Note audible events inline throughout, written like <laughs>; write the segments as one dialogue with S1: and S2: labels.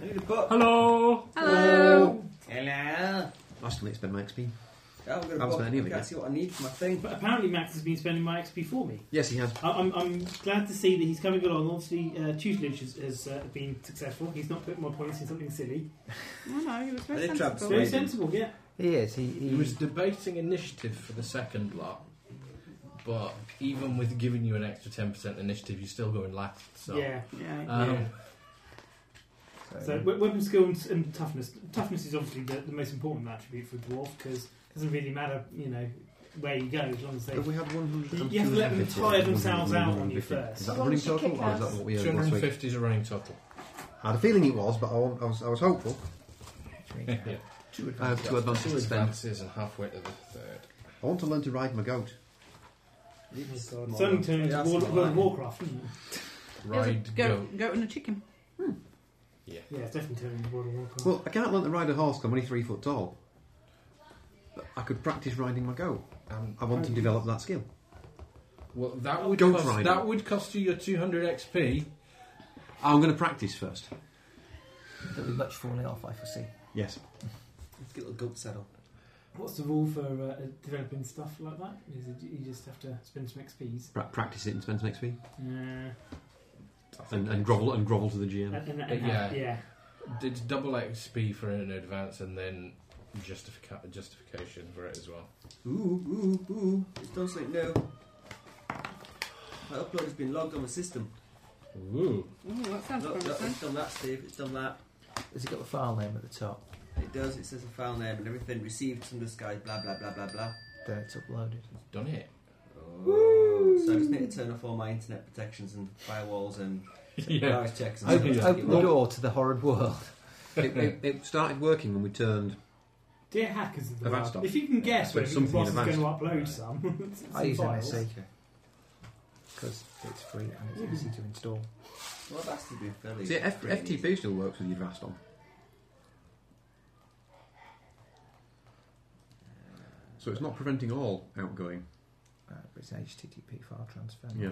S1: I need a book.
S2: Hello.
S3: Hello.
S1: Hello.
S4: I still need to spend my XP.
S1: Oh, I've got a
S4: Haven't
S1: book.
S4: spent any of it
S1: I can't
S4: yet.
S1: see what I need for my thing.
S2: But apparently Max has been spending my XP for me.
S4: Yes, he has.
S2: I- I'm, I'm glad to see that he's coming along. Obviously, uh, Tutor Lynch has, has uh, been successful. He's not put my points in something silly.
S3: No, no, he was
S1: I
S3: very
S1: did try to
S3: sensible.
S2: Very
S1: Wait.
S2: sensible, yeah.
S4: He is. He, he,
S5: He was debating initiative for the second lot, but even with giving you an extra 10% initiative, you're still going last. So.
S2: Yeah.
S3: Yeah.
S5: Um,
S2: Yeah. So we- weapon skill and, and toughness. Toughness is obviously the, the most important attribute for a dwarf because it doesn't really matter, you know, where you go as long as they.
S4: Have we had 100?
S2: You have to let them tire themselves out on you first.
S4: Is that
S6: Why
S4: running
S6: don't you
S4: total,
S6: kick
S4: or is that
S6: ass?
S4: what we had last week?
S5: 250 is a running total.
S4: I had a feeling it was, but I, wa- I was, I
S1: <laughs>
S4: was hopeful.
S5: yeah.
S4: Two I have two advances
S5: Two
S4: to spend.
S5: advances and halfway to the third.
S4: I want to learn to ride my goat.
S1: Oh,
S2: It's only turned into World, World of Warcraft, isn't it?
S5: Ride,
S3: go,
S5: go.
S3: goat and a chicken. Oh,
S5: Yeah.
S2: Yeah, it's definitely turned into World of Warcraft.
S4: Well, I can't learn to ride a horse 'cause I'm only three foot tall. But I could practice riding my goat.
S5: Um,
S4: I want to develop that skill.
S5: well, that would,
S4: Goat
S5: cost,
S4: riding.
S5: that would cost you your 200 XP.
S4: I'm going to practice first.
S6: There'll be much falling off, I foresee.
S4: Yes.
S1: <laughs> Let's get a little goat saddle.
S2: What's the rule for uh, developing stuff like that? Is it you just have to spend some XP's?
S4: Pra- practice it and spend some XP.
S2: Yeah.
S5: I think
S4: And, and
S5: that's-
S4: grovel and grovel to the GM.
S2: Uh, And, and, and,
S5: Yeah.
S2: yeah.
S5: It's double XP for an advance and then justifica- justification for it as well.
S1: Ooh, ooh, ooh. Just don't say no. My upload has been logged on the system.
S5: Ooh.
S3: Ooh, that sounds
S1: Look, look,
S3: promising.
S1: it's done that, Steve. It's done that.
S6: Has it got the file name at the top?
S1: It does. It says the file name and everything. Received from this guy. Blah blah blah blah blah.
S6: Then it's uploaded.
S5: Done
S4: <laughs>
S5: it.
S1: Oh, so I just need to turn off all my internet protections and firewalls
S6: <laughs>
S1: and virus checks. And
S5: Open-
S6: Open,
S1: stuff.
S6: open the door to the horrid world.
S4: it, it, it started working when we turned.
S2: Dear hackers of the
S4: Advanced
S2: world,
S4: stuff.
S2: if you can guess
S4: But
S2: whether your
S4: something
S2: boss is going to
S4: advanced.
S2: upload
S5: Right.
S2: some, <laughs>
S6: I
S2: some
S6: use
S2: files.
S6: MSC because it's free and it's easy to install.
S1: Well, that's to be fairly.
S4: See, F- FTP still works with your Vaston. So it's not preventing all outgoing.
S6: Uh, but it's an HTTP file transfer, not
S4: Yeah.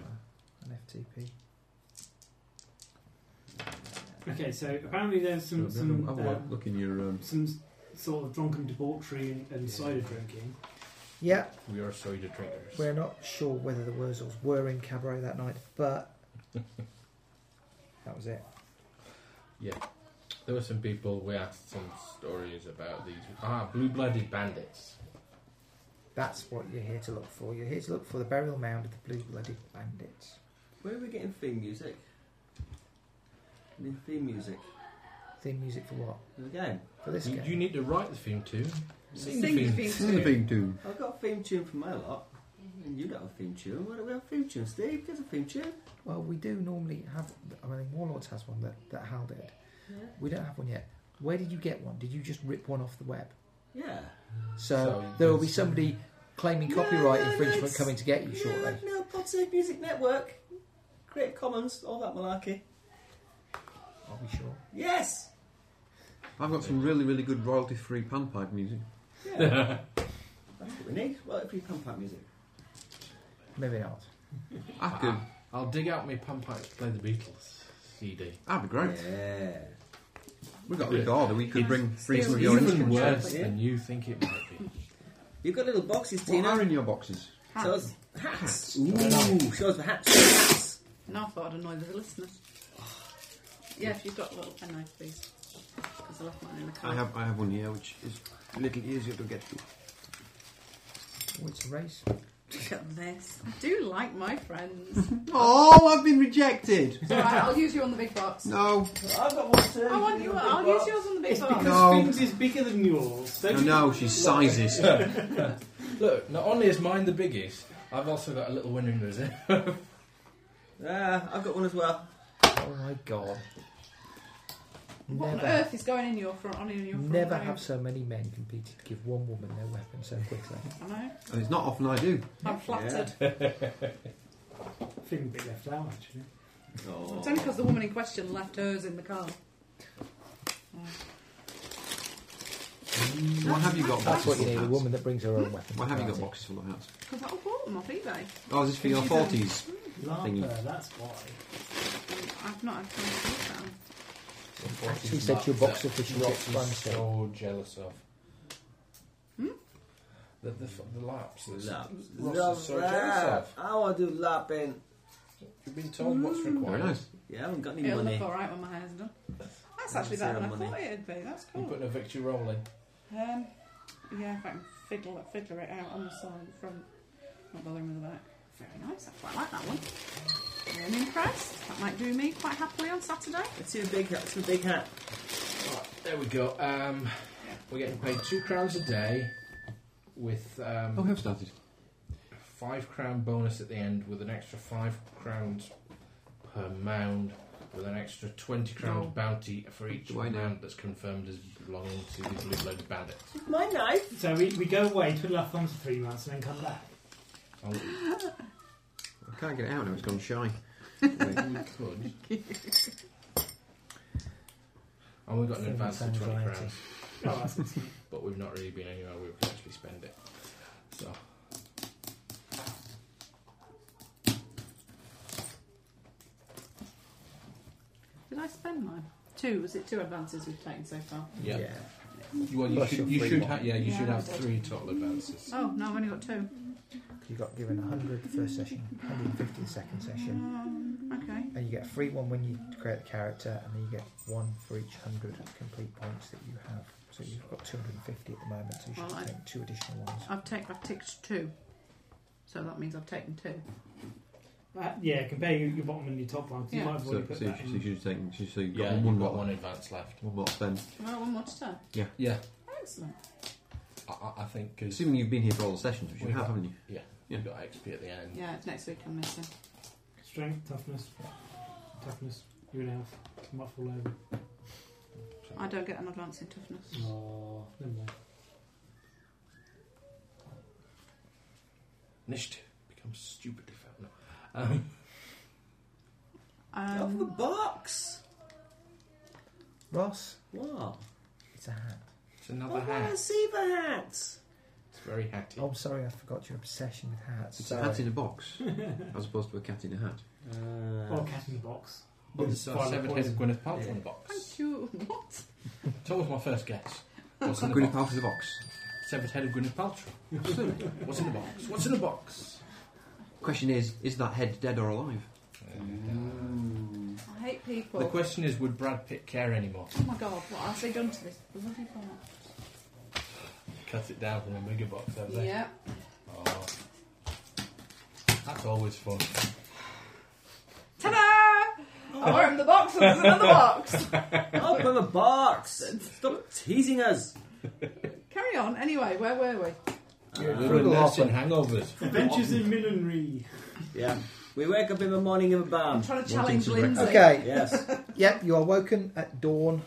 S6: a- an FTP.
S2: Okay, so apparently there's
S6: Mm-hmm.
S2: some
S4: So
S2: some
S4: have a
S2: um,
S4: look- look in your. Um,
S2: some s- sort of drunken debauchery and, and cider drinking.
S6: Yeah,
S5: We are soda drinkers.
S6: we're not sure whether the Wurzels were in cabaret that night, but that was it.
S5: There were some people, we asked some stories about these. Ah, blue blooded bandits.
S6: That's what you're here to look for. You're here to look for the burial mound of the blue blooded bandits.
S1: Where are we getting theme music? I mean, theme music.
S6: Theme music for what?
S1: For the game.
S6: For this
S5: You,
S6: game.
S5: you need to write the theme too. Sing, the
S3: Sing
S5: theme.
S3: the theme
S4: Sing the
S3: tune.
S4: theme tune.
S1: I've got a theme tune for my lot. And you don't have a theme tune. Why don't we have a theme tune, Steve? There's a theme tune.
S6: Well, we do normally have. I mean, Warlords has one that that Hal did. We don't have one yet. Where did you get one? Did you just rip one off the web?
S1: Yeah.
S6: So,
S5: So
S6: there will be
S5: that's-
S6: somebody claiming
S1: No,
S6: copyright
S1: no,
S6: infringement
S1: it's-
S6: coming to get you shortly.
S1: No, no, Podsafe Music Network. Creative Commons, all that malarkey.
S6: Are we sure?
S1: Yes!
S4: I've got some really, really good royalty-free panpipe music.
S1: Yeah. That's what we need. Well, if you compact music.
S6: Maybe not.
S4: I could.
S5: Ah, I'll dig out my pump pipe to play the Beatles CD.
S4: That'd be great.
S1: Yeah.
S4: We've got a recorder. We could bring, bring some of your
S5: Even
S4: instruments.
S5: worse
S1: yeah.
S5: than you think it might be.
S1: You've got little boxes,
S4: What
S1: Tina.
S4: are in your boxes?
S1: Show
S3: Hats.
S1: us hats. Ooh, show us the hats. Show us the hats.
S3: And I thought I'd annoy the listeners. Yeah, if you've got a little pen knife, please. Because I left mine in the car.
S4: I have, I have one here, which is a little easier to get to.
S6: Oh, it's a race.
S3: Look at this. I do like my friends.
S4: Oh, I've been rejected.
S3: <laughs> it's alright, I'll use you on the big box.
S4: No,
S1: I've got one too.
S3: I want you, I'll use yours on the big
S2: It's
S3: box.
S2: because
S4: Oh, No.
S2: Finn's is bigger than yours.
S4: no,
S2: Don't you-
S4: no. She <laughs> sizes.
S5: Look, not only is mine the biggest, I've also got a little winner in reserve. <laughs>
S1: Ah, I've got one as well.
S6: Oh my god.
S3: What on
S6: Never,
S3: earth is going in your front? On in your front?
S6: never
S3: room?
S6: have so many men competed to give one woman their weapon so
S4: <laughs>
S6: quickly.
S3: I know.
S4: And it's not often I do.
S3: I'm flattered.
S2: Finn a bit left out actually.
S1: Oh,
S3: It's only because the woman in question left hers in the car.
S4: What have you got?
S6: That's what
S4: boxes
S6: you need,
S4: full of
S6: a
S4: hats?
S6: woman that brings her own weapon.
S4: What have you got?
S6: Right.
S4: Boxes full of hats.
S3: Because I bought them off eBay.
S4: Oh, is this for your
S3: She's, um,
S4: forties?
S2: Larper,
S4: Thingy.
S2: that's why.
S3: And I've not had time to look at them.
S6: Actually set your box of fish and
S5: Rock
S6: chips fun
S5: is
S6: stuff.
S5: so jealous of. Hmm? The, the, f- the laps. that's- Ross is so jealous of.
S1: Oh, I want to do lapping.
S5: You've been told what's required.
S4: Very nice.
S1: Yeah, I haven't got any
S3: It'll
S1: money.
S3: look alright when my hair's done. That's
S1: Yeah,
S3: actually
S1: zero
S3: better than
S1: money.
S3: I thought it'd be. That's
S5: You're
S3: cool.
S5: putting a victory roll in.
S3: Um, yeah, if I can fiddle it, fiddle it out on the side from not bothering with the back. Very nice. I quite like that one. I'm impressed. That might do me quite happily on Saturday.
S1: It's too big. It's too big hat.
S5: Right, there we go. Um, we're getting paid two crowns a day with
S4: Oh, we
S5: um,
S4: have started.
S5: five crown bonus at the end with an extra five crowns per mound with an extra 20 crowns
S4: No.
S5: bounty for each
S4: Do I know?
S5: mound that's confirmed as belonging to the Blue Blooded Bandits.
S1: My knife.
S2: So we, we go away, twiddle our thumbs for three months, and then come back.
S5: Oh, <laughs>
S4: I can't get it out now. It's gone shy.
S5: we could. And we got an
S6: Seven
S5: advance of
S6: times
S5: 20
S6: variety.
S5: crowns,
S2: Oh, that's <laughs> good.
S5: but we've not really been anywhere we could actually spend it. So,
S3: Did I spend mine? Two. Was it two advances we've taken so far?
S5: yeah.
S6: Yeah.
S5: Well, you
S6: Plus
S5: should,
S6: your
S5: you
S6: free
S5: should
S6: one.
S5: ha- yeah, you
S3: Yeah,
S5: should
S3: I
S5: have
S3: did.
S5: three total advances.
S3: Oh no, I've only got two.
S6: You got given 100 the first session, 150 the second session,
S3: Um, okay.
S6: and you get a free one when you create the character, and then you get one for each 100 complete points that you have. So you've got 250 at the moment, so you should
S3: Well, I-
S6: take two additional ones.
S3: I've taken. I've ticked two. So that means I've taken two.
S2: That- yeah, compare your, your bottom and your top line. 'cause You
S3: Yeah.
S2: might have
S4: So,
S2: already
S4: so,
S2: put
S4: you,
S2: that
S4: so
S2: in.
S4: you should take. So, so you've got
S5: Yeah,
S4: one,
S5: you've
S4: one
S5: got
S4: lot.
S5: one advance left.
S4: One lot spent.
S3: Well, one more to turn.
S5: Yeah,
S3: Excellent.
S5: I- I, I think because
S4: Assuming you've been here for all the sessions, which you
S5: We've
S4: have,
S5: got-
S4: haven't you?
S5: you've got XP at the end.
S3: Yeah, it's next week I'm missing.
S2: Strength, toughness, toughness. You're an elf. You might fall over.
S5: So-
S3: I don't get an advance in toughness.
S2: Oh, never mind.
S5: Initiative becomes stupidly fat now. Um,
S1: Off the
S3: Um,
S1: box.
S6: Ross,
S1: What?
S6: it's a hat.
S5: it's another
S1: I want to
S5: hat.
S1: see the hats.
S5: It's very hatty.
S6: Oh, I'm sorry, I forgot your obsession with hats.
S4: It's a
S6: Sorry.
S4: hat in a box, as opposed to a cat in a hat.
S2: Or cat in the box.
S5: Oh,
S2: With
S5: so
S2: violet
S5: seven heads
S2: poison.
S5: of Gwyneth Paltrow
S1: Yeah.
S5: in the box.
S3: <laughs> thank you. What?
S5: That was my first guess. What's in the
S4: Gwyneth
S5: box?
S4: Paltrow's a box.
S5: Severed head of Gwyneth Paltrow.
S4: Absolutely.
S5: What's in the box? What's in the box?
S4: Question is, is that head dead or alive?
S1: Mm.
S3: I hate people.
S5: The question is, would Brad Pitt care anymore?
S3: Oh my god, what have they done to this bloody bar?
S5: Cut it down from a mega box, have they?
S3: Yeah.
S5: Oh. That's always fun.
S3: Ta da!
S4: Oh.
S3: I opened the box and there's
S4: <laughs>
S3: another box!
S1: Open the box. Stop teasing us.
S3: Carry on, anyway, where were we?
S5: We're nursing hangovers.
S2: Adventures in millinery.
S1: Yeah. We wake up in the morning in a barn.
S3: I'm trying to
S4: One thing
S3: challenge
S4: to break-
S3: Lindsay.
S6: Okay,
S1: Yes.
S6: yep, you are woken at dawn.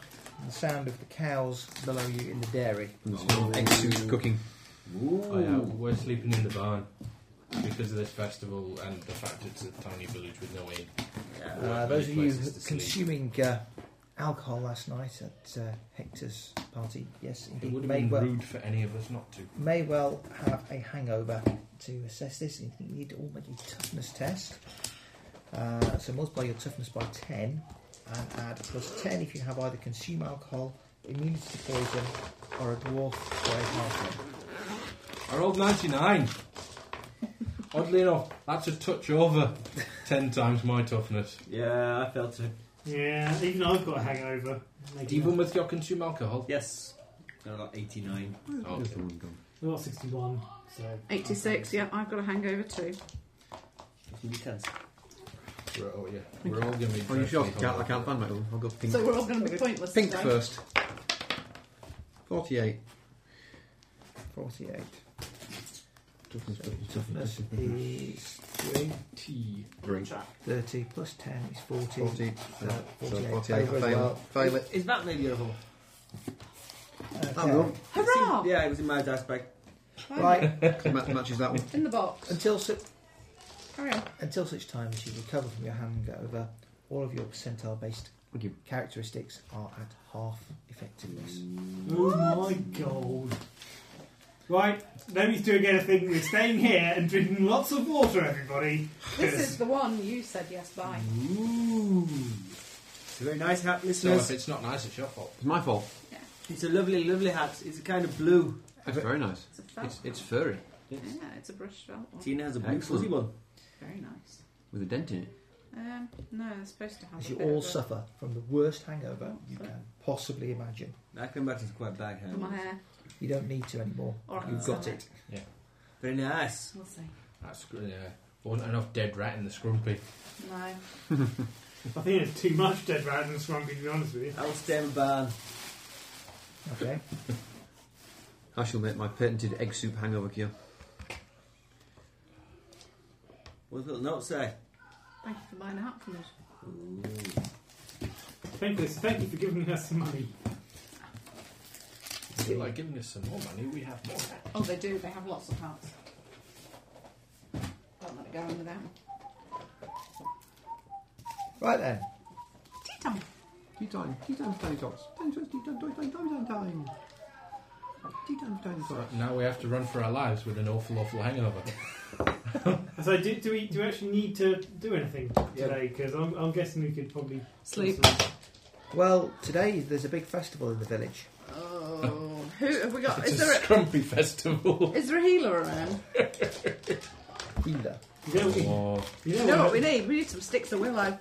S6: The sound of the cows below you in the dairy.
S4: And the smell of egg soup cooking.
S5: Oh, yeah, we're sleeping in the barn because of this festival and the fact it's a tiny village with no inn.
S1: Yeah.
S6: Uh,
S5: Many
S6: those of you
S5: places to sleep.
S6: consuming uh, alcohol last night at uh, Hector's party, yes,
S5: It
S6: indeed,
S5: would have
S6: may
S5: been
S6: well,
S5: rude for any of us not to.
S6: may well have a hangover to assess this. You need to all make a toughness test. Uh, so multiply your toughness by 10 and add plus 10 if you have either consume alcohol, immunity to poison, or a dwarf or a halfling.
S5: I rolled 99. <laughs> Oddly enough, that's a touch over 10 times my toughness.
S1: Yeah, I felt it.
S2: Yeah, even I've got a hangover. Making
S5: Even
S2: up.
S5: with your consume alcohol.
S1: Yes. Got about 89.
S5: Oh,
S4: There's the one gone.
S2: We've got 61, so.
S3: 86, yeah, I've got a hangover too.
S1: It's gonna be tense.
S5: we're, oh, yeah. We're all going to be.
S4: Are you sure? I
S5: dreadfully
S4: can't, I
S5: hungover.
S4: can't find my own. I'll go pink.
S3: So we're all going to be pointless
S4: pink
S3: today.
S4: first. 48.
S6: 48.
S4: Toughness,
S6: So
S4: toughness, toughness.
S6: toughness is 3.
S5: Tea.
S4: Three.
S6: 30 plus 10 is 40.
S4: 40.
S6: Uh,
S4: So
S6: 48.
S4: 48.
S6: Favour as
S4: Fail.
S6: well.
S4: Fail it.
S1: Is that maybe a hole?
S4: That one.
S3: Hurrah!
S1: Yeah, it was in my dice bag.
S3: Finally.
S6: Right,
S4: Ma- Matches that one.
S3: In the box.
S6: until su-
S3: Carry on.
S6: until such time as you recover from your hangover, all of your percentile-based
S4: Thank you.
S6: characteristics are at half effectiveness.
S4: Mm.
S2: Oh my god. Right, nobody's doing anything. We're staying here and drinking lots of water, everybody.
S3: This
S2: Yes.
S3: is the one you said yes by.
S1: Ooh. Very nice hat,
S5: So if
S4: uh,
S1: listeners.
S5: it's not nice, it's your fault.
S4: It's my fault.
S1: It's a lovely, lovely hat. It's a kind of blue.
S4: It's very nice.
S3: It's a felt
S4: It's, it's
S3: one.
S4: furry
S3: Yeah, it's a brush felt one.
S1: Tina has a blue
S4: Excellent.
S1: fuzzy one.
S3: Very nice.
S4: with a dent in it.
S3: Um, no, they're supposed to have.
S6: As
S3: a
S6: you
S3: bit
S6: all
S3: of a-
S6: suffer from the worst hangover you can possibly imagine.
S1: That came back to quite bad
S3: for my
S1: hand.
S3: hair.
S6: You don't need to anymore.
S3: Or I can
S6: You've got
S3: sell
S6: it.
S1: Very nice.
S3: We'll see.
S5: That's gr- yeah. Wasn't enough dead rat in the scrumpy.
S3: No.
S2: I think it's too much dead rat and scrumpy, to be honest with you.
S1: I'll stay in barn.
S6: Okay.
S4: I shall make my patented egg soup hangover cure.
S1: What's the little note say?
S3: Thank you for buying a hat for me.
S1: Ooh.
S2: Thank you, thank you for giving us some money.
S5: If you like giving us some more money, we have more.
S3: Oh, they do. They have lots of hats. Don't let it go in without.
S6: Right then.
S3: Tea time.
S4: Tea time, tea time, tiny tots. Tiny tots, tea time, toy time, time, time, time. Tea time, tiny
S5: So
S4: tots.
S5: now we have to run for our lives with an awful, awful hangover.
S2: So do, do we do we actually need to do anything today? Because I'm, I'm guessing we could probably
S3: Sleep.
S6: Well, today there's a big festival in the village.
S3: Oh, who have we got?
S5: it's
S3: Is
S5: a
S3: there
S5: scrumpy festival.
S3: <laughs> a, is there a healer around?
S6: Healer.
S2: You know, we-
S5: Oh,
S2: you know
S3: You know
S2: what-
S3: what we need? We need some sticks of willow.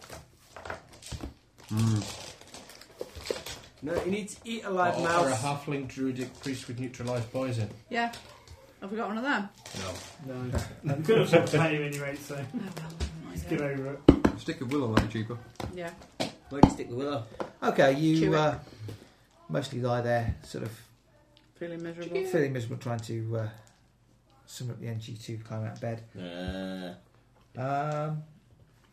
S1: No, you need to eat a
S5: or,
S4: Oh,
S1: live
S5: or a
S1: mouse.
S5: halfling druidic priest with neutralised poison.
S3: Yeah. Have we got one of them?
S5: No.
S2: No, <laughs> I'm good at champagne anyway, so
S3: Oh, well,
S2: let's get over it.
S4: A stick of willow might be cheaper.
S3: Yeah.
S1: Where do you stick the willow?
S6: Okay,
S3: Chew
S6: you
S3: it.
S6: uh, mostly lie there, sort of
S3: Feeling miserable.
S6: feeling miserable, trying to uh, sum up the energy to climb out of bed.
S1: Uh,
S6: Um,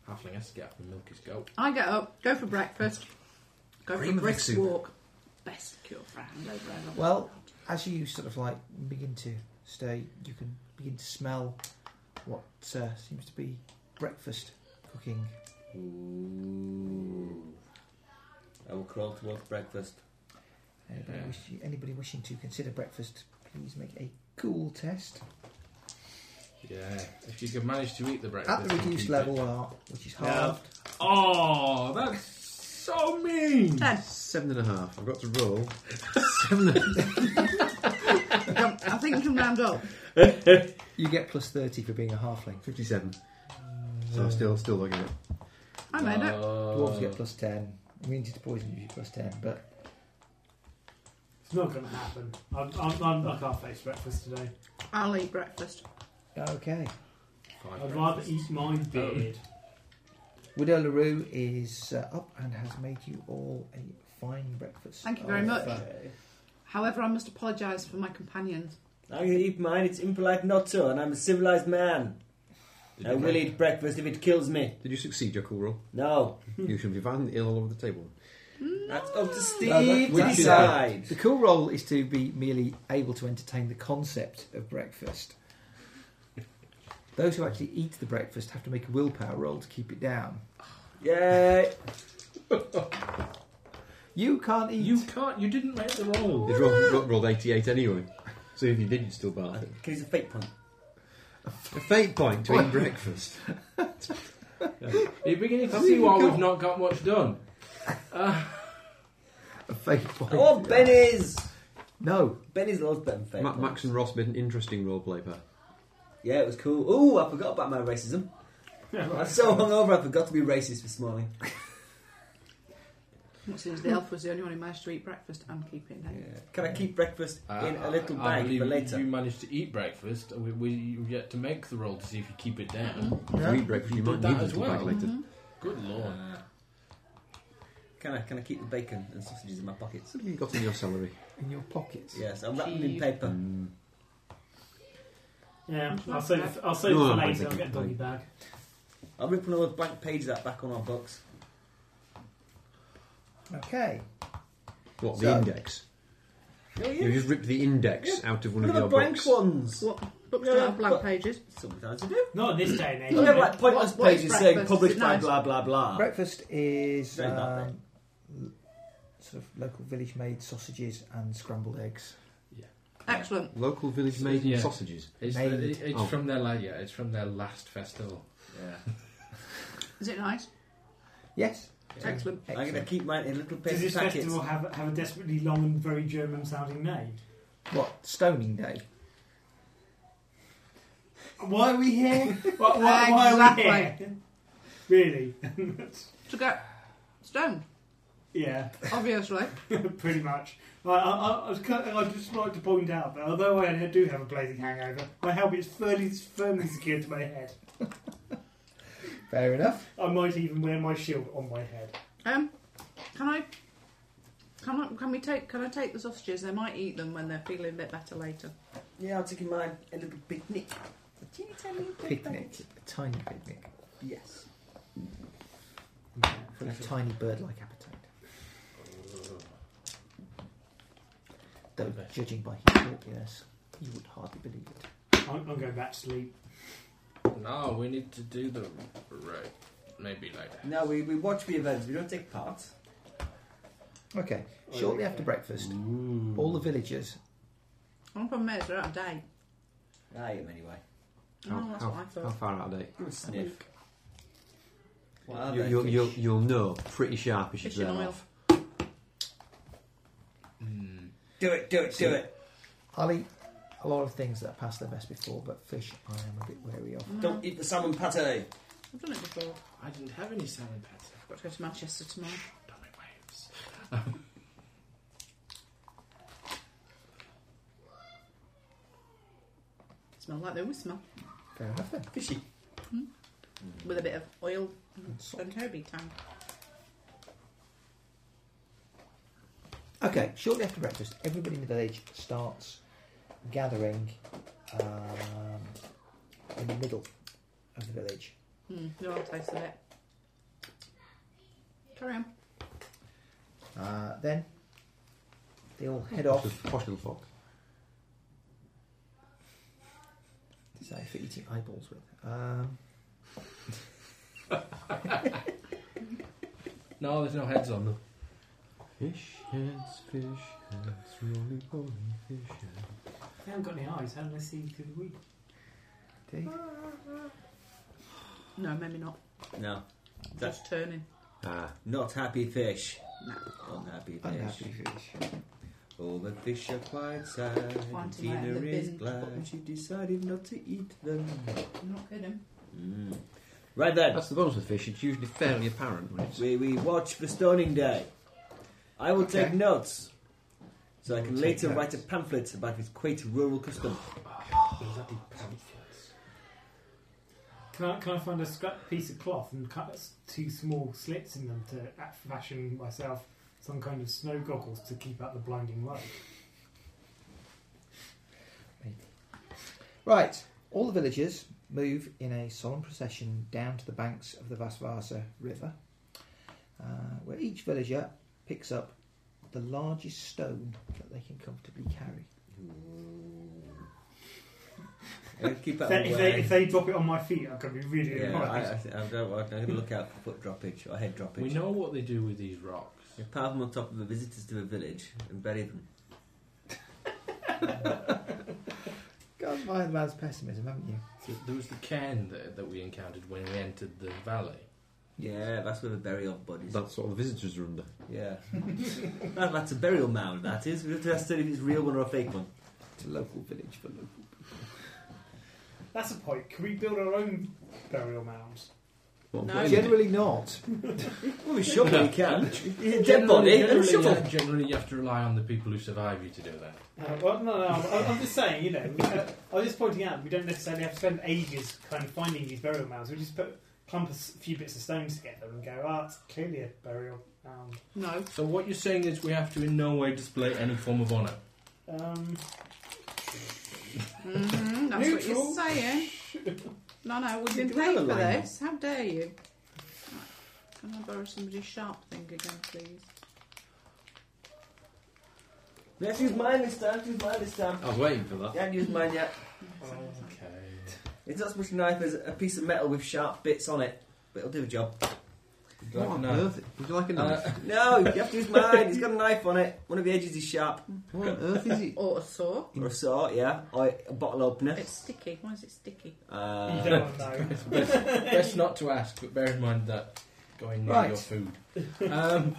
S5: Halfling has to get up and milk his goat.
S3: I get up, go for breakfast, go for
S4: Cream of
S3: a brisk
S4: soup.
S3: walk. Best cure for a hangover ever.
S6: well, as you sort of like begin to stay, you can begin to smell what uh, seems to be breakfast cooking.
S1: ooh. I will crawl towards breakfast.
S6: Anybody,
S5: Yeah.
S6: wish, anybody wishing to consider breakfast, please make a cool test
S5: Yeah. If you could manage to eat the breakfast.
S6: at the
S5: and
S6: reduced
S5: keep it-
S6: level, uh, which is halved.
S5: Oh, that's so mean.
S3: Ten.
S4: Seven and a half. I've got to roll. Seven and
S3: Come- I think you can round up.
S6: You get plus thirty for being a halfling.
S4: 57. So I'm still, still looking at it.
S3: I made
S5: Uh,
S3: it.
S6: Dwarves get plus ten. Immunity to poison gives you plus ten, but
S2: It's not going to happen. I'm, I'm, I'm, I can't face breakfast today.
S3: I'll eat breakfast.
S6: okay.
S5: Five
S2: I'd rather
S5: breakfasts.
S2: eat my <laughs> beard.
S6: Widow Larue is uh, up and has made you all a fine breakfast.
S3: Thank you very much.
S6: uh,
S3: However, I must apologise for my companions.
S1: I'm going to eat mine. It's impolite not to, and I'm a civilized man.
S4: Did
S1: I
S4: you,
S1: will eat breakfast if it kills me.
S4: did you succeed your cool roll?
S1: No.
S4: you should be found ill all over the table.
S1: That's up to
S6: No, that-
S1: Steve to
S6: that's-
S1: decide.
S6: The cool role is to be merely able to entertain the concept of breakfast. Those who actually eat the breakfast have to make a willpower roll to keep it down.
S1: Yay!
S6: You can't eat.
S5: You can't. You didn't make the roll.
S4: You'd rolled, rolled, rolled 88 anyway. So if you did, you'd still
S1: I
S4: barf it.
S1: think he's a fake point.
S4: A fate point to eat breakfast.
S5: You're beginning to see why we've not got much done.
S4: A fate point.
S1: Oh, Benny's!
S6: No.
S1: Benny's loves better than fake.
S4: Ma-
S1: points.
S4: Max and Ross made an interesting roleplay pair.
S1: Yeah, it was cool. Ooh, I forgot about my racism. I'm so <laughs> hungover, I forgot to be racist this morning.
S3: It seems the elf was the only one who managed to eat breakfast and keep it down.
S1: Can I keep breakfast in a little
S5: Uh, I
S1: bag
S5: believe
S1: for later?
S5: You managed to eat breakfast. We, we you yet to make the roll to see if you keep it down.
S4: If you eat breakfast, you
S5: Did
S4: might
S5: that
S4: need
S5: as
S4: it to
S5: well.
S4: back later.
S5: Good lord.
S1: Can I can I keep the bacon and sausages in my pockets?
S4: What have you got in your celery?
S6: In your pockets.
S1: Yes, I'm wrapping in paper.
S2: Yeah, I'll save it. I'll save it
S4: No,
S2: for
S4: I don't
S2: later.
S4: think
S2: I'll get a
S4: it-
S2: doggy bag.
S1: I'm ripping all the blank pages out back on our books.
S6: Okay.
S4: What, the
S6: So-
S4: index?
S1: Oh,
S4: You just ripped the index out of one
S1: Look
S4: of
S1: at the
S4: your
S1: blank
S4: books.
S1: ones.
S3: What books
S1: Yeah,
S3: don't have blank
S1: but-
S3: pages?
S1: Sometimes I do.
S2: Not in this day and age.
S1: You know, like pointless
S3: What- what is
S1: pages saying
S3: breakfast?
S1: published by
S3: Nice.
S1: blah blah blah.
S6: Breakfast is
S1: Don't like
S6: um, l- sort of local village made sausages and scrambled eggs.
S3: Excellent.
S4: Local village made
S5: Yeah.
S4: sausages.
S5: It's,
S6: Made.
S5: the, it's
S4: Oh.
S5: from their la- yeah, It's from their last festival.
S1: Yeah.
S3: Is it nice?
S6: Yes.
S1: Excellent. I'm going to
S6: Excellent.
S1: keep mine in little
S2: Does
S1: paper
S2: this
S1: packets.
S2: festival have, have a desperately long and very German sounding name?
S6: What? Stoning Day?
S2: Why are we here? <laughs> why, why, why are we
S3: Exactly.
S2: here? Really?
S3: To get stoned,
S2: yeah,
S3: obviously.
S2: pretty much. I, I, I, was kind of- I'd just like to point out that although I do have a blazing hangover, my helmet is firmly, firmly secured to my head.
S6: Fair enough.
S2: I might even wear my shield on my head.
S3: Um, can I? Can I? Can we take? Can I take the sausages? They might eat them when they're feeling a bit better later.
S1: Yeah, I'm taking mine a little picnic.
S3: A teeny tiny bit
S6: Picnic. A tiny picnic.
S1: Yes.
S6: For a tiny bird like appetite. Though, judging by his talkiness, you would hardly believe it.
S2: I'm, I'm going back to sleep.
S5: No, we need to do the right. Maybe later.
S1: No, we, we watch the events. We don't take part.
S6: Okay, shortly after breakfast, all the villagers.
S3: I'm from Maze, they're out of date.
S1: I am anyway.
S3: Oh,
S4: How,
S3: that's
S4: how,
S3: what I thought.
S4: how far out of date?
S1: Give it a sniff. What are
S4: You,
S1: they?
S4: you'll, you'll, you'll know pretty sharp if
S3: Fish
S4: you're
S3: in
S4: there.
S3: oil.
S1: Do it, do it, do it.
S6: I'll eat a lot of things that are past their best before, but fish I am a bit wary of.
S1: Don't eat the salmon pate.
S3: I've done it before.
S5: I didn't have any salmon pets.
S3: I've got to go to Manchester tomorrow.
S5: Don't make waves.
S3: Smell like they always smell.
S6: Fair enough then.
S1: Fishy.
S3: With a bit of oil and
S6: Salt.
S3: Toby tang.
S6: Okay, shortly after breakfast, everybody in the village starts gathering um, in the middle of the village.
S3: Mm, you all taste of it. Carry on.
S6: Uh, then they all head off.
S4: Just posh little fox.
S6: Sorry for eating eyeballs with. Um,
S5: No, there's no heads on them.
S4: Fish heads, fish heads, rolling, rolling fish heads.
S2: They haven't got any eyes. How do they see through the week?
S6: Dave?
S3: No, maybe not.
S1: No. That's
S3: Just turning.
S4: Ah,
S1: not happy fish.
S3: No.
S1: Unhappy fish.
S6: Unhappy fish.
S1: All the fish are quite sad.
S3: Quite aware
S1: Tina
S3: they've
S1: is
S3: been-
S1: glad she decided not to eat them.
S3: I'm not kidding.
S1: Mm. Right then,
S4: that's the bonus with fish. It's usually fairly apparent when it's.
S1: we, we watch the stoning day. I will take
S6: Okay.
S1: notes. So I can
S6: We'll
S1: later
S6: take
S1: write a
S6: notes.
S1: pamphlet about this quaint rural custom.
S2: Oh,
S5: Bloody pamphlets.
S2: Can I, can I find a scrap piece of cloth and cut s- two small slits in them to a- fashion myself some kind of snow goggles to keep out the blinding light?
S6: Right, all the villagers move in a solemn procession down to the banks of the Vasvasa River, uh, where each villager picks up the largest stone that they can comfortably carry.
S1: Uh, Keep
S2: If
S1: out
S2: they,
S1: of the
S2: if, they,
S1: way.
S2: if they drop it on my feet, I'm going to be really
S1: Yeah, I,
S2: annoyed.
S1: I, th- I don't, I'm going to look out for foot droppage or head droppage.
S5: We know what they do with these rocks.
S1: They pile them on top of the visitors to the village and bury them.
S6: Go and find the man's pessimism, haven't you?
S5: Th- There was the cairn that, that we encountered when we entered the valley.
S1: Yeah, that's where they bury off bodies.
S4: That's what the visitors are under.
S1: Yeah. <laughs> that, that's a burial mound, that is. We have to ascertain if it's a real one or a fake one.
S6: It's a local village for local.
S2: That's a point. Can we build our own burial mounds?
S4: Well,
S3: No.
S4: but-
S6: Generally not.
S1: Well, we should, we can. It's a <laughs> dead
S5: Generally-
S1: body and a
S5: generally,
S1: shovel.
S5: you- generally you have to rely on the people who survive you to do that.
S2: Uh, well, no, no, I'm, I'm just saying, you know, uh, I'm just pointing out we don't necessarily have to spend ages kind of finding these burial mounds. We just put clump a s- few bits of stones together and go, ah, it's clearly a burial mound.
S3: No.
S5: So what you're saying is we have to in no way display any form of honour.
S2: Um,
S3: hmm that's what
S2: Neutral.
S3: you're saying. No, no, we've been
S1: Do we have
S3: paid
S1: a
S3: for
S1: line?
S3: this. How dare you? Right. Can I borrow somebody's sharp thing again, please?
S1: Let's use mine this time, use mine this time.
S4: I was waiting for that.
S1: Can't use mine yet.
S3: Oh,
S5: Oh, Okay.
S1: It's not so much a knife as a piece of metal with sharp bits on it, but it'll do the job.
S4: What on earth? Would you like a knife?
S5: Uh,
S1: No, you have to use mine. It's got a knife on it. One of the edges is sharp.
S4: what on earth is it?
S3: Or a saw.
S1: Or a saw, yeah. Or a bottle opener.
S3: It's sticky. Why is it sticky?
S2: you
S1: Uh,
S2: don't want to know.
S5: best, best not to ask, but bear in mind that going near
S6: Right.
S5: your food. Um,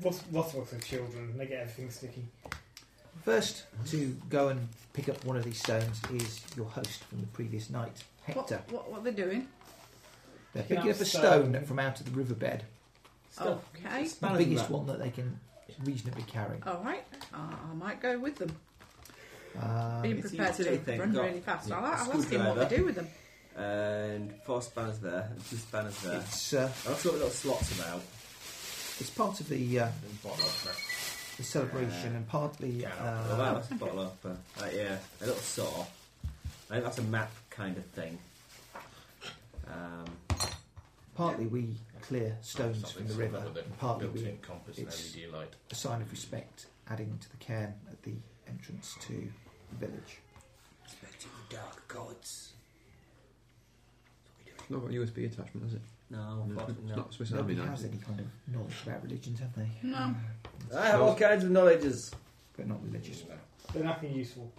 S2: What's what's what's with children? They get everything sticky.
S6: First to go and pick up one of these stones is your host from the previous night,
S3: What,
S6: Hector.
S3: what, what are they doing?
S6: They're
S2: Picking
S6: picking
S2: up
S6: up a
S2: stone.
S6: stone from out of the riverbed,
S2: Stuff.
S3: Okay.
S6: the
S1: Manage
S6: biggest
S1: that.
S6: one that they can reasonably carry.
S3: All right. Uh, I might go with them. Being
S6: Um,
S1: it's
S3: prepared
S1: utility
S3: to
S1: thing,
S3: run
S1: got-
S3: really fast.
S1: yeah,
S3: I'll,
S1: a
S3: I'll ask him what
S1: screwdriver.
S3: they do with them.
S1: And four spanners there, and two spanners there.
S6: it's uh,
S1: I'll sort little slots about.
S6: it's part of the, uh,
S1: And bottle opener.
S6: the celebration
S1: Yeah.
S6: and partly
S1: Yeah,
S6: uh,
S1: well, that was a bottle opener. Uh, yeah, a little saw. I think that's a map kind of thing. Um,
S6: partly we clear stones
S5: something
S6: from the
S5: similar
S6: river,
S5: with it.
S6: and partly we
S5: Built-in compass and
S6: it's-
S5: LED light.
S6: a sign of respect adding to the cairn at the entrance to the village.
S1: Respecting the dark gods. That's what we do.
S4: It's not got a USB attachment, has it?
S1: No,
S4: it's
S1: no.
S4: not Swiss Army
S6: Nobody
S4: knife.
S6: has any kind of knowledge about religions, have they? Uh,
S3: No.
S1: I have all kinds of knowledges.
S6: But not religious.
S2: They're nothing useful.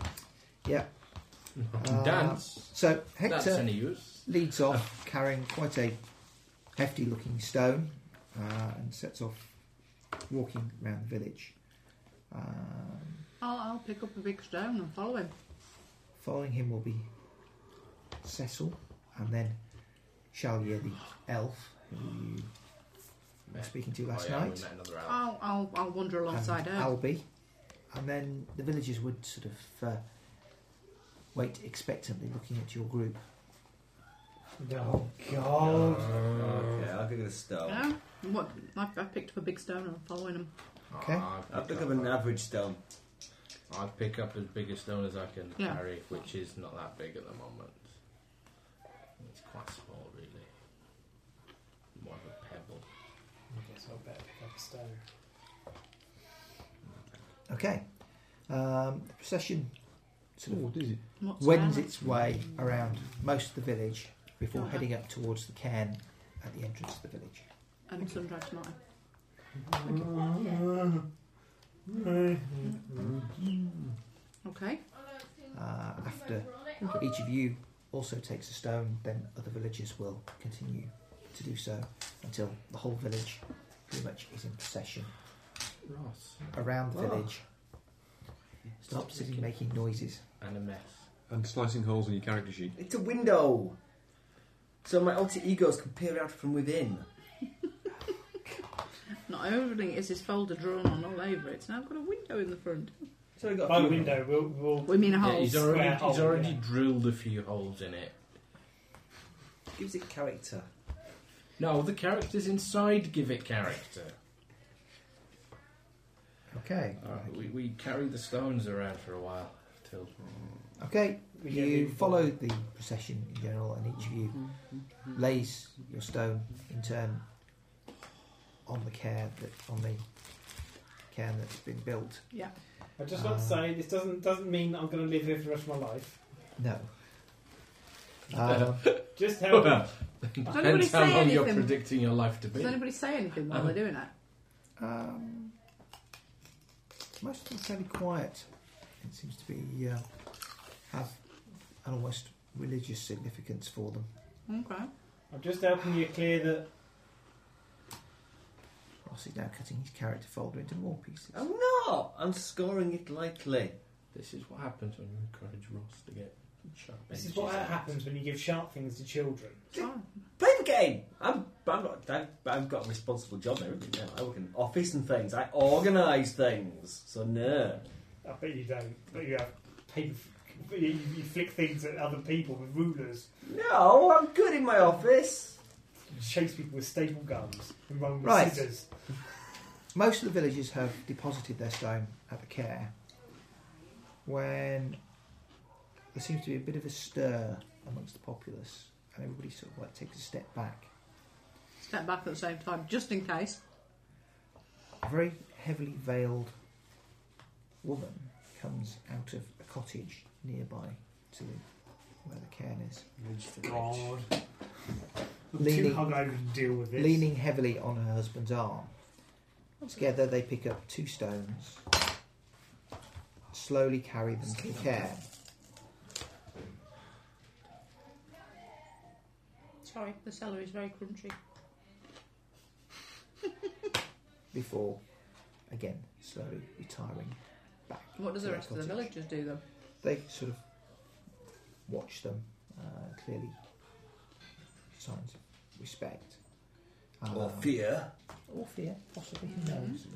S6: Uh,
S5: Dance.
S6: So
S5: That's
S6: Hector
S5: any use.
S6: leads off
S1: Oh.
S6: carrying quite a hefty looking stone uh, and sets off walking round the village. Um,
S3: I'll, I'll pick up a big stone and follow him.
S6: following him will be Cecil and then Chalier the elf, who you were speaking to last
S5: oh, yeah,
S6: night.
S5: We met another hour.
S3: I'll, I'll, I'll wander alongside
S6: and
S3: her.
S6: Albi, and then the villagers would sort of uh, wait expectantly, looking at your group.
S2: Oh
S5: Uh.
S2: God!
S6: Oh.
S1: Okay, I'll give it a stone.
S3: Yeah. What? I, I picked up a big stone and I'm following him.
S6: Okay.
S5: Oh, I'd
S1: I'll
S5: pick
S1: pick up
S5: up-
S1: an average stone.
S5: I'd pick up as big a stone as I can
S3: Yeah.
S5: carry, which is not that big at the moment. It's quite small, really. More of a pebble.
S2: I guess I better pick up a stone.
S6: Okay, um, the procession sort of
S4: Oh, did it?
S3: What's
S6: wends
S3: there?
S6: its way around most of the village before
S3: Uh-huh.
S6: heading up towards the cairn at the entrance of the village.
S3: And sun dried tomato. Okay.
S6: Uh, after each of you also takes a stone, then other villagers will continue to do so until the whole village pretty much is in procession
S5: Ross.
S6: around the
S2: Ah.
S1: Oh.
S6: village. Stop sitting making noises.
S5: And a mess.
S4: And slicing holes in your character sheet.
S1: It's a window. So my alter egos can peer out from within.
S3: Not only is his folder drawn on all over, it's now got a window in the front.
S1: So I got a
S2: By
S1: few-
S2: window, we'll we'll
S3: We mean a
S5: Yeah,
S3: hole.
S5: he's already,
S2: Square
S5: he's
S2: hole,
S5: already
S2: yeah.
S5: drilled a few holes in it.
S1: Gives it character.
S5: No, the characters inside give it character.
S6: Okay.
S5: Alright, we, we carry the stones around for a while till
S6: Okay,
S2: we get
S6: you
S2: the-
S6: follow the procession in general, and each of you lays your stone in turn on the cairn that on the cairn that's been built.
S3: yeah.
S2: I just want to say this doesn't doesn't mean I'm going to live here for the rest of my life.
S6: No. Um,
S2: Just
S5: <laughs>
S2: help.
S5: Well,
S3: anybody
S5: depends
S3: say
S5: how long you're
S3: anything?
S5: predicting your life to be.
S3: Does anybody say anything while they're doing that?
S6: um, most of them fairly quiet. It seems to be uh, have an almost religious significance for them.
S3: Okay.
S2: I'm just helping you clear the.
S6: Ross is now cutting his character folder into more pieces.
S1: I'm not. Oh, I'm scoring it lightly.
S5: This is what happens when you encourage Ross to get sharp.
S2: This is
S5: edges Oh,
S2: what
S5: out.
S2: happens when you give sharp things to children.
S3: Oh,
S1: Play the game. I'm. I'm not. I've, I've got a responsible job now. haven't I? I work in an office and things. I organise things. So no.
S2: I bet you don't. But you have paper. You, you flick things at other people with rulers,
S1: No, I'm good in my office.
S2: chase people with staple guns, and run with
S6: Right.
S2: scissors.
S6: Most of the villagers have deposited their stone at the care when there seems to be a bit of a stir amongst the populace and everybody sort of like takes a step back.
S3: Step back at the same time, just in case.
S6: A very heavily veiled woman comes out of a cottage nearby to where the cairn is,
S2: God, I'm too
S6: Leaning-
S2: hungover to deal with this.
S6: leaning heavily on her husband's arm. Together they pick up two stones, slowly carry them to the cairn.
S3: Sorry, the celery is very crunchy.
S6: before, again, slowly retiring back.
S3: What does
S6: to
S3: the
S6: their
S3: rest of the
S6: cottage.
S3: villagers do though?
S6: They sort of watch them, uh, clearly signs of respect.
S1: Or
S6: Um,
S1: fear.
S6: or fear, possibly. Who
S3: Mhm.
S6: knows?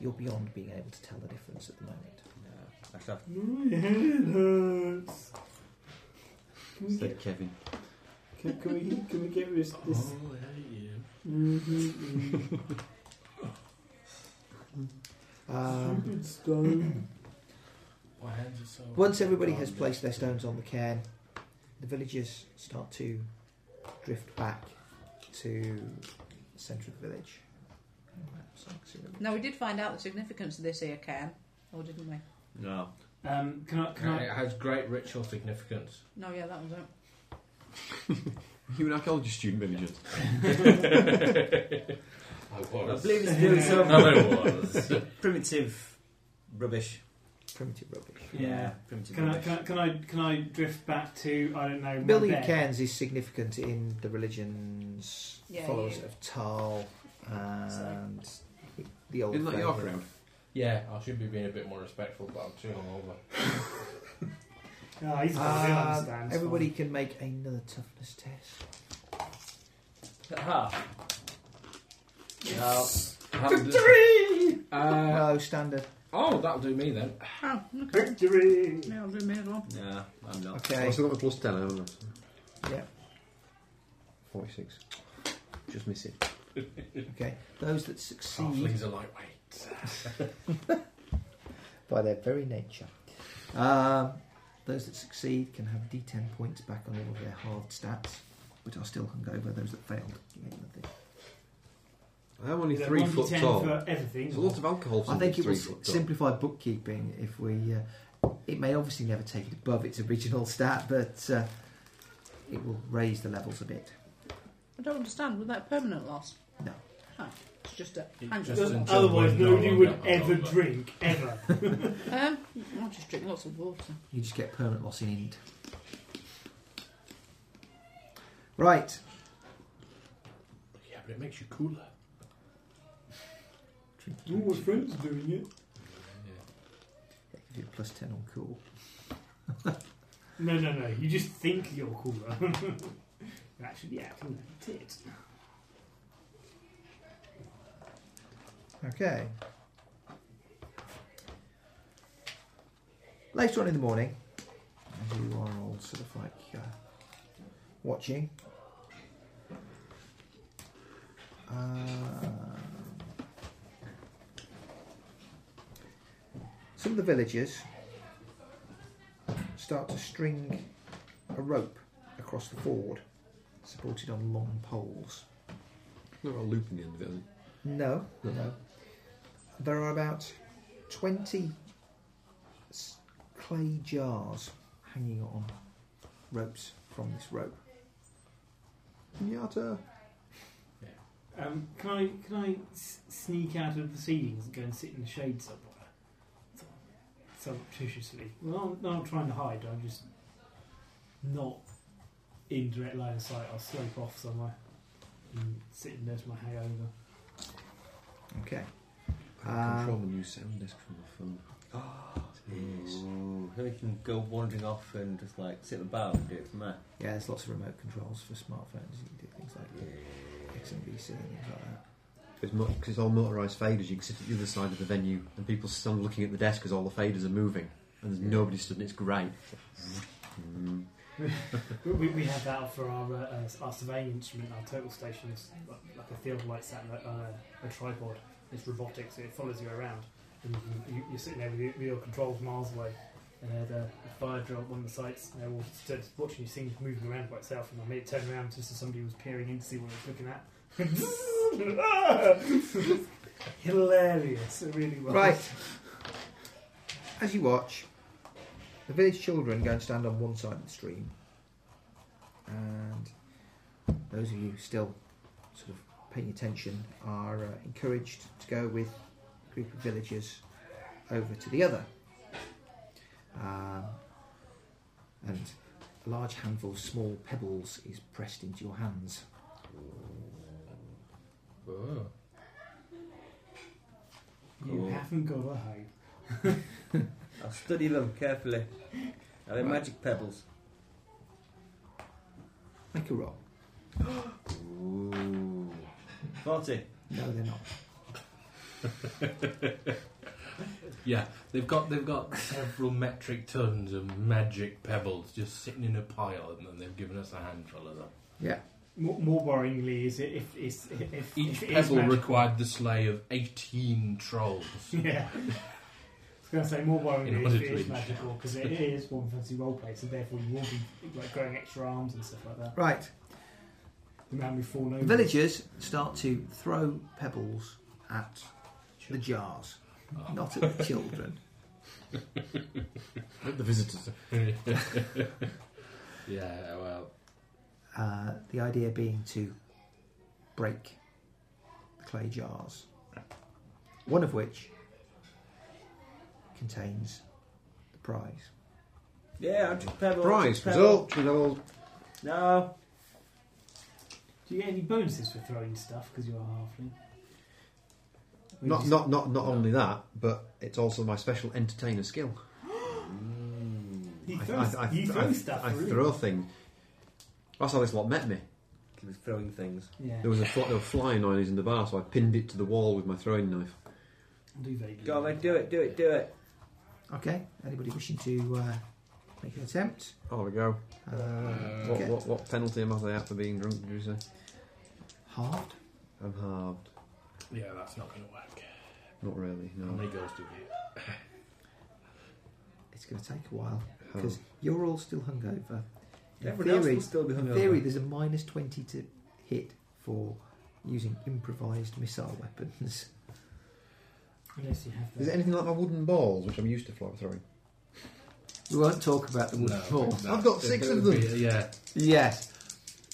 S6: You're beyond being able to tell the difference at the moment.
S2: My head hurts. Can we
S4: Said
S2: get,
S4: Kevin.
S2: can, can we, can we get rid of
S5: Oh,
S2: this?
S5: I hate you.
S2: Mhm,
S6: Um,
S2: mhm. Stone.
S5: My hands are so.
S6: Once everybody has
S5: Gone.
S6: placed their stones on the cairn, the villagers start to drift back to the centre of the village. Perhaps, like, so-
S3: Now we did find out the significance of this here cairn, or didn't we?
S1: No.
S2: Um, can I, can
S5: And
S2: I,
S5: It has great ritual <laughs> significance.
S3: No, yeah, that was it.
S4: You an archaeology student, Villager?
S5: I
S1: I
S5: was.
S1: believe it's doing some
S5: No, it was.
S1: <laughs> primitive rubbish.
S6: primitive rubbish.
S2: Yeah.
S1: Primitive
S2: can I,
S1: rubbish.
S2: can I, can I, can I drift back to, I don't know, my
S6: Building
S2: bed?
S6: cairns is significant in the religions
S3: Yeah,
S6: followers
S3: you-
S6: of Tal and the old.
S4: Isn't that your
S6: favourite.
S4: crowd?
S5: yeah, I should be being a bit more respectful, but I'm too hungover.
S2: Oh, he's got a
S6: Um,
S2: villain stand, it's
S6: everybody can make another toughness test.
S5: Ah,
S1: Aha.
S5: Yes. Uh,
S6: no standard.
S5: oh, that'll do me then.
S3: Oh,
S2: fine.
S3: okay.
S2: Victory!
S3: Yeah, I'll do me as well.
S1: No. No, I'm not.
S4: Oh,
S6: Okay.
S4: I've still got the plus 10, haven't I? So-
S6: Yeah.
S4: 46. Just miss it.
S6: <laughs> Okay. Those that succeed
S5: Halflings are lightweight.
S6: by their very nature. Um, those that succeed can have D10 points back on all of their halved stats, which are still hungover. Those that failed make nothing.
S4: I'm only
S2: Is that
S4: 3
S2: 1d10
S4: foot tall.
S2: for everything.
S4: There's a lot of alcohol
S6: I
S4: for
S6: think it will
S4: three
S6: s-
S4: foot tall.
S6: simplify bookkeeping if we. Uh, it may obviously never take it above its original stat, but uh, it will raise the levels a bit.
S3: I don't understand. Was that a permanent loss?
S6: No.
S3: Oh, it's just a
S5: It
S3: hangover. Oh.
S5: just- until
S2: Otherwise,
S5: we're no
S2: nobody would
S5: longer
S2: ever
S5: hungover.
S2: drink, ever. <laughs>
S3: Um, I'll just drink lots of water.
S6: You just get permanent loss in int. Right.
S5: Yeah, but it makes you cooler.
S2: All my friends are doing it.
S5: Yeah.
S6: Give you a plus 10 on cool.
S2: No, no, no. You just think you're cooler. <laughs> You're actually acting like a tit.
S6: Okay. Later on in the morning, as you are all sort of like uh, watching, Uh, um, some of the villagers start to string a rope across the ford, supported on long poles.
S4: They're all looping the end of it, isn't
S6: No,
S4: No.
S6: no. There are about 20 s- clay jars hanging on ropes from this rope.
S4: it? Yata.
S2: Um, can I can I s- sneak out of the ceilings and go and sit in the shade somewhere? Surreptitiously. Well, I'm not trying to hide. I'm just not in direct line of sight. I'll slope off somewhere and sit and nurse my hangover.
S6: Okay.
S4: I can
S6: Um,
S4: control the new sound disc from my phone. Yes.
S1: Oh, Ooh, then we can go wandering off and just like sit in the bar and do it from there.
S6: Yeah, there's lots of remote controls for smartphones. You can do things like XMVC and things like that.
S4: It's, mo- 'cause it's all motorised faders. You can sit at the other side of the venue and people stand looking at the desk as all the faders are moving. And there's nobody stood and it's great. Mm.
S2: We, we, we have that for our, uh, uh, our surveying instrument, our total stations, like, like a field light sat on a, on a, a tripod. It's robotic, so it follows you around. And you, can- you, you're sitting there with your, with your controls miles away, and there's a, a fire drill at one of the sites, and they're all stood watching you things moving around by itself. And I made it turn around just as somebody was peering in to see what it was looking at. <laughs> Hilarious, it really was.
S6: Right. As you watch, the village children go and stand on one side of the stream, and those of you still sort of paying attention are uh, encouraged to go with a group of villagers over to the other. Um, and a large handful of small pebbles is pressed into your hands.
S5: Oh.
S2: You
S1: Cool.
S2: haven't got a hope.
S1: I'll study them carefully. Are they
S6: Right.
S1: magic pebbles?
S6: Make a roll.
S1: Ooh. 40.
S6: No, they're not.
S5: Yeah, they've got they've got several metric tons of magic pebbles just sitting in a pile, and then they've given us a handful of them.
S2: More, more worryingly, is it if it's if
S5: Each
S2: if it is
S5: pebble
S2: magic-
S5: required the slay of eighteen <laughs> trolls.
S2: Yeah. <laughs> I was going to say more worryingly
S5: In
S2: if
S5: order
S2: it
S5: to
S2: is
S5: reach.
S2: magical because it is one fancy roleplay, so therefore you will be like growing extra arms and stuff like that.
S6: Right.
S2: The man we fall over.
S6: Villagers start to throw pebbles at the jars,
S5: Oh.
S6: not at the children.
S4: The visitors.
S5: <laughs> yeah, well,
S6: Uh, the idea being to break the clay jars, one of which contains the prize.
S1: Yeah, magic pebble.
S4: Prize
S1: magic pebble.
S4: result. Result.
S1: No.
S2: Do you get any bonuses for throwing stuff because you are a halfling? Or
S4: Not,
S2: you
S4: not, not, not only that, but it's also my special entertainer skill.
S1: Mm.
S2: You
S4: I-
S2: throw,
S4: I- I-
S2: you throw
S4: I-
S2: stuff.
S4: I
S2: really.
S4: throw things. That's how this lot met me.
S1: He was throwing things.
S2: Yeah.
S4: There was a fl- there were flying noise in the bar, so I pinned it to the wall with my throwing knife.
S2: I do vaguely.
S1: Go on, then, do it, do it, do it.
S6: Okay, anybody wishing to uh, make an attempt?
S4: Oh, we go.
S6: Uh,
S4: What,
S6: get
S4: what, what penalty am I out for being drunk? Did you say?
S6: Hard.
S4: I'm halved.
S5: yeah, that's not going to work.
S4: Not really.
S5: How
S4: No.
S5: many goals do we get?
S6: It's going to take a while
S4: Halved.
S6: because you're all still hungover. In
S1: Everyone else
S6: theory-
S1: will still be
S6: In
S1: hungover.
S6: theory, there's a minus 20 to hit for using improvised missile weapons.
S2: Unless you have
S4: Is it
S2: that.
S4: anything like my wooden balls, which I'm used to fly-
S6: <laughs>
S4: throwing?
S6: We won't talk about the wooden
S5: No,
S6: ball.
S5: that's-
S4: I've got six
S5: it
S4: of
S5: would be- yeah,
S6: Yes.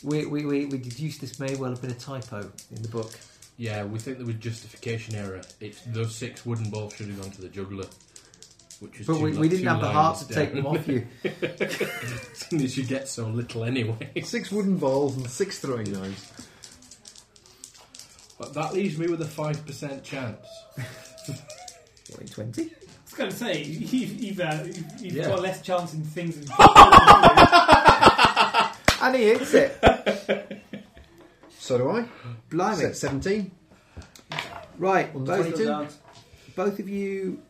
S6: We, we, we, we deduced this may well have been a typo in the book.
S5: yeah, we think there was justification error. It's those six wooden balls should have gone to the juggler, which is.
S6: But
S5: two
S6: we,
S5: li-
S6: we didn't
S5: two
S6: have the heart
S5: lines
S6: to take
S5: down. <laughs>
S6: them off you.
S5: Since you get so little anyway. <laughs>
S4: Six wooden balls and six throwing knives.
S5: But that leaves me with a five percent chance.
S6: What, in 20?
S2: I was going to say you've, you've, uh, you've, you've
S5: Yeah.
S2: got less chance in things. Than
S6: And he hits it.
S4: <laughs> So do I.
S6: Blimey.
S4: Set 17.
S6: Right,
S4: On the
S6: both,
S4: 22.
S6: both of you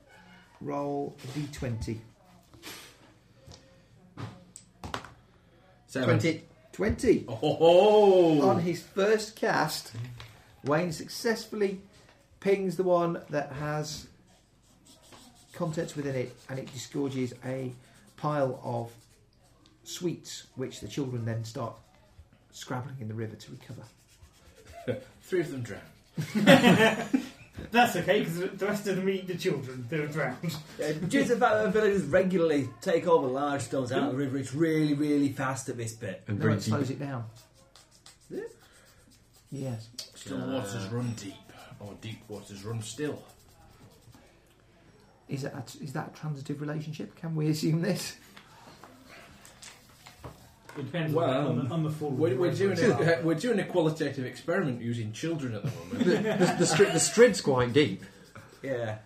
S6: roll a d20.
S5: Seven.
S4: 20.
S6: 20. On
S5: Oh,
S6: his first cast, Wayne successfully pings the one that has contents within it and it disgorges a pile of sweets, which the children then start scrabbling in the river to recover.
S5: three of them drown.
S2: <laughs> That's okay because the rest of them eat the children. They're drowned.
S1: Uh, due to the fact that villagers regularly take all the large stones out of the river, it's really, really fast at this bit.
S4: And
S6: No
S4: very
S6: one
S4: deep.
S6: slows it down.
S1: Yeah.
S6: Yes.
S5: Still waters run deep, or deep waters run still.
S6: Is that, is that a transitive relationship? Can we assume this?
S2: It depends
S5: Well,
S2: on, the, on the full.
S5: We're, we're doing
S2: it.
S5: a, <laughs> we're doing a qualitative experiment using children at the
S4: The,
S5: moment. <laughs>
S4: the, the, stri- the strid's quite deep.
S1: Yeah.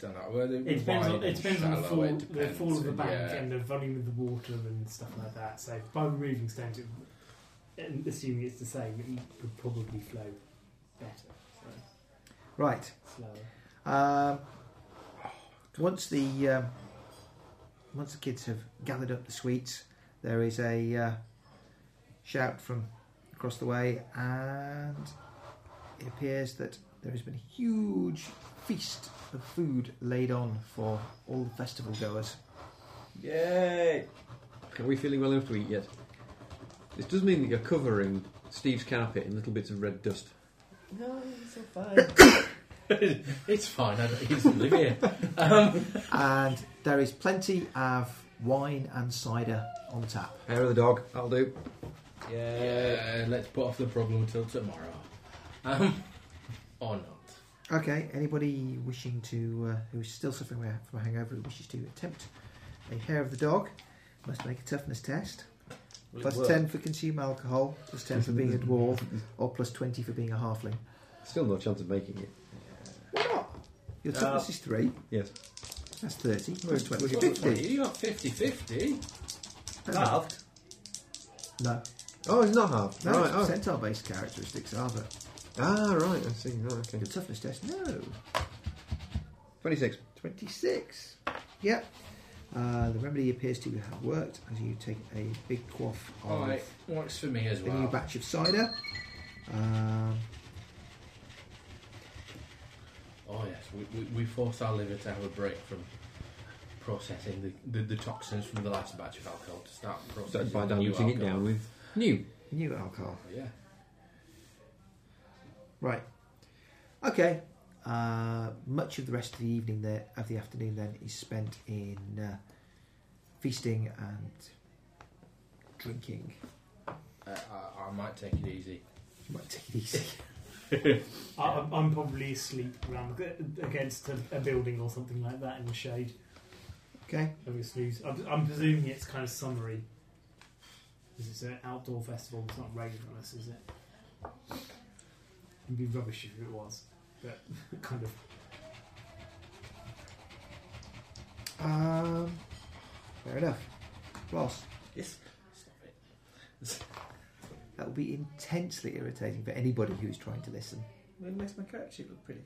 S5: Don't know. Well,
S2: It depends on,
S5: wide
S2: it
S5: and
S2: depends on the
S5: shallow,
S2: fall,
S5: it
S2: the
S5: depends,
S2: fall of the bank
S5: yeah.
S2: and the volume of the water and stuff like that. So by removing stones, it, and assuming it's the same, it would probably flow better, so
S6: Right.
S2: slower.
S6: Um, once the um, once the kids have gathered up the sweets, there is a uh, shout from across the way, and it appears that there has been a huge feast of food laid on for all the festival goers.
S1: Yay!
S4: Are we feeling well enough to eat yet? This does mean that you're covering Steve's carpet in little bits of red dust.
S1: No, it's so fine.
S5: <coughs> it's fine. I don't, he doesn't live here. Um,
S6: And there is plenty of wine and cider on tap.
S4: Hair of the dog, that'll do.
S1: Yeah.
S5: yeah, let's put off the problem until tomorrow, um, or not.
S6: Okay, anybody wishing to, uh, who is still suffering with- from a hangover, who wishes to attempt a hair of the dog, must make a toughness test.
S4: <laughs>
S6: Plus 10 for consume alcohol, plus 10 for being a dwarf, or plus 20 for being a halfling.
S4: Still no chance of making it.
S6: Why not? Your toughness is three.
S4: Yes.
S6: That's 30. Plus 20.
S5: You've
S6: 50.
S5: got 50 50.
S1: Halved.
S6: No.
S4: Oh, it's not half.
S6: No,
S4: right.
S6: it's
S4: Oh.
S6: percentile based characteristics are there.
S4: Ah, right. I see. Right, okay.
S6: Your toughness test? No.
S4: Twenty-six.
S6: 26. Yep. Uh, the remedy appears to have worked as you take a big quaff
S4: Oh.
S6: of
S5: Alright, works for me as
S6: a new
S5: well.
S6: batch of cider. Um,
S5: Oh, yes, we, we, we force our liver to have a break from processing the, the, the toxins from the last batch of alcohol to start processing.
S4: By
S5: the new
S4: diluting it
S5: alcohol.
S4: down with new.
S6: new alcohol.
S5: Yeah.
S6: Right. Okay. Uh, much of the rest of the evening there of the afternoon then is spent in uh, feasting and drinking.
S5: Uh, I, I might take it easy.
S6: You might take it easy. <laughs>
S2: I, I'm- I'm probably asleep around against a, a building or something like that in the shade.
S6: Okay.
S2: Obviously, I'm, I'm presuming it's kind of summery. Because it's an outdoor festival, it's not raining on us, is it? It'd be rubbish if it was. But <laughs> kind of.
S6: Um, fair enough. Ross,
S1: Yes.
S5: Stop it.
S6: that will be intensely irritating for anybody who's trying to listen.
S1: It makes my character look pretty.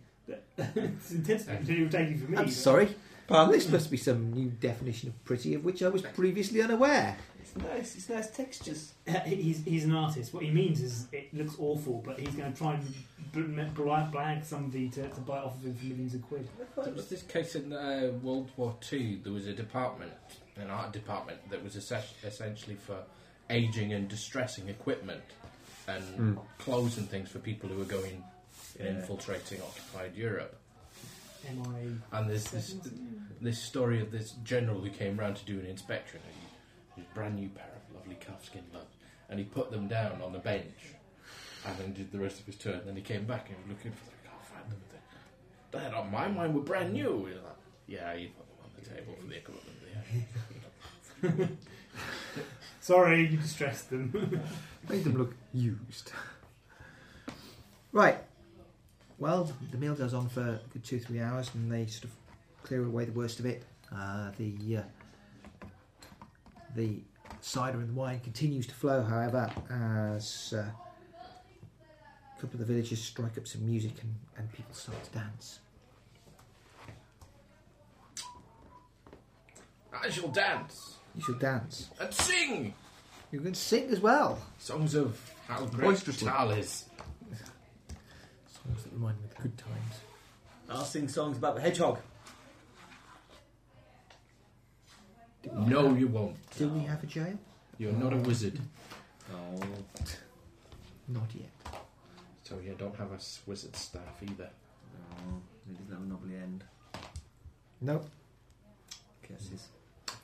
S2: it's intensely irritating for me.
S6: I'm
S2: but-
S6: sorry. This must be some new definition of pretty of which I was previously unaware.
S1: It's nice. It's nice textures.
S2: Uh, He's, he's an artist. What he means is it looks awful, but he's going to try and bl- bl- blag somebody to, to bite off of him for millions of quid.
S5: There was this case in uh, World War Two. There was a department, an art department, that was es- essentially for aging and distressing equipment and clothes and things for people who were going and infiltrating occupied Europe.
S2: MI.
S5: And there's this this story of this general who came round to do an inspection. And he, his brand new pair of lovely calfskin gloves, and he put them down on a bench, and then did the rest of his turn. Then he came back and was looking for them. I can't find them. They're not mine. Mine were brand new. He's like, yeah, you put them on the table for the equipment. Yeah.
S2: Sorry, you distressed them. <laughs>
S6: Made them look used. Right. Well, the meal goes on for a good two, three hours, and they sort of clear away the worst of it. Uh, the uh, the cider and wine continues to flow, however, as uh, a couple of the villagers strike up some music and, and people start to dance.
S5: I shall dance
S6: You should dance.
S5: and sing
S6: You can sing as well.
S5: songs of how great
S4: Boisterously.
S5: Tal is.
S6: Songs that remind me of good times.
S1: I'll sing songs about the hedgehog.
S5: No, you won't.
S6: Do we have a jail?
S5: You're not a wizard,
S1: Oh.
S6: Not yet.
S5: so you don't have a s- wizard staff either.
S1: No. It doesn't have a lovely end.
S6: No.
S1: Curses.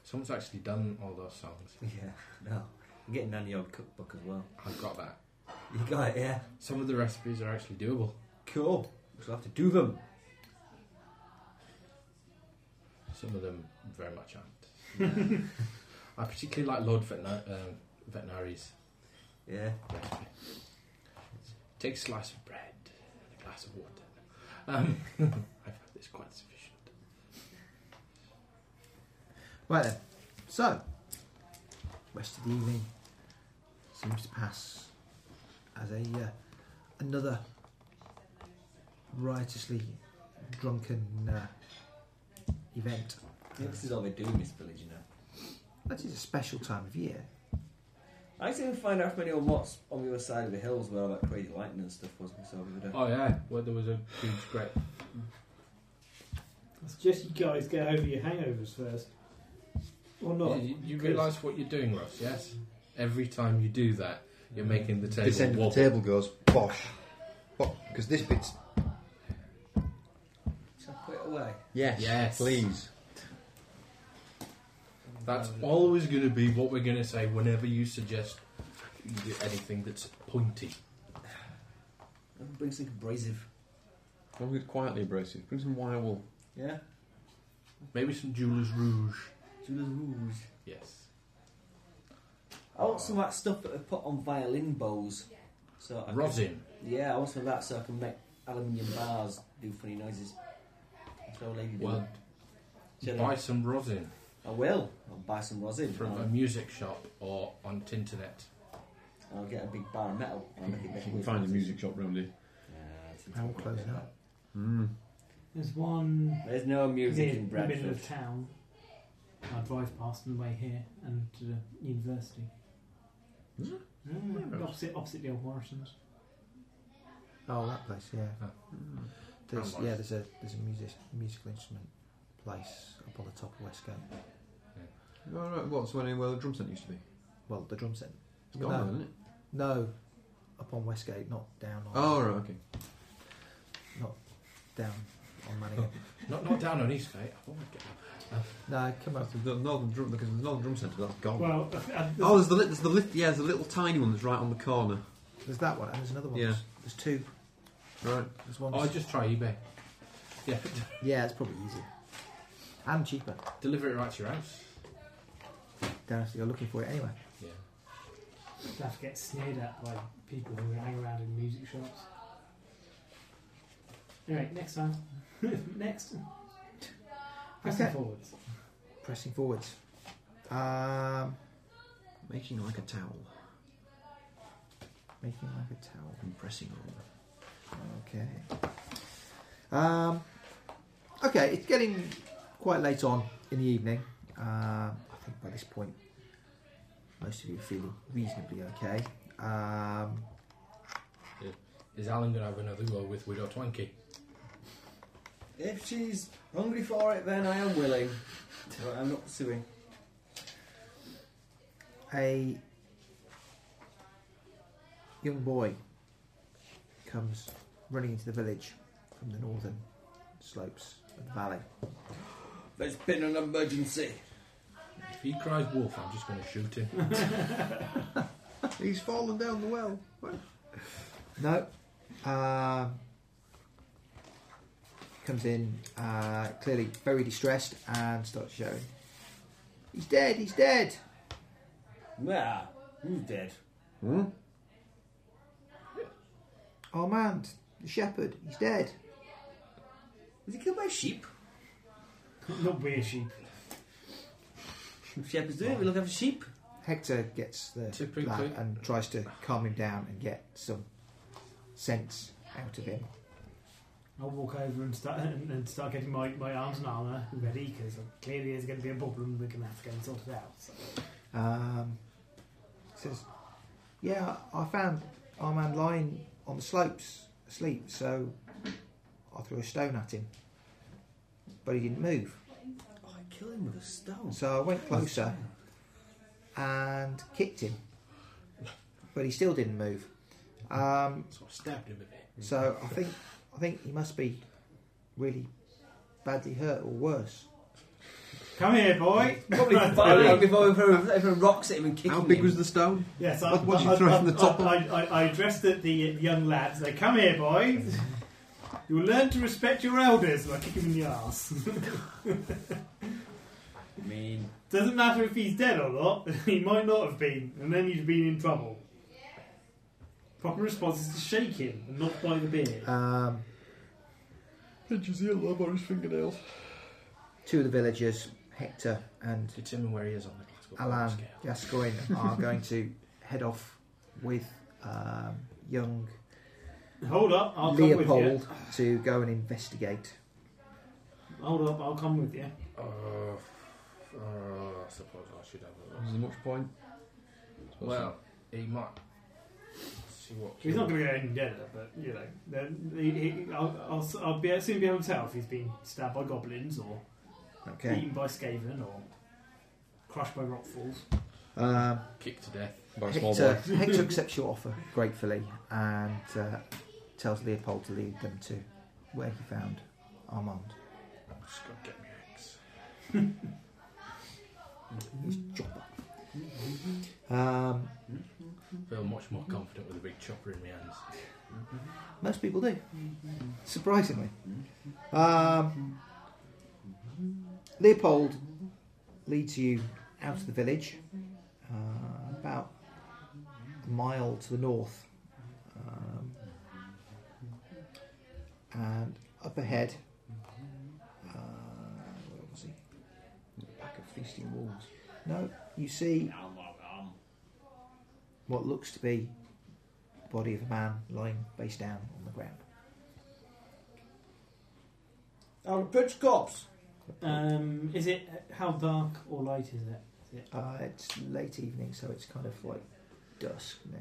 S5: Someone's actually done all those songs.
S1: <laughs> Yeah. No. I'm getting Nanny Old cookbook as well.
S5: I've got that.
S1: You got it, yeah.
S5: Some of the recipes are actually doable.
S1: Cool. We'll have to do them.
S5: Some of them very much aren't. <laughs> I particularly like Lord Veterina- um, Veterinary's
S1: Yeah.
S5: recipe. Take a slice of bread and a glass of water. Um, <laughs> I find this quite sufficient.
S6: Right then. So, rest of the evening seems to pass as a uh, another riotously drunken uh, event.
S1: This is all they do in this village, you know.
S6: That is a special time of year.
S1: I didn't find out from anyone what's on the other side of the hills where all that crazy lightning and stuff was. and So we uh, were
S5: Oh yeah, well there was a huge great.
S2: It's just you guys get over your hangovers first. Or not.
S5: you you
S2: Because-
S5: realise what you're doing, Ross? Yes. Every time you do that, you're making the table
S4: this end of
S5: wobble.
S4: the table goes bosh. Because this bit's
S1: Shall I put it away?
S4: yes,
S5: Yes.
S4: please.
S5: That's always going to be what we're going to say whenever you suggest anything that's pointy.
S1: I'll bring something abrasive.
S4: Well, we're quietly abrasive. Bring some wire wool.
S1: Yeah?
S5: Maybe some jeweler's rouge.
S1: Judas Rouge.
S5: Yes.
S1: I want some of that stuff that they put on violin bows. So I can-
S5: Rosin.
S1: yeah, I want some of that so I can make aluminium bars do funny noises. That's what a lady did.
S5: Well,
S1: Shall
S5: buy
S1: I?
S5: some rosin
S1: I will. I'll buy some rosin.
S5: from a
S1: I'll,
S5: music shop or on Tinternet.
S1: I'll get a big bar of metal. And I'll make it make
S4: You can
S1: weird
S4: find a
S1: noises.
S4: music shop round here.
S1: Nah, it's-
S6: I will close it up.
S4: Mm.
S2: There's one
S1: There's no music
S2: near
S1: in
S2: the middle
S1: Bradford.
S2: of town. I drive past on the way here and to the university.
S4: Is
S2: Mm, opposite, opposite the old Morrison's.
S6: Oh, that place, yeah.
S5: Oh.
S6: Mm. There's,
S5: Sound
S6: yeah,
S5: box.
S6: there's a there's a music musical instrument place up on the top of Westgate.
S4: Well, right, what's where, where the drum set used to be?
S6: Well, the drum set.
S4: It's gone,
S6: No.
S4: now, isn't it?
S6: No, up on Westgate, not down on.
S4: Oh, right, okay.
S6: Not down on
S4: <laughs>
S6: Manningham.
S5: Not not down on Eastgate. Oh my God.
S6: no, come on.
S4: That's the northern drum because the northern drum centre that's gone.
S2: Well,
S4: oh, there's the li- there's the li- yeah, there's a little tiny one that's right on the corner.
S6: There's that one, and there's another one.
S4: Yeah.
S6: There's, there's two.
S4: Right.
S6: There's one.
S5: Oh, just try eBay. Yeah,
S6: yeah, it's probably easier and cheaper.
S5: deliver it right to your house.
S6: Down if you're looking for it anyway.
S5: Yeah.
S2: have to get sneered at by people who hang around in music shops. Anyway, next time. <laughs> next. Pressing
S6: Okay.
S2: forwards.
S6: Pressing forwards. Um,
S4: Making like a towel
S6: making like a towel.
S4: and pressing on.
S6: Okay. Um, okay, it's getting quite late on in the evening. Um, I think by this point, most of you are feeling reasonably okay. Um,
S5: Is Alan going to have another go with Widow Twanky?
S1: If she's hungry for it, then I am willing. But I'm not suing.
S6: a young boy comes running into the village from the northern slopes of the valley.
S1: There's been an emergency.
S5: If he cries wolf, I'm just going to shoot him.
S4: He's fallen down the well.
S6: No. Um, comes in uh, clearly very distressed and starts shouting, "He's dead! He's dead!"
S1: Nah, who's dead?
S4: Hmm?
S6: Oh man, the shepherd, he's dead.
S1: Was he killed by a sheep?
S2: Not we're sheep.
S1: <laughs> Shepherds do it. We look after sheep.
S6: Hector gets the
S5: Typically.
S6: lad and tries to calm him down and get some sense out of him.
S2: I'll walk over and start and, and start getting my, my arms and armour ready because clearly there's going to be a problem we're going to have to go and sort it out. So.
S6: Um, says, "Yeah, I found our man lying on the slopes asleep, so I threw a stone at him, but he didn't move.
S1: Oh, I killed him with a stone.
S6: So I went closer and kicked him, but he still didn't move. Um,
S5: So I stabbed him a bit.
S6: so I think I think he must be really badly hurt or worse.
S2: Come here, boy.
S1: <laughs>
S2: <laughs>
S1: Probably fire him before everyone, everyone rocks at him and kicks
S4: How
S1: him.
S4: big was the stone?
S2: Yes, I,
S4: What- what
S2: I,
S4: did you throw
S2: I,
S4: from the
S2: I-
S4: top?
S2: I, I, I addressed the, the young lads. They come here, <laughs> boy. You will learn to respect your elders. And I kick him in the arse.
S1: I mean,
S2: Doesn't matter if he's dead or not. <laughs> he might not have been, and then you'd been in trouble. Proper response is to shake him and not by the beard.
S6: Um,
S4: Did you see a lob on his fingernails?
S6: two of the villagers, Hector and
S5: Determine where he is on the Glasgow
S6: Alan
S5: scale.
S2: <laughs>
S6: Gascoigne are going to head off with um, young
S2: Hold up, I'll come with
S6: Leopold to go and investigate.
S2: you. Hold up, I'll come with you.
S5: Uh, uh, I suppose I should have a
S4: There's much point.
S5: look. Well, he might. See what.
S2: He's not going to go in dead, but you know, then he, he, I'll, I'll, s- I'll be, soon be able to tell if he's been stabbed by goblins or
S6: Okay.
S2: eaten by Skaven or crushed by rockfalls.
S6: Um,
S5: Kick to death.
S4: By
S6: Hector, Hector accepts your offer gratefully and uh, tells Leopold to lead them to where he found Armand.
S5: Just go get me axe.
S6: His chopper. Um,
S5: Feel much more confident with a big chopper in my hands.
S6: Mm-hmm. most people do, surprisingly. Um, Leopold leads you out of the village, uh, about a mile to the north. Um, and up ahead. Uh, where was he? Pack of feasting wolves. No, you see what looks to be the body of a man lying face down on the ground.
S1: Our pitch cops.
S2: Um, is it how dark or light is it?
S6: Uh, it's late evening, so it's kind of like dusk now.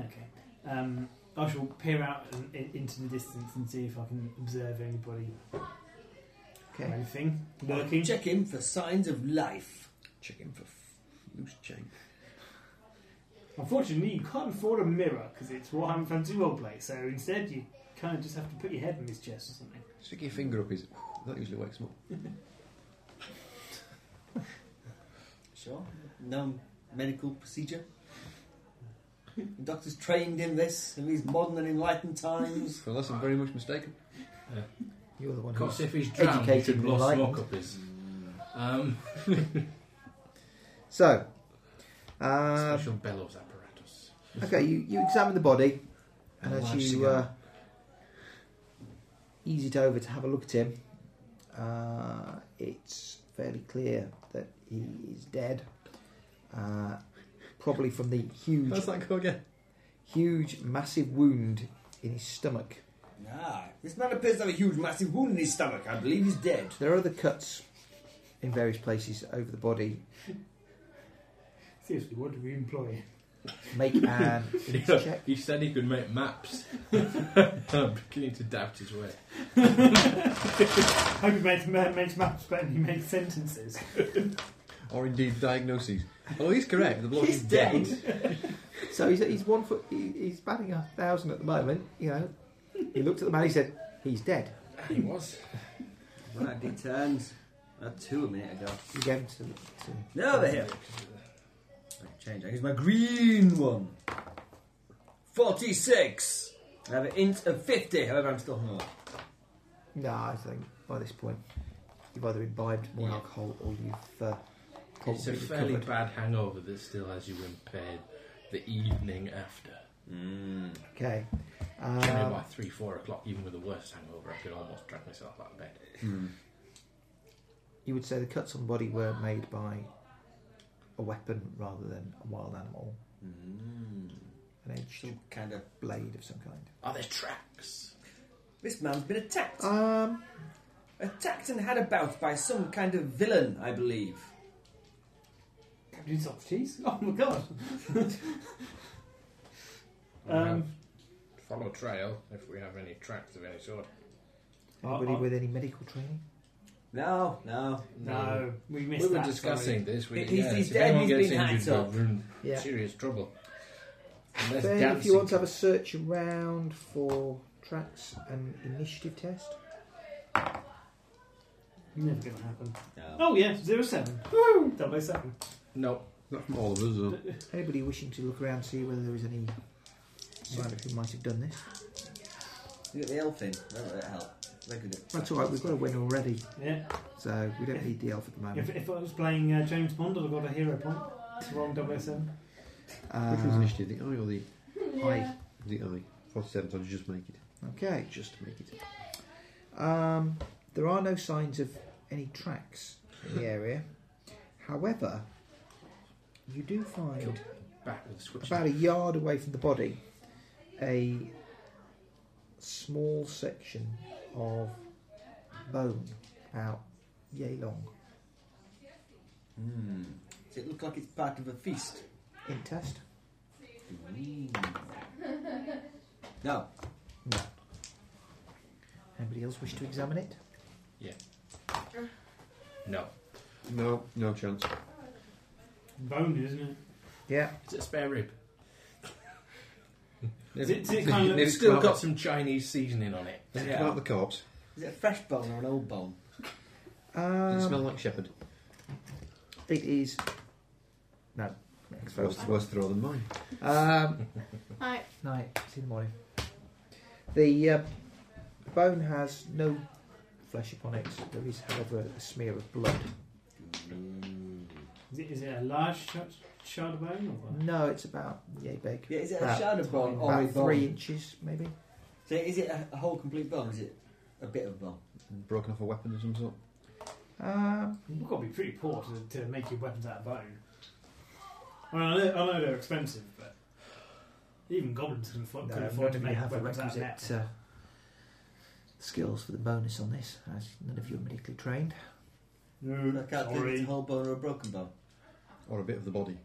S2: Okay. Um, I shall peer out and, in, into the distance and see if I can observe anybody or
S6: Okay,
S2: anything lurking.
S1: Check in for signs of life.
S4: Chicken for f- loose chain.
S2: Unfortunately, you can't afford a mirror because it's Warhammer Fantasy Roleplay. So instead, you kind of just have to put your head in his chest or something.
S4: Stick your finger up his. That usually wakes him up.
S1: Sure. Known medical procedure. The doctor's trained in this in these modern and enlightened times.
S4: Unless I'm very much mistaken.
S6: you're the one
S5: Of
S6: who's
S5: course, if he's drowned, he
S6: Educated
S5: should
S6: and
S5: blow smoke
S6: enlightened.
S5: up his. Um,
S6: So, uh,
S5: special bellows apparatus.
S6: okay, you, you examine the body, and
S4: A
S6: as
S4: large
S6: you
S4: cigar.
S6: uh, ease it over to have a look at him, uh, it's fairly clear that he is dead. Uh, probably from the huge,
S4: How's that go again?
S6: huge, massive wound in his stomach.
S1: Ah, this man appears to have a huge, massive wound in his stomach. I believe he's dead.
S6: There are other cuts in various places over the body.
S2: Seriously, what do we <laughs> employ?
S6: Make an
S5: You know,
S6: check.
S5: he said he could make <laughs> maps. I'm beginning to doubt his way.
S2: Hope he makes, ma- makes maps better than he makes sentences.
S4: Or indeed diagnoses. Oh, he's correct. The bloke
S1: He's
S4: is dead.
S6: So he's, he's one foot. He, he's batting a thousand at the moment. You know, he looked at the man. He said, "He's dead."
S5: He was.
S1: Right, he turns. Had two a minute ago.
S6: He gave him to, to
S1: Now over here. Right, Change. I use my green one. Forty-six. I have an int of fifty. However, I'm still hungover.
S6: No, I think by this point you've either imbibed more
S5: Yeah.
S6: alcohol or you've uh, probably
S5: It's a fairly
S6: recovered.
S5: bad hangover that still has you impaired the evening after.
S1: Mm.
S6: Okay.
S5: Generally
S6: Um,
S5: by three, four o'clock, even with the worst hangover, I could almost drag myself out of bed.
S1: Hmm.
S6: you would say the cuts on the body were made by a weapon rather than a wild animal,
S1: Mm.
S6: an edged
S1: Some kind of.
S6: blade of some kind.
S5: Are there tracks?
S1: This man's been attacked.
S6: Um,
S1: attacked and had about by some kind of villain, I believe.
S2: Captain Socrates? Oh my god! Um,
S5: follow trail if we have any tracks of any sort.
S6: anybody
S2: Uh, uh.
S6: with any medical training?
S1: No, no.
S2: no, we
S5: We
S2: missed
S5: were
S2: that,
S5: discussing this. We,
S1: He- he's-
S5: yes,
S1: he's
S5: if
S1: dead,
S5: anyone
S1: he's
S5: gets
S1: been
S5: injured,
S1: hacked up.
S5: we're in
S6: Yeah.
S5: serious trouble. Unless
S6: Ben, if you want to have a
S5: dancing-
S6: search around for tracks and initiative test.
S2: Sorry. Never gonna happen.
S1: No.
S2: Oh yeah, zero seven. Woo! Double oh seven.
S5: No,
S4: Not from all of us, though.
S6: Anybody wishing to look around see whether there is any man who might have done this?
S1: You got the elf uh, in. That would help. They could get-
S6: That's all right. We've got a winner already,
S2: Yeah.
S6: so we don't need the elf at the moment.
S2: If, if I was playing uh, James Bond, I'd have got a hero point. It's wrong double oh seven.
S6: Uh,
S4: Which one's initiative? The eye or the eye? The eye. 47 times, just make it.
S6: Okay.
S4: Just make it.
S6: Um, there are no signs of any tracks in the area. However, you do find
S5: back with the switch.
S6: about a yard away from the body a small section of bone out yay long.
S1: Hmm. Does it look like it's part of a feast? Hmm.
S6: In test?
S1: No.
S6: No. Anybody else wish to examine it?
S5: No,
S4: No, no chance.
S2: Bone, isn't it?
S6: Yeah.
S5: it's a spare rib.
S2: Is it- is it kind
S5: <laughs>
S2: of-
S4: Maybe
S5: It's still
S4: come
S5: got
S4: out-
S5: some Chinese seasoning on it.
S4: maybe
S2: Yeah.
S4: come out the corpse.
S1: Is it a fresh bone or an old bone?
S6: Um,
S4: Does it smell like shepherd?
S6: It is. No. Next
S4: Worse, worse throw than mine.
S6: Um,
S3: Right.
S6: night. See you in the morning. The uh, bone has no flesh upon it. There is, however, a smear of blood.
S1: Hmm.
S2: Is it, is it a large shard, shard of bone or what?
S6: No, it's about yay big.
S1: Yeah, is it a
S6: About-
S1: shard of bone or a
S6: About
S1: bone?
S6: three inches, maybe.
S1: So is it a, a whole complete bomb? Is it a bit of bomb?
S4: Broken off a weapon of some sort.
S6: Um,
S2: You've got to be pretty poor to, to make your weapons out of bone. I, mean, I, know, I know they're expensive, but even goblins can afford,
S6: no,
S2: can
S6: none
S2: afford to
S6: of you
S2: make
S6: have the
S2: weapons out of
S6: requisite
S2: metal.
S6: uh, skills for the bonus on this, as none of you are medically trained.
S1: I
S6: uh,
S2: No,
S1: can't think if it's a
S2: sorry.
S1: whole bone or a broken bone.
S4: Or a bit of the body.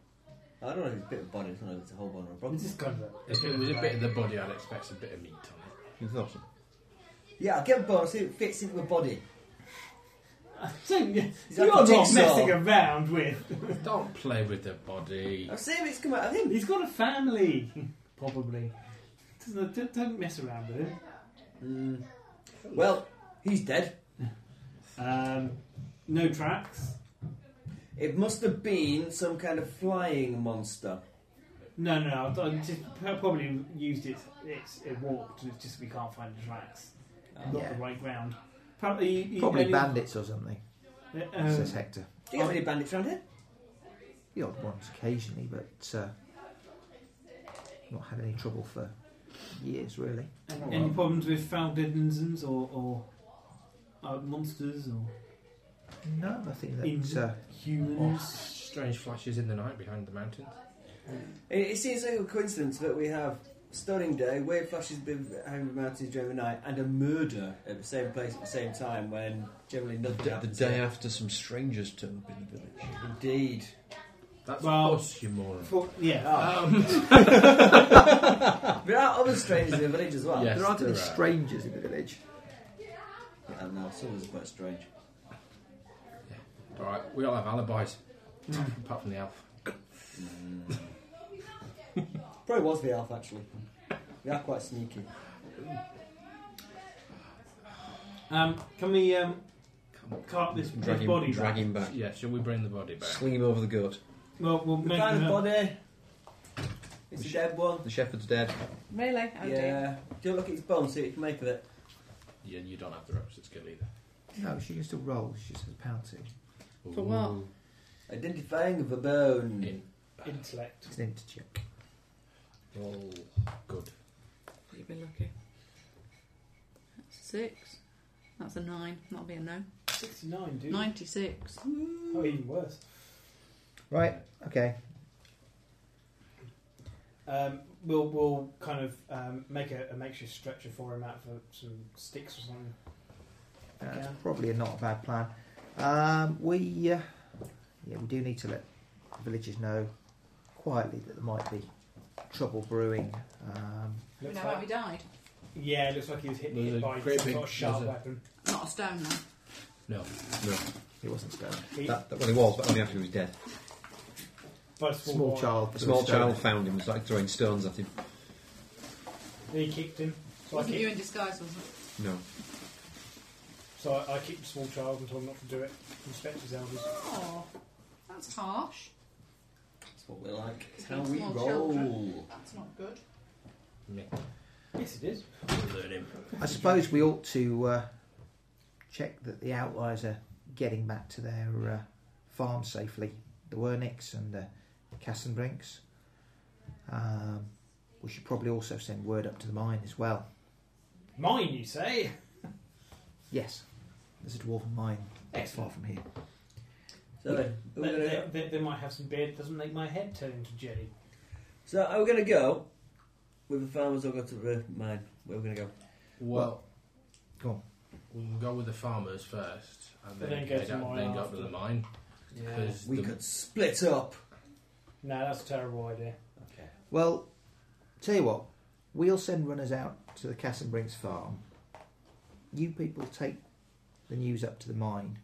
S1: I don't know if it's a bit of body, I don't know if it's a whole bone or a broken
S2: This is
S1: bone.
S2: kind of
S5: If it was a
S2: <laughs>
S5: bit of the body, I'd expect a bit of meat on it.
S4: You thought so?
S1: Yeah, I'll get a bone, see if it fits into the body.
S2: So, yeah,
S1: Is that
S2: you're not
S1: a jigsaw?
S2: messing around with.
S5: Don't play with the body.
S1: I'll see if it's come out of him.
S2: He's got a family, probably. Doesn't, don't- don't mess around with it.
S1: Mm. Well, he's dead.
S2: Um, no tracks.
S1: It must have been some kind of flying monster.
S2: No, no, no. I- I just probably used it. It's it walked, and it's just we can't find the tracks. Not
S6: Yeah.
S2: the right ground. Apparently, you, you
S6: Probably
S2: only-
S6: bandits or something,
S2: um,
S6: says Hector.
S1: Do you have any bandits around here?
S6: The odd ones occasionally, but uh, not had any trouble for years, really.
S2: Any, any problems with foul denizens or, or uh, monsters or
S6: No, nothing
S2: In-
S6: that. Uh,
S5: Or
S2: humans?
S5: Oh, strange flashes in the night behind the mountains.
S1: It, it seems like a coincidence that we have Stunning Day, Wave Flashes been having the mountains during the night, and a murder at the same place at the same time when generally
S4: The,
S1: nothing
S4: d- the
S1: happens.
S4: day after some strangers turned up in the village.
S1: Indeed.
S5: That's
S2: Well-
S5: us, you moron.
S6: Oh.
S2: For, yeah. oh.
S5: Um,
S1: There are other strangers in the village as well.
S5: Yeah. Yes,
S6: there aren't any
S5: there are.
S6: strangers in the village.
S1: I don't know, some of us are quite strange.
S5: all right, we all have alibis, apart from the elf.
S1: Probably was the elf, actually. They are quite sneaky.
S2: Um, can we um,
S5: Come on.
S2: cart this,
S4: Drag
S2: this
S4: him,
S2: body
S4: drag
S2: back?
S4: him back.
S5: Yeah, shall we bring the body back?
S4: Sling him over the goat.
S2: Well, we'll
S1: The
S2: make
S1: kind
S2: him
S1: of
S2: up.
S1: body. It's a
S4: Sh-
S1: dead one.
S4: The shepherd's dead.
S3: Really? Oh dear.
S1: yeah. Do you look at his bones, see what you can make of it?
S5: Yeah, you don't have the ropes at skill either.
S6: No, she can still roll. She just has penalty.
S3: For what?
S5: Ooh.
S1: Identifying the bone.
S5: In.
S2: intellect.
S6: It's an int check.
S5: All Oh, good.
S3: You'd be lucky. That's a six. That's a nine. That'll be a no.
S2: 69, dude.
S3: Ninety-six.
S2: Oh, even worse.
S6: Right. Okay.
S2: Um, we'll we'll kind of um, make a, a makeshift stretcher for him out for some sticks or something. Yeah.
S6: That's probably a not a bad plan. Um, we uh, yeah, we do need to let the villagers know quietly that there might be trouble brewing. Um,
S3: We know
S2: Looks
S3: how he
S2: like,
S3: died.
S2: yeah, it looks like he was hit,
S5: There's a
S2: hit by
S5: great
S2: some
S5: big-
S2: sort of sharp
S5: there's a-
S2: weapon.
S3: Not a stone though.
S5: No.
S4: No,
S6: it wasn't stone.
S2: He,
S4: that, that, well, he was, but only after he was dead.
S2: by a small,
S6: Small
S2: boy.
S6: child.
S4: A small
S6: stone.
S4: child found him and started throwing stones at him.
S2: He kicked him. So I
S3: Wasn't you
S2: kicked,
S3: in disguise, was it?
S4: No.
S2: so I, I kicked the small child and told him not to do it. Respect his elders.
S3: Oh, that's harsh.
S1: That's what we like. It's
S3: It's
S1: how
S3: like
S1: we
S3: small
S1: roll.
S3: children. That's not good.
S5: Me.
S2: Yes, it is.
S5: We'll learn him.
S6: I suppose we ought to uh, check that the outliers are getting back to their uh, farm safely. The Wernicks and the Cassenbrinks. Um, we should probably also send word up to the mine as well.
S2: Mine, you say?
S6: Yes, there's a dwarven mine not far
S2: Excellent.
S6: from here.
S1: So, are
S2: They,
S1: we gonna
S2: they,
S1: go?
S2: they- they might have some beard that doesn't make my head turn into jelly.
S1: so are we going to go with the farmers or go to the mine? Where are we going to go?
S5: Well,
S6: Go on.
S5: we'll go with the farmers first, and
S2: But
S5: then,
S2: then go
S5: head
S2: to
S5: out,
S2: mine
S5: then go up to
S2: after.
S5: the mine.
S2: Yeah.
S5: 'cause
S1: We
S5: the-
S1: could split up.
S2: No, that's a terrible idea.
S6: Well, tell you what, we'll send runners out to the Cassenbrinks farm. You people take the news up to the mine.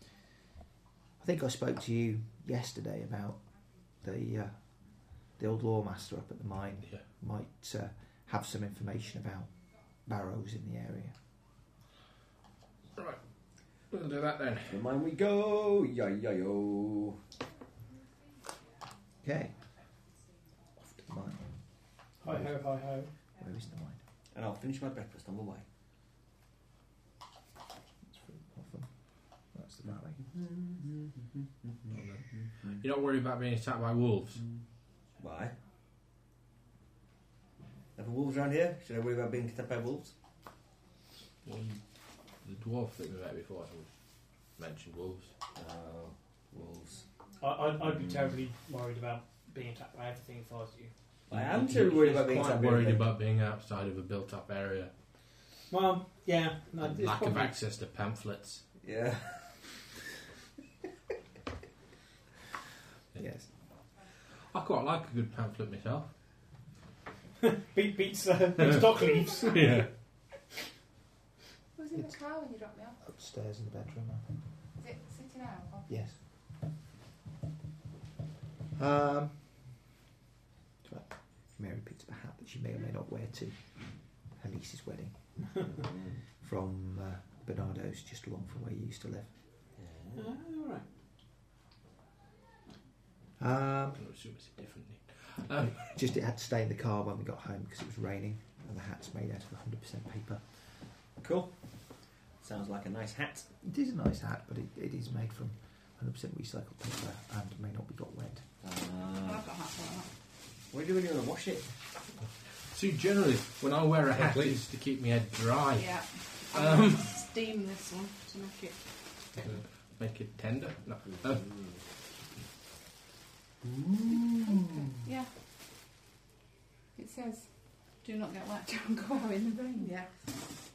S6: I think I spoke to you yesterday about the uh, the old lawmaster up at the mine
S5: Yeah.
S6: might uh, have some information about barrows in the area.
S5: Right. We'll do that then.
S1: The mine we go. Yo, yo, yo.
S6: Okay. Off to the mine.
S2: Hi ho, hi ho.
S6: Where is the mine?
S1: And I'll finish my breakfast on the way.
S6: It's from off them. That's the valley.
S5: You're not worried about being attacked by wolves.
S1: Why? I Are there wolves around here? Should I worry about being attacked by wolves?
S5: One, the dwarf that we met before mentioned wolves.
S1: Oh, wolves.
S2: I, I'd, I'd be terribly worried about being attacked by everything if I was you.
S1: I am
S5: He-
S1: too
S5: he-
S1: worried
S5: he's
S1: about being
S5: quite
S1: attacked by
S5: worried
S1: everything.
S5: about being outside of a built-up area.
S2: Well, yeah, no,
S5: and
S2: it's
S5: lack of
S2: probably-
S5: access to pamphlets.
S1: <laughs> Yeah.
S6: Yes.
S5: I quite like a good pamphlet myself.
S2: Beat, beats, uh,
S5: <laughs>
S2: beats dock leaves. <laughs>
S5: yeah.
S7: Who's in the car when you dropped me off?
S6: Upstairs in the bedroom, I think.
S7: Is it sitting out? Or?
S6: Yes. Um, well, Mary picked up a hat that she may or may not wear to her niece's wedding from uh, Bernardo's, just along from where you used to live.
S2: Uh, all right.
S6: Um,
S5: I assume it's a different name. Um,
S6: Just it had to stay in the car when we got home because it was raining and the hat's made out of 100% paper.
S1: <laughs> Cool. Sounds like a nice hat.
S6: It is a nice hat, but it, it is made from 100% recycled paper and may not be got wet.
S1: Uh,
S3: I've got hats like that.
S1: what do we do when we wash it?
S5: see, generally, when I wear a hat,
S4: Please.
S5: it's to keep my head dry,
S3: Yeah. I'm going to steam this one to make it.
S5: make it tender. No. Um,
S3: Yeah.
S7: It says
S3: Do not get wet. <laughs>
S7: don't go out in the rain.
S3: Yeah.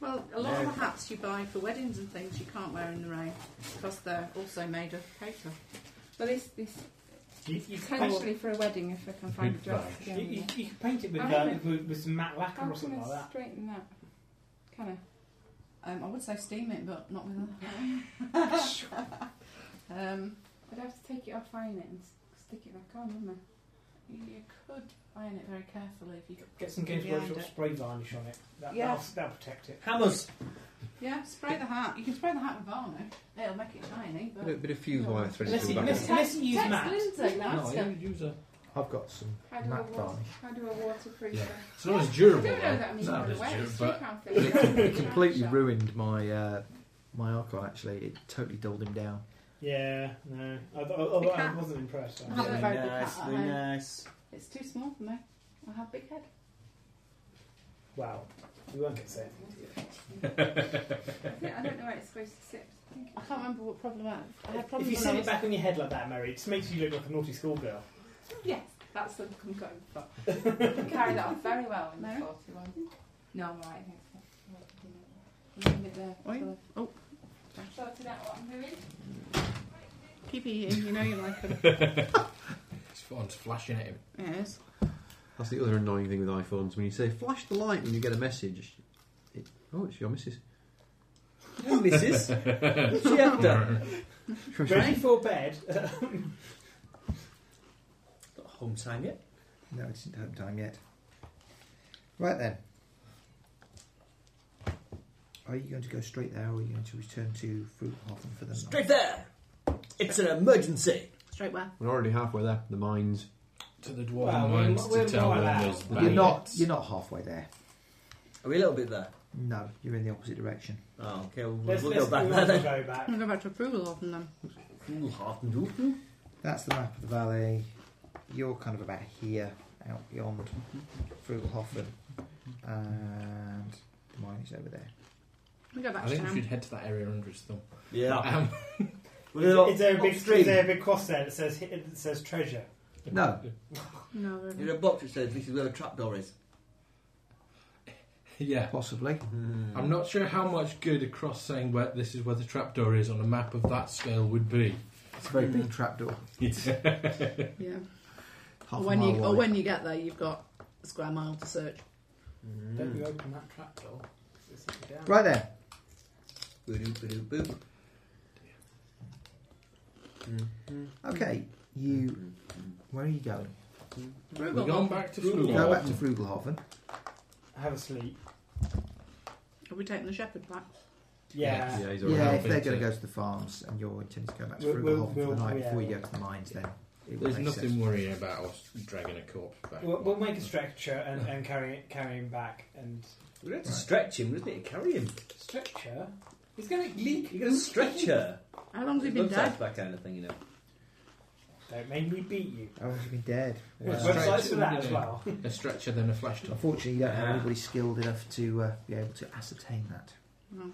S3: Well, a lot
S1: No.
S3: of the hats you buy for weddings and things you can't wear in the rain because they're also made of paper.
S7: But this this
S2: You, you, can paint,
S7: potentially for a wedding if I can find a
S5: Big
S7: dress
S5: bag.
S7: to
S2: you,
S7: go in
S2: you,
S7: with.
S2: you can paint it with,
S7: I
S2: uh,
S7: haven't-
S2: with, with some matte lacquer
S7: How
S2: or
S7: can
S2: something
S7: I
S2: like that.
S7: straighten that? Can I?
S3: Um, I would say steam it, but not with a
S5: <laughs>
S3: <laughs> um,
S7: I'd have to take it off, iron it, and s- stick it back on, wouldn't I?
S3: you, you could iron it very carefully if you could
S2: Get some Games
S3: behind
S2: Workshop
S3: it.
S2: spray varnish on it. That,
S3: Yeah.
S2: that'll, that'll protect it.
S1: Hammers!
S3: Yeah, spray the hat. You can spray the hat with varnish. It'll make it shiny,
S4: A bit,
S3: but
S4: bit of fuse wire threaded
S2: Unless
S4: to
S2: you,
S4: the back.
S2: unless, unless you use
S7: Text
S2: matte.
S7: Lindsay,
S5: no,
S7: that's
S5: yeah,
S7: it.
S5: you'd use a.
S6: I've got some
S7: How do I
S6: matte
S7: water?
S6: varnish.
S7: How do I waterproof
S5: Yeah.
S7: that?
S5: It's not as
S7: I
S5: durable.
S7: do know
S5: though.
S7: that I mean
S5: It's not
S7: the
S5: as
S7: way
S5: durable,
S7: it's
S5: but <laughs>
S6: It completely ruined my uh, my alcohol, actually. It totally dulled him down.
S2: Yeah, no. I,
S3: The
S2: I, I, I
S3: cat.
S2: wasn't impressed.
S3: I have a
S1: Very
S3: very big
S1: nice,
S3: hat at
S1: very
S3: home.
S1: <laughs> nice.
S3: It's too small for me. I have big head.
S2: Wow. You won't get sick.
S7: I don't know where it's supposed to sit.
S3: I can't remember what problem I had. I had
S2: If
S3: problems
S2: you
S3: when I
S2: sit it
S3: was-
S2: back on your head like that, Mary, it just makes you look like a
S1: <laughs>
S2: naughty schoolgirl.
S7: Yes, that's the look I'm going for. <laughs> I can carry that off very well in the
S3: Mary?
S7: 41. No, I'm right. I think so. I'm leaving it there.
S3: Oi.
S7: till
S3: Oh.
S7: I've sorted out what I'm doing.
S3: Keep eating. You know you like them.
S7: <laughs>
S5: His phone's flashing at him.
S3: yes.
S4: That's the other annoying thing with iPhones. When you say flash the light and you get a message, it, oh, it's your missus.
S1: Oh, Mrs. What's she after?
S2: Ready for bed?
S1: Not home time yet.
S6: No, it isn't home time yet. Right then. Are you going to go straight there or are you going to return to Fruithaven for the
S1: Straight
S6: night?
S1: there! It's an emergency!
S3: Straight where?
S4: We're already halfway there. The mines.
S5: To the
S2: Well,
S5: dwarven
S2: we're
S5: minds
S2: not-
S5: to
S2: we're
S5: tell
S2: not
S5: them
S2: allowed.
S5: there's
S2: You're
S6: You're
S5: bandits.
S6: not, you're not halfway there.
S1: Are we a little bit there?
S6: No, you're in the opposite direction.
S1: Oh, okay, we'll,
S2: let's
S1: we'll
S2: let's
S1: go back
S2: we'll
S1: there
S2: have to
S1: then.
S2: go back.
S3: I'm going to go back to approval of them.
S1: Cool, half and open.
S6: That's the map of the valley. You're kind of about here, out beyond Fruithaven, and the mine is over there.
S3: We go back
S5: I
S3: to
S5: think we
S3: town.
S5: should head to that area under his thumb.
S1: Yeah.
S5: Um,
S1: We'll go
S2: Is, is, there a big, is
S1: upstream.
S2: there a big cross there that says, hi- that says treasure?
S6: No.
S3: No, there
S1: There's a box that says this is where the trapdoor is.
S5: Yeah.
S6: Possibly.
S3: Mm-hmm.
S5: I'm not sure how much good a cross saying where this is where the trapdoor is on a map of that scale would be.
S6: It's a very
S3: Mm-hmm.
S6: big trapdoor.
S5: <laughs>
S3: isn't. Yeah.
S6: Half
S3: or
S6: a
S3: when
S6: mile
S3: you or
S6: wide.
S3: when you get there, you've got a square mile to search.
S1: Mm.
S2: Don't you open that trap door. It's sitting down.
S6: Right there.
S1: Boop, boop, boop.
S6: Okay. You. Where are you going?
S5: We're going back to school.
S6: Go back to Frugalhoven.
S2: Have a sleep.
S3: Are we taking the shepherd back?
S2: Yeah.
S4: Yeah, he's already
S6: Yeah, if
S5: helping
S6: they're going
S5: to-
S6: to go to the farms and you're intending to go back to
S2: We'll-
S6: Frugalhoven
S2: we'll-
S6: for the
S2: we'll-
S6: night
S2: yeah.
S6: before you go to the mines, then it would
S5: There's
S6: make
S5: nothing
S6: sense.
S5: worrying about us dragging a corpse back.
S2: We'll, we'll make a stretcher and, and carry, it, carry him back. And
S1: We're going to
S6: Right.
S1: stretch him, wasn't it? Carry him.
S2: Stretcher? He's going to
S1: You're going to stretch her.
S3: How long's he
S1: It
S3: been
S1: looks
S3: dead?
S1: like that kind of thing, you know.
S2: Don't make me beat you.
S6: Otherwise Oh, you've been dead.
S5: Yeah.
S2: There's
S6: Wow.
S5: Straight
S2: websites for that as
S5: Yeah.
S2: well.
S5: A stretcher, then a flash top.
S6: Unfortunately, you don't have
S1: Ah.
S6: anybody skilled enough to uh, be able to ascertain that.
S3: No.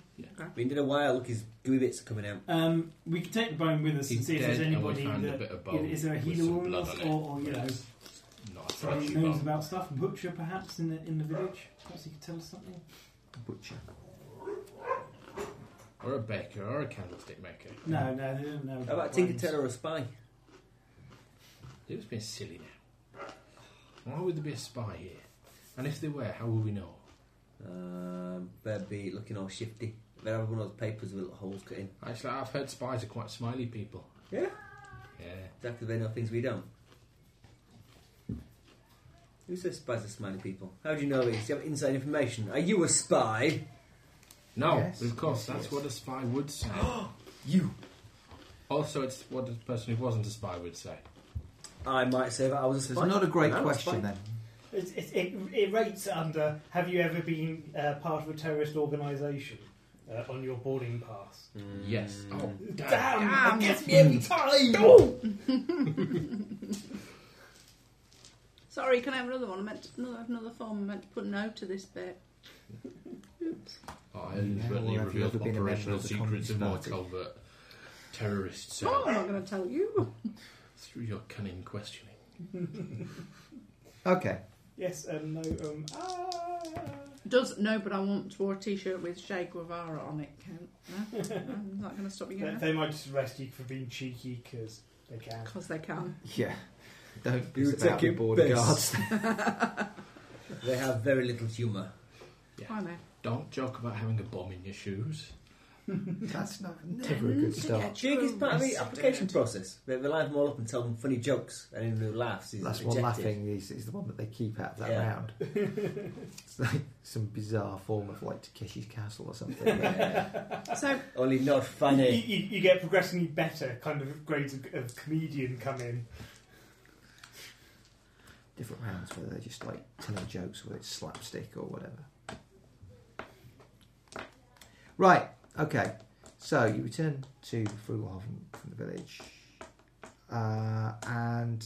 S1: Been in a while. Look, his gooey bits are coming out.
S2: Um, we can take the bone with us and
S5: He's
S2: see if
S5: dead,
S2: there's
S5: and we
S2: anybody
S5: found a
S2: that
S5: bit of bone
S2: is there a
S5: with
S2: healer
S5: some
S2: or,
S5: blood on
S2: or,
S5: it.
S2: or you know
S5: Yes. Not a
S2: someone
S5: fleshy
S2: who knows
S5: bone.
S2: about stuff. Butcher perhaps in the in the village. Perhaps he could tell us something.
S6: Butcher.
S5: Or a baker, or a candlestick maker.
S2: No, no, they don't know.
S1: How about
S2: bones.
S1: Tinker Tailor or a spy?
S5: He was being silly now. Why would there be a spy here? And if there were, how will we know?
S1: Um, better be looking all shifty. Better have one of those papers with little holes cut in.
S5: Actually, I've heard spies are quite smiley people.
S1: Yeah.
S5: Yeah.
S1: Exactly, they know things we don't. Who says spies are smiling people? How do you know these? Do you have inside information? Are you a spy?
S5: No,
S6: Yes,
S5: of course,
S6: yes,
S5: that's
S6: yes.
S5: what a spy would
S6: <gasps>
S5: say.
S1: You.
S5: also, it's what a person who wasn't a spy would say.
S1: I might say that I was a
S6: So
S1: spy.
S6: it's not a great
S1: I'm
S6: question
S1: spy.
S6: then.
S2: It's, it's, it, it rates under have you ever been uh, part of a terrorist organisation uh, on your boarding pass?
S5: Yes. Oh, damn.
S2: Damn!
S1: Gets me every time.
S3: Sorry, can I have another one? I meant to, another, another form. I meant to put no to this bit.
S5: Oh, I inadvertently
S6: Or have you
S5: revealed
S6: ever been a member
S5: operational
S6: of the
S5: secrets
S6: Communist
S5: of my
S6: Party?
S5: covert terrorist
S3: Oh, I'm
S5: cell
S3: not going to tell you.
S5: through your cunning questioning.
S6: Okay.
S2: Yes and no. Um, ah.
S3: Does no, but I want wore a T-shirt with Che Guevara on it. Count? No? I'm not going to stop you
S2: They,
S3: now
S2: they might just arrest you for being cheeky because they can.
S3: because they can.
S6: Yeah. <laughs> Don't
S1: You
S6: piss about
S1: take
S6: with
S1: it
S6: border
S1: piss.
S6: guards.
S1: <laughs> They have very little humour.
S3: Why not?
S5: Don't joke about having a bomb in your shoes.
S6: That's not never a good start.
S1: Jig is part of the
S3: Yes,
S1: application
S3: dude.
S1: process. They, they line them all up and tell them funny jokes, and anyone who laughs is
S6: That's one
S1: rejected.
S6: laughing is, is the one that they keep out of that
S1: Yeah. <laughs>
S6: round. it's like some bizarre form of like Takeshi's Castle or
S1: <laughs>
S6: something.
S1: Yeah.
S3: <laughs> So
S1: Only not
S3: <laughs>
S2: You,
S1: funny.
S2: you, you get progressively better kind of grades of, of comedian come in.
S6: Different rounds where they're just like telling jokes, whether it's slapstick or whatever. Right. Okay. So you return to Frugalhaven from the village, uh, and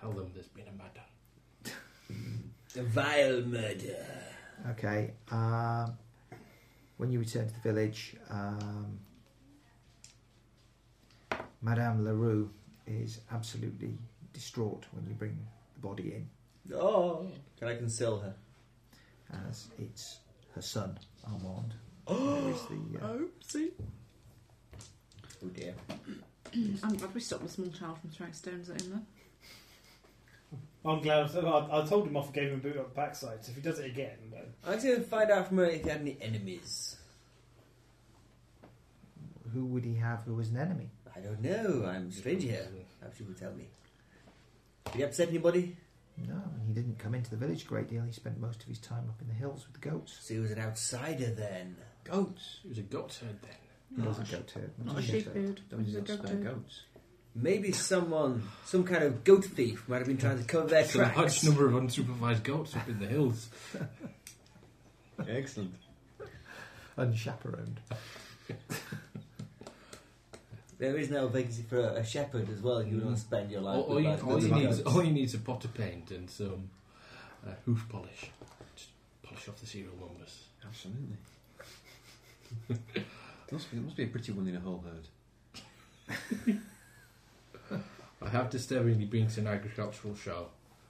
S5: Tell them there's been a murder.
S1: The vile murder.
S6: Okay. Um, when you return to the village, um, Madame Larue is absolutely distraught when you bring the body in,
S1: Oh, can I conceal
S3: <gasps>
S1: her?
S6: as it's her son Armand.
S3: Oh,
S6: who <gasps> is the,
S3: oopsie.
S6: uh,
S1: Oh dear.
S3: <clears throat> I'm glad we stopped the small child from throwing stones at him. Then
S2: I'm glad. I, I told him off and gave him a boot up the backside. So if he does it again, then
S1: I'd like to find out from her if you had any enemies.
S6: who would he have who was an enemy?
S1: I don't know. I'm a stranger here. Perhaps you would tell me. Did he upset anybody?
S6: No, and he didn't come into the village a great deal. He spent most of his time up in the hills with the goats.
S1: So he was an outsider then.
S5: Goats. It was a goat's head then.
S6: He uh,
S3: Not
S6: doesn't
S3: a
S6: go to
S3: not a sheep
S6: eh?
S3: herd. He's a goat herd.
S4: <laughs> goats.
S1: Maybe someone, some kind of goat thief, might have been trying to cover their
S5: There's a large
S1: tracks.
S5: number of unsupervised goats up in the hills.
S4: Excellent.
S6: unchaperoned.
S1: There is no vacancy for a, a shepherd as well. if You want to spend your life.
S5: Mm. all, all,
S1: with
S5: you,
S1: large
S5: all, you
S1: numbers
S5: need
S1: of
S5: is,
S1: goats.
S5: all you need is a pot of paint and some uh, hoof polish. Just polish off the serial numbers.
S4: Absolutely. must be, must be a pretty one in a whole herd.
S5: I have disturbingly been to an agricultural show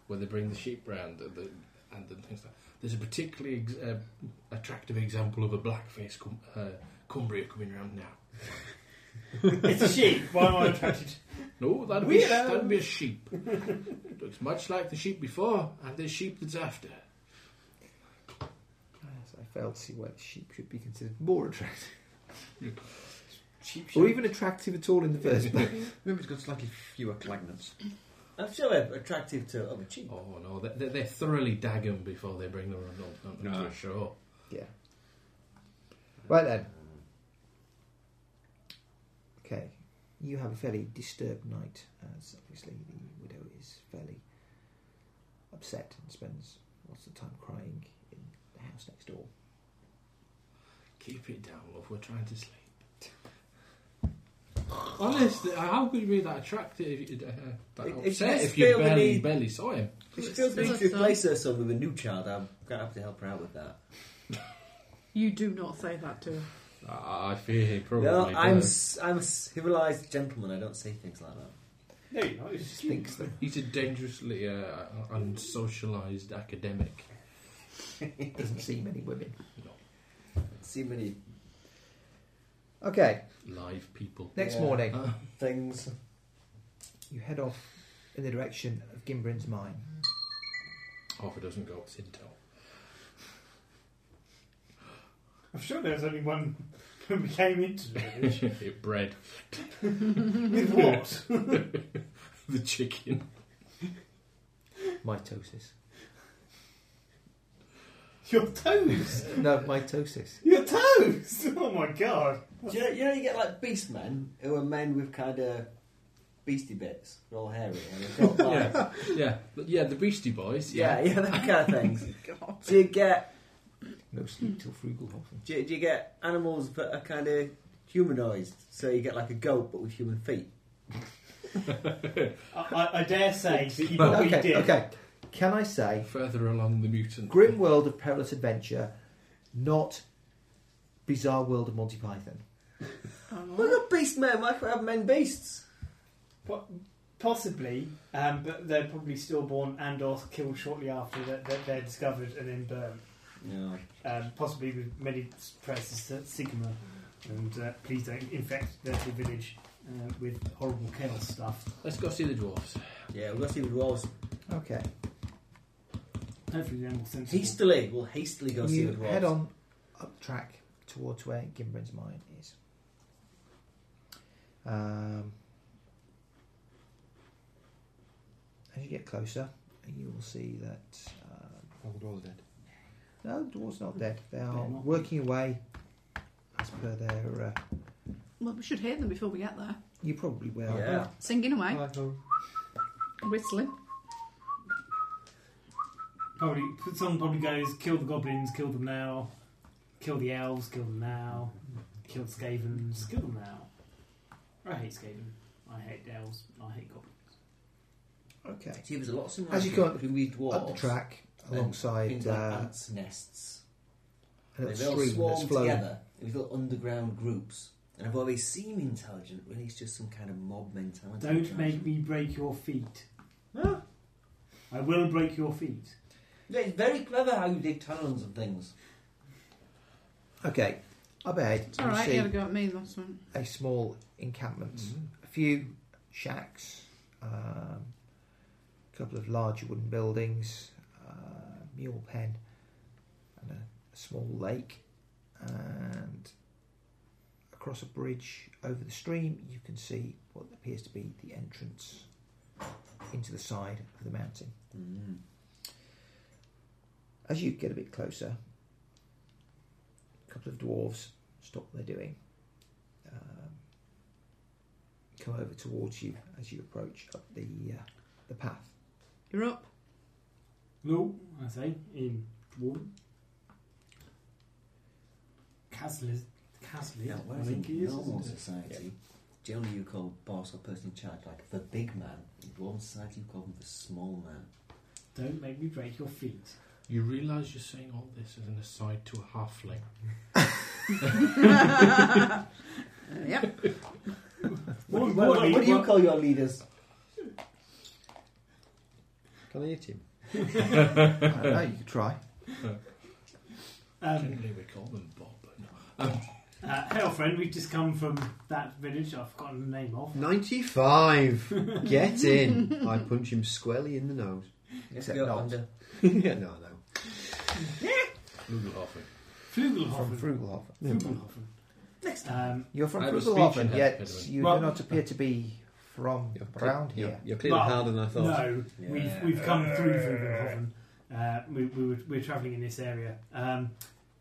S5: where they bring the sheep round and the, and the things like There's a particularly ex- uh, attractive example of a blackface cum- uh, Cumbria coming round now.
S2: <laughs> it's a sheep. <laughs> Why am I attracted?
S5: No, Oh, that'd be,
S2: Weirdo.
S5: that'd be a sheep. <laughs> Looks much like the sheep before and the sheep that's after.
S6: Yes, I fail to see why the sheep should be considered more attractive.
S5: Sheep
S6: Or even attractive at all in the first place.
S4: Remember, it's got slightly fewer clagnets.
S1: I'm sure they're attractive to other sheep.
S5: Oh no, they, they, they thoroughly dag 'em before they bring them on, on, on to
S4: No.
S5: a show.
S6: yeah. Right then. Okay. You have a fairly disturbed night, as obviously the widow is fairly upset and spends lots of time crying in the house next door.
S5: Keep it down, love. We're trying to sleep. Honestly, how could you be that attractive? If you, uh, that
S1: If- if you
S5: upset
S1: just
S5: if you
S1: feel the
S5: barely,
S1: need-
S5: barely saw him.
S1: If she feels the need
S3: It's
S1: to
S3: like
S1: replace herself with a new child, I'm going to have to help her out with that.
S3: You do not say that to her.
S5: I, I fear he probably
S1: no, I'm,
S5: does.
S1: s- I'm a civilized gentleman. I don't say things like that.
S2: No, you're not. It's just
S6: Thinks that
S5: He's a dangerously uh, unsocialized academic.
S6: he doesn't see many women.
S1: see many
S6: Okay,
S5: Live people.
S6: next
S1: Yeah.
S6: morning
S5: Uh,
S1: things.
S6: you head off in the direction of Gimbrin's mine.
S5: half a dozen goats intel.
S2: I'm sure there was only one <laughs> when we came into
S5: <laughs>
S2: the village.
S5: it bred
S2: With <laughs> what?
S5: the chicken.
S6: Mitosis.
S2: Your <laughs> toes!
S6: No, mitosis.
S2: Your toes! <laughs> Oh my god!
S1: Do you, know, you know, you get like beast men who are men with kind of beastie bits, they're all hairy, and they've
S5: <laughs>
S1: got like,
S5: Yeah, <laughs> yeah, But yeah. The Beastie Boys.
S1: yeah, yeah, that kind of things.
S5: <laughs>
S3: God.
S1: Do you get
S6: No sleep till frugal Hoffman.
S1: do you, do you get animals that are kind of humanoid? So you get like a goat but with human feet.
S2: I, I, I dare say you
S5: Well,
S2: probably
S6: okay,
S2: Oh, did.
S6: okay. Can I say
S5: Further along the mutant.
S6: Grim World of Perilous Adventure, not Bizarre World of Monty Python?
S1: Well, not beast men. Why can't we have men beasts?
S2: Po- Possibly, um, but they're probably stillborn and or killed shortly after that, that they're discovered and then burned.
S1: No.
S2: Um, possibly with many prayers to Sigma, and uh, please don't infect the the village uh, with horrible chaos stuff.
S5: Let's go see the dwarfs.
S1: Yeah, we'll go see the dwarves.
S6: Okay.
S2: Hopefully, the animal sense.
S1: Hastily, we'll hastily go see
S6: you
S1: the dwarves.
S6: head on up track towards where Gimbrin's mine is. Um, as you get closer, you will see that um,
S4: Oh, the door's dead.
S6: no, the dwarves not dead. They are
S2: They're not.
S6: working away as per their. Uh,
S3: Well, we should hear them before we get there.
S6: you probably will.
S1: Yeah.
S3: Singing away,
S4: Hi-ho.
S3: whistling.
S2: Probably, song probably goes: "Kill the goblins, kill them now. Kill the elves, kill them now. Kill the skavens, kill them now." I hate skaven. I hate elves. I hate goblins.
S6: Okay.
S1: See, there's a lot of
S6: As
S1: similarities
S6: you go up-
S1: between these dwarves.
S6: Up the track
S1: And
S6: alongside
S1: Things like
S6: uh,
S1: ants' nests.
S6: a
S1: They
S6: little
S1: all
S6: stream that's
S1: swarm
S6: flowing.
S1: together in these little underground groups. And although they seem intelligent, really it's just some kind of mob mentality.
S2: Don't make me break your feet.
S1: Huh?
S2: I will break your feet.
S1: Yeah, It's very clever how you dig tunnels and things.
S6: Okay, up ahead
S3: It's
S6: you
S3: all right.
S6: see
S3: You had a go at me last one.
S6: a small encampment,
S5: Mm-hmm.
S6: a few shacks, um, a couple of larger wooden buildings, uh, mule pen, and a, a small lake, and across a bridge over the stream you can see what appears to be the entrance into the side of the mountain.
S1: Mm.
S6: As you get a bit closer, a couple of dwarves stop what they're doing, um, come over towards you as you approach up the uh, the path.
S3: You're up. <laughs>
S2: No, I say in dwarven. Castle, castle.
S1: Yeah,
S2: I
S1: whereas
S2: think
S1: in
S2: it is.
S1: normal
S2: Isn't it?
S1: society, generally you call boss or person in charge like the big man. In dwarven society, you call them the small man.
S2: Don't make me break your feet.
S5: You realise you're saying all this as an aside to a halfling.
S3: Uh, yep.
S1: What, do you-
S2: Well,
S1: what-
S2: well,
S1: what do you
S2: well-
S1: call your leaders?
S4: Can I eat him?
S6: <laughs> I don't know, you could try.
S2: Um,
S5: Generally, we call them Bob. No.
S2: uh, hello, friend. We've just come from that village. I've forgotten the name of.
S4: 95! Get in! I punch him squarely in the nose.
S6: Except
S1: You're
S6: not.
S1: under-
S4: yeah, no, no.
S5: Google halfling.
S6: From
S2: Flugelhofen.
S6: Frugalhofen.
S2: Flugelhofen. Next time.
S6: You're from
S5: I have a speech
S6: Frugalhofen, yet
S5: impediment.
S6: you
S2: Well-
S6: do not appear to be from
S4: You're
S6: around
S4: clear-
S6: here.
S4: You're, you're clearly
S2: Well,
S4: harder than I
S2: Um,
S4: thought.
S2: no,
S1: Yeah.
S2: we've we've come through Flugelhofen. Uh, we, we were we were travelling in this area. Um,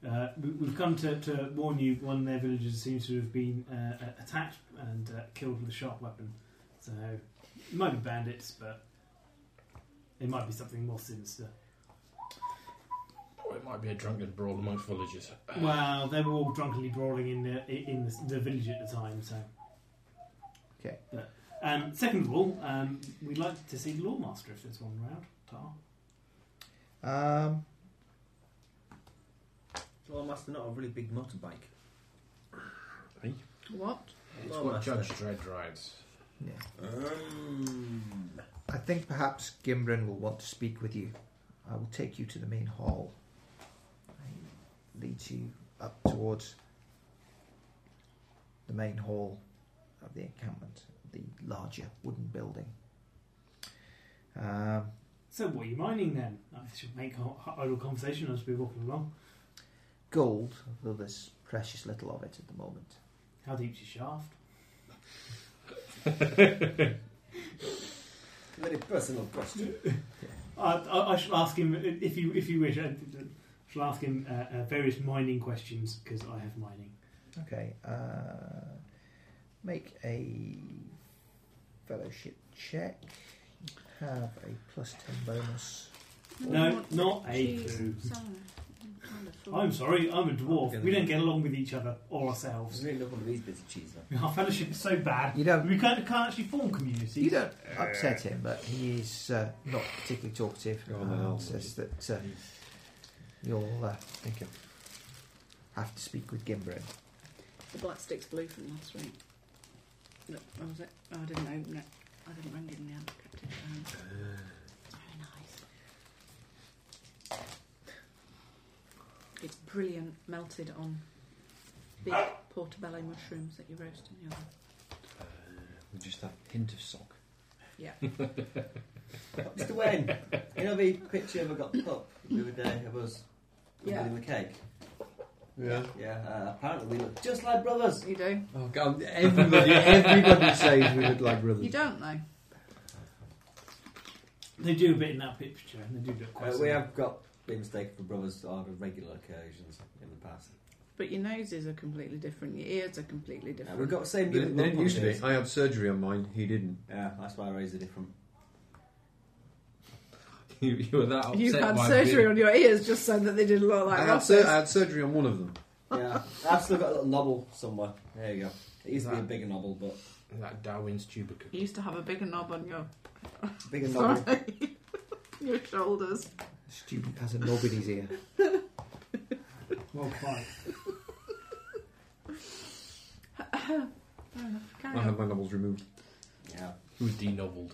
S2: uh, we, we've come to, to warn you. One of their villagers seems to have been uh, uh, attacked and uh, killed with a sharp weapon. So it might be bandits, but it might be something more sinister.
S5: Or it might be a drunken brawl amongst villagers.
S2: Well, they were all drunkenly brawling in the in the, the village at the time, so
S6: Okay.
S2: But, um, second of all, um, we'd like to see the Lawmaster if there's one round. Tar.
S6: Um,
S8: Lawmaster, not a really big motorbike.
S3: What?
S5: It's
S8: Well,
S5: what
S8: that's
S5: Judge
S8: it.
S5: Dredd rides.
S6: yeah.
S8: Um,
S6: I think perhaps Gimbrin will want to speak with you. I will take you to the main hall. I lead you up towards the main hall of the encampment, the larger wooden building. Um,
S2: So what are you mining then? I should make a- idle conversation as we walk along.
S6: gold, though there's precious little of it at the moment.
S2: How deep's your shaft?
S1: Very personal question.
S2: I, I, I shall ask him if you if you wish. I shall ask him uh, uh, various mining questions because I have mining.
S6: Okay, uh, make a fellowship check. You have a plus 10 bonus.
S2: No,
S3: What?
S2: not a
S3: Cheese
S2: clue.
S3: and salad. Kind of fool.
S2: I'm sorry, I'm a dwarf. We don't get along with each other or ourselves.
S1: really love one of these bits of cheese, though.
S2: Our fellowship is so bad.
S6: You don't
S2: We can't, can't actually form communities.
S6: You don't upset him, but he is uh, not particularly talkative.
S4: Oh,
S6: and
S4: no.
S6: says that uh, you'll uh, think of have to speak with Gimbrin.
S3: The black stick's blue from last week. Look, where was it? Oh, I didn't open it. I didn't ring it down. I kept it down. Very nice. It's brilliant, melted on big portobello mushrooms that you roast in the oven.
S4: With just that hint of sock.
S1: <laughs> Mr. Wayne, you know the picture of I got pop the other day of us
S3: Yeah.
S1: with the cake?
S4: Yeah.
S1: Yeah, uh, apparently we look just like brothers.
S3: You do?
S4: Oh God! Everybody, everybody says we look like brothers.
S3: You don't, though.
S2: They do a bit in that picture, and they do do it quite.
S1: Uh, we
S2: similar.
S1: have got been mistaken for brothers on regular occasions in the past.
S3: But your noses are completely different. Your ears are completely
S1: Uh,
S3: different.
S1: we've got the same
S4: They didn't,
S1: different
S4: they didn't
S1: lump
S4: used
S1: on
S4: to be.
S1: these.
S4: I had surgery on mine. He didn't.
S1: Yeah, that's why our eyes are different.
S5: <laughs> you, you were that upset.
S3: you had
S5: by
S3: surgery
S5: being-
S3: on your ears just so that they didn't look like
S4: I, had
S3: rockets.
S4: sur- I had surgery on one of them.
S1: Yeah, I've still got a little knobble somewhere. There you go. It used to be a bigger knobble, but
S5: That Darwin's tubercle.
S3: You used to have a bigger knob on your
S1: bigger knobble.
S3: sorry, your shoulders.
S6: The student has a knob in his ear.
S2: Well, quite.
S3: Carry
S4: I
S3: on.
S4: had my knobbles removed.
S1: Yeah,
S5: Who was denoveled.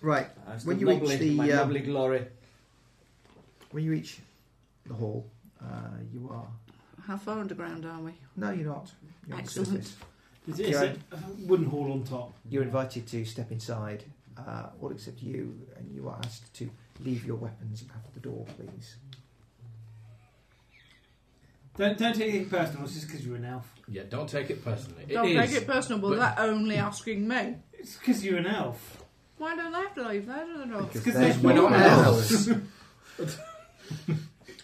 S6: Right,
S1: I'm still
S6: When you
S1: knobbly,
S6: reach the,
S1: my
S6: um,
S1: knobbly glory.
S6: when you reach the hall, uh, you are.
S3: How far underground are we?
S6: No, you're not. You're on the
S3: Excellent.
S6: surface.
S2: Is it, is it a wooden hall on top?
S6: You're invited to step inside, uh, all except you, and you are asked to leave your weapons at the door, please.
S2: Don't don't take it personal. It's just because you're an elf.
S5: Yeah, don't take it personally. It
S3: Don't
S5: is-
S3: take it personal, but,
S5: but-
S3: they're only asking me.
S2: It's because you're an elf.
S3: Why don't they have to leave? They don't know.
S2: Because they-
S6: there's
S5: we're
S6: no
S5: not
S6: one
S5: elves.
S6: else.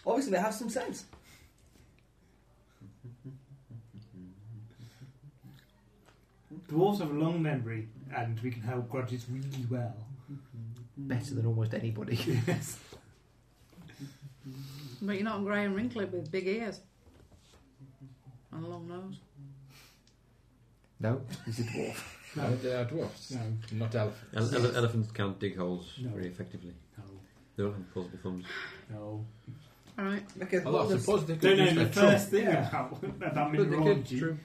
S1: Obviously, they have some sense.
S2: Dwarves have a long memory, and we can hold grudges really well.
S6: Better than almost anybody.
S2: Yes.
S3: But you're not grey and wrinkly with big ears and a long nose.
S6: No, he's a dwarf.
S5: No, <laughs> they are dwarfs.
S2: No.
S5: Not elephants.
S4: Ele- ele- elephants can't dig holes
S2: No.
S4: very effectively.
S2: No.
S4: They don't have plausible thumbs.
S2: No.
S3: All right.
S1: Make a
S5: Although I
S1: there's-
S5: suppose they
S2: Don't
S5: could
S2: know
S5: use
S2: the
S5: their trunk.
S2: first thing about <laughs> about
S5: But they could,
S2: mineralogy.
S5: true.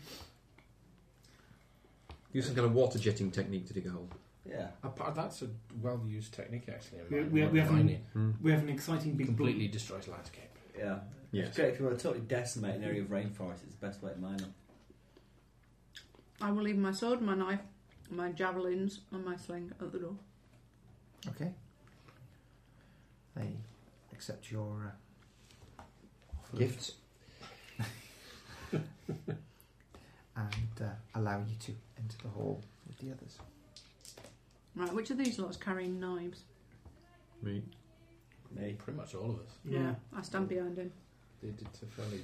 S4: Use some kind of water jetting technique to dig a hole.
S1: Yeah.
S5: A part- That's a well-used technique, actually. in
S2: We-
S5: mine-
S2: we- we haven't-
S5: mining.
S4: Hmm.
S2: We have an exciting big
S5: completely destroys landscape.
S1: Yeah. It's
S4: Yes.
S1: great if you want to totally decimate an area of rainforest, it's the best way to mine them.
S3: I will leave my sword, my knife, my javelins, and my sling at the door.
S6: Okay. They accept your uh, gifts <laughs> and uh, allow you to enter the hall with the others.
S3: Right. Which of these lots carrying knives?
S4: Me.
S1: Me.
S5: Pretty much all of us.
S2: Yeah.
S3: I stand behind him.
S5: They did to fairly.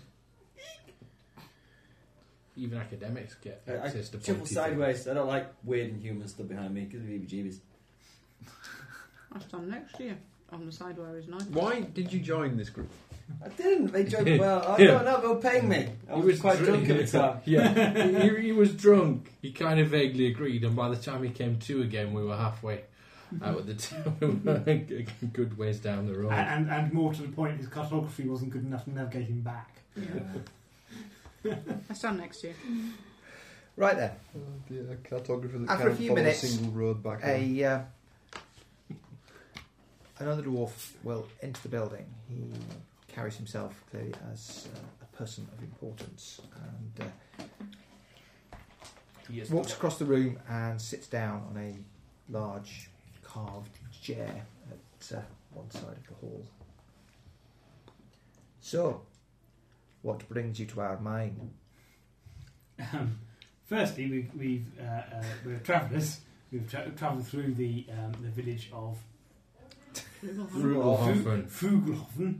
S5: Even academics get
S1: I- I
S5: access to
S1: Shuffle
S5: pointy
S1: sideways. I don't like weird and human stuff behind me. Give me jeebies.
S3: I stand next to you on the side where his knife.
S4: Why did you join this group?
S1: I didn't. They joked, well, I
S5: <laughs> Yeah.
S1: don't know, they were paying me. I was, quite drunk at the time.
S5: <laughs>
S1: <laughs>
S5: yeah, he, he was drunk. He kind of vaguely agreed, and by the time he came to again, we were halfway out of the town. <laughs> We were a good ways down the road.
S2: And, and, and more to the point, his cartography wasn't good enough to navigate him back. <laughs>
S3: I stand next to you.
S6: Right then,
S9: a cartographer that
S6: After a
S9: can't
S6: few
S9: follow
S6: minutes,
S9: a single road back. home.
S6: a uh, another dwarf will enter the building. He carries himself clearly as uh, a person of importance and uh,
S5: He is-
S6: walks across the room and sits down on a large carved chair at uh, one side of the hall. So, what brings you to our mine?
S2: Um, firstly, we, we've uh, uh, we're travellers. We've tra- travelled through the um, the village of
S5: Rugelhofen.
S2: Fugelhofen.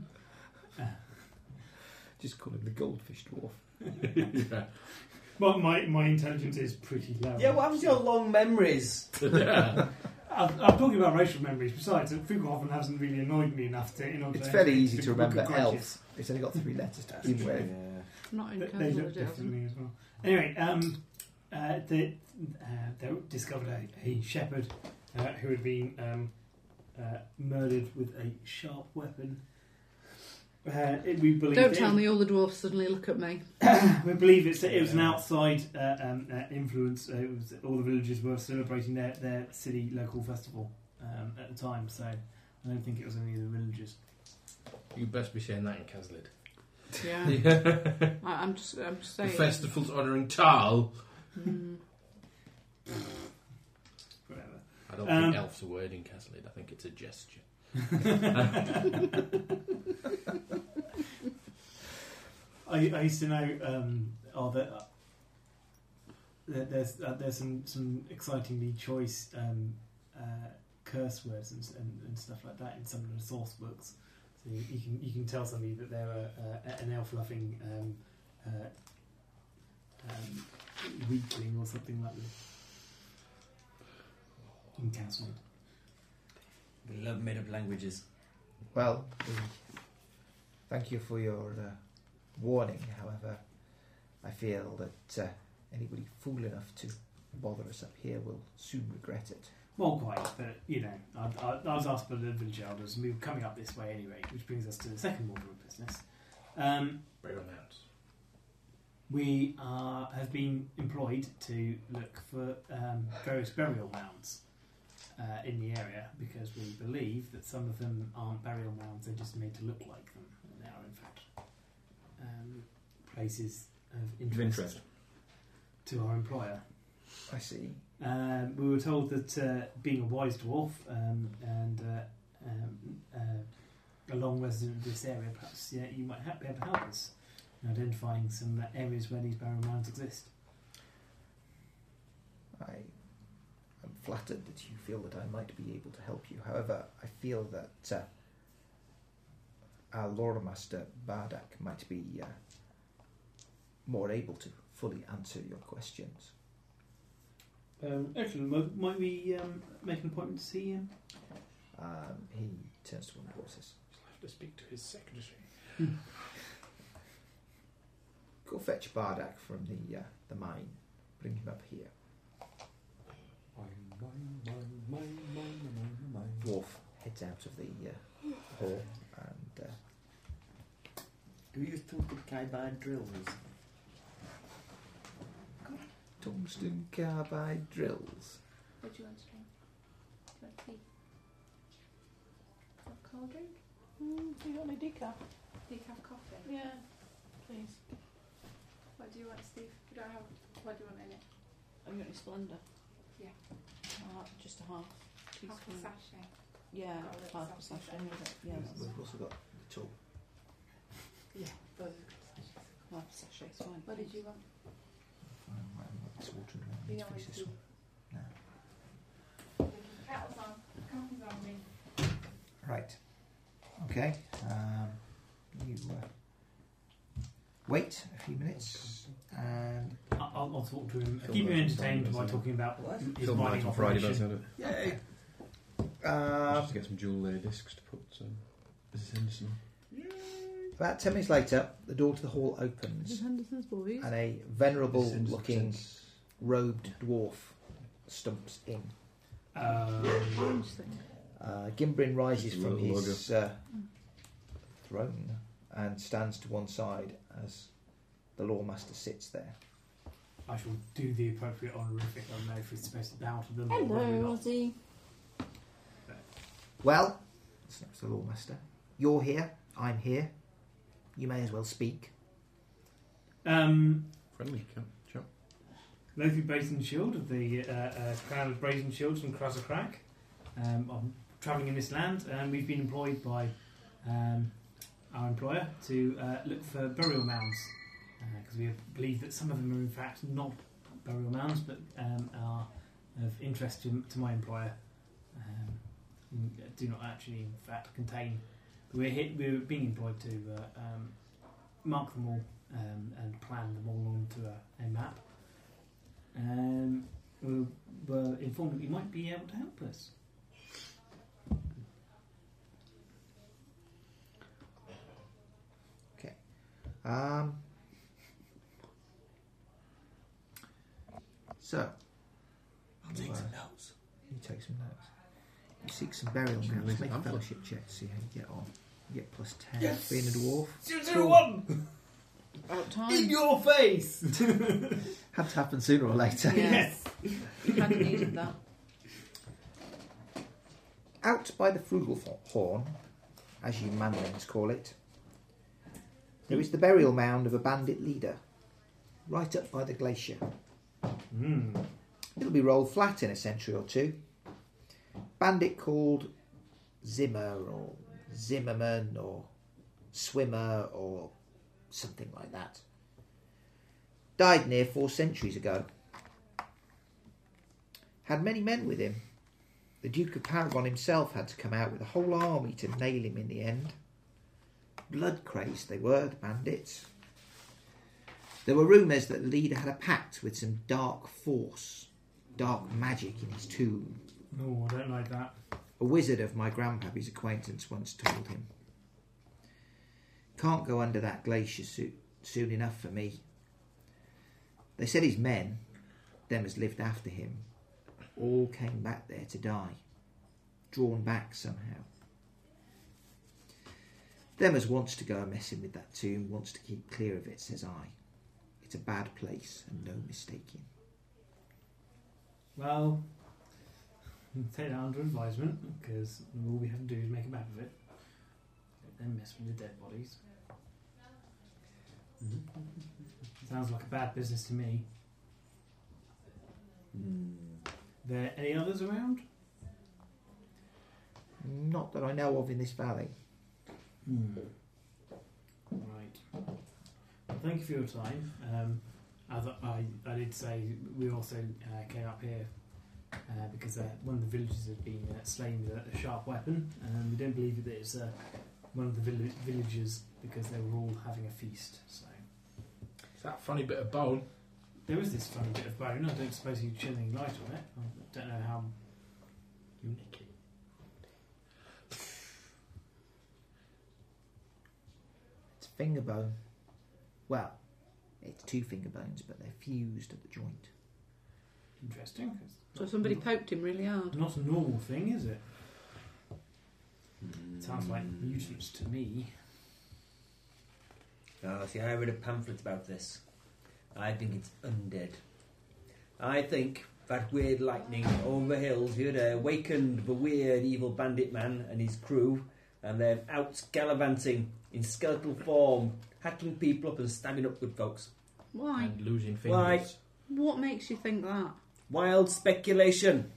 S6: Just call him the goldfish dwarf.
S5: <laughs> yeah.
S2: Well, my, my intelligence is pretty low.
S1: Yeah, what happened to your long memories?
S5: Yeah.
S2: I'm, I'm talking about racial memories. Besides, Fugelhofen hasn't really annoyed me enough to. In order
S6: It's
S2: to
S6: fairly
S2: to
S6: easy to
S2: look at
S6: remember
S2: grudges.
S6: It's only got three letters to begin with.
S3: Not in
S2: They, they
S3: Colonel
S2: look differently as well. Anyway, um, uh, they uh, they discovered a, a shepherd uh, who had been um, uh, murdered with a sharp weapon. Uh, it, we believe
S3: Don't
S2: it-
S3: tell me all the dwarfs suddenly look at me.
S2: <laughs> we believe it's it was an outside uh, um, uh, influence. Uh, it was, all the villagers were celebrating their, their city local festival um, at the time, so I don't think it was any of the villagers.
S5: You best be saying that in Caslid. <laughs>
S3: Yeah,
S5: the
S3: I, I'm just, I'm just saying.
S5: festival's honouring Tarl.
S3: Mm.
S2: Whatever.
S5: I don't
S2: Um,
S5: think elf's a word in Caslid. I think it's a gesture.
S2: <laughs> I, I used to know. Um, oh, that. Uh, there- there's uh, there's some, some excitingly choice um, uh, curse words and, and, and stuff like that in some of the source books. So you, you can you can tell somebody that they're a, a, an elf loving um, uh, um, weakling or something like that. In Castle.
S1: We love made up languages.
S6: Well, we thank you for your uh, warning. However, I feel that uh, anybody fool enough to bother us up here will soon regret it.
S2: Well, quite, but you know, I, I, I was asked by the village elders, and we were coming up this way anyway, which brings us to the second order of business. Um,
S5: Very announced.
S2: we are, have been employed to look for um, various burial mounds uh, in the area because we believe that some of them aren't burial mounds, they're just made to look like them. And they are, in fact, um, places of interest,
S8: interest.
S2: to our employer.
S6: I see.
S2: Um, we were told that uh, being a wise dwarf um, and uh, um, uh, a long resident of this area, perhaps yeah, you might ha- be able to help us in identifying some uh, areas where these barren mounds exist.
S6: I am flattered that you feel that I might be able to help you. However, I feel that uh, our lore master Bardak might be uh, more able to fully answer your questions.
S2: Um, excellent. Might, might we um, make an appointment to see him?
S6: Um, he turns to one of the horses.
S5: I'll have to speak to his secretary.
S6: <laughs> Go fetch Bardak from the uh, the mine. Bring him up here. Dwarf heads out of the uh, hall and uh,
S1: Do you think the Kaibai drills?
S6: tungsten carbide drills.
S7: What do you want to drink? Do you want tea? Do you want cold drink?
S3: Mm, do you want a decaf?
S7: Decaf coffee?
S3: Yeah, please.
S7: What do you want, Steve? We don't have. What do you want in it?
S3: Have Oh, you got any Splendor?
S7: Yeah.
S3: Uh, just a half
S7: Half a
S3: teaspoon.
S7: sachet.
S3: Yeah,
S7: Got a little
S3: half a
S7: sachet
S3: sachet.
S7: there.
S3: Yeah, that's,
S6: We've also got the tool.
S3: yeah, those are good sachets. Half a sachet is fine.
S7: What did you want?
S6: Um, I haven't got this water in there. I
S7: You
S6: need to
S7: don't
S6: fix this
S7: want tea?
S6: one. No.
S7: Kettle's on. Coffee's on me.
S6: Right. Okay. Um, you uh, wait a few minutes and
S2: I- I'll, I'll talk to him.
S9: Phil
S2: Keep him
S9: Knight on
S2: entertained
S9: Friday,
S2: by
S9: isn't
S2: talking about
S1: What?
S2: his
S9: Film night
S2: mining
S9: on Friday, that's
S2: operation.
S9: it.
S1: Yeah.
S6: uh,
S9: Just to get some dual layer discs to put. Um, Mrs. Henderson.
S6: About ten minutes later, the door to the hall opens,
S3: Henderson's boys.
S6: and a venerable-looking
S9: Since-
S6: robed dwarf stumps in.
S2: Um,
S3: Strange thing.
S6: Uh, Gimbrin rises
S9: Just a
S6: from
S9: little
S6: his uh, throne and stands to one side as the lawmaster sits there.
S2: I shall do the appropriate honorific. I don't know if we're supposed to bow to them. or whether or
S7: Hello,
S2: not.
S7: Ozzy.
S6: Well, snaps the lawmaster, you're here, I'm here. You may as well speak.
S2: Um,
S5: Friendly chap. chap.
S2: Lothry Brazen Shield of the uh, uh, Crown of Brazen Shields from Krasner Crack. Um, I'm travelling in this land, and we've been employed by um, our employer to uh, look for burial mounds because we have- believe that some of them are in fact not burial mounds, but um, are of interest to, to my employer. Um, and do not actually, in fact, contain. We're hit, we're being employed to uh, um, mark them all um, and plan them all onto a, a map. Um, we were informed that you might be able to help us.
S6: Um, so,
S1: I'll
S6: take some
S1: notes.
S6: you take some notes. You seek some burial
S5: Should we
S6: grounds.
S5: leave
S6: Make
S5: it
S6: a
S5: up?
S6: fellowship check to see how you get on. You get plus 10
S1: Yes!
S6: being a dwarf.
S1: Zero one
S3: About
S2: In
S3: time.
S2: your face!
S6: Had to happen sooner or <laughs> later.
S3: Yes. You had needed that.
S6: Out by the frugal ho- horn, as you manlings call it, there is the burial mound of a bandit leader, right up by the glacier.
S2: Hmm.
S6: It'll be rolled flat in a century or two. Bandit called Zimmer or Zimmerman or Swimmer or something like that. Died near four centuries ago. Had many men with him. The Duke of Paragon himself had to come out with a whole army to nail him in the end. Blood crazed they were, the bandits. There were rumours that the leader had a pact with some dark force, dark magic in his tomb.
S2: No, Oh, I don't like that.
S6: A wizard of my grandpappy's acquaintance once told him. Can't go under that glacier so- soon enough for me. They said his men, them as lived after him, all came back there to die, drawn back somehow. Them as wants to go a messing with that tomb wants to keep clear of it, says I. It's a bad place and no mistaking.
S2: Well, take that under advisement because all we have to do is make a map of it. Don't Then mess with the dead bodies. Mm-hmm. Sounds like a bad business to me. There any others around?
S6: Not that I know of in this valley.
S2: Hmm. Right. Well, thank you for your time. Um, as I, I did say, we also uh, came up here uh, because uh, one of the villagers had been uh, slain with a, a sharp weapon, and we don't believe that it's uh, one of the vill- villagers because they were all having a feast. So
S5: It's that funny bit of bone.
S2: there is this funny bit of bone. I don't suppose you shed any light on it. I don't know how.
S5: You nick it.
S6: It's finger bone. Well, it's two finger bones, but they're fused at the joint.
S2: Interesting. 'cause
S3: So somebody
S2: not,
S3: poked him really hard.
S2: not a normal thing, is it? Sounds like
S1: Hmm.
S2: mutants to me.
S1: Oh, see, I read a pamphlet about this. I think it's undead. I think that weird lightning over the hills here there awakened the weird evil bandit man and his crew, and they're out gallivanting in skeletal form, hacking people up and stabbing up good folks.
S3: Why?
S5: And losing fingers.
S1: Why?
S3: What makes you think that?
S1: Wild speculation.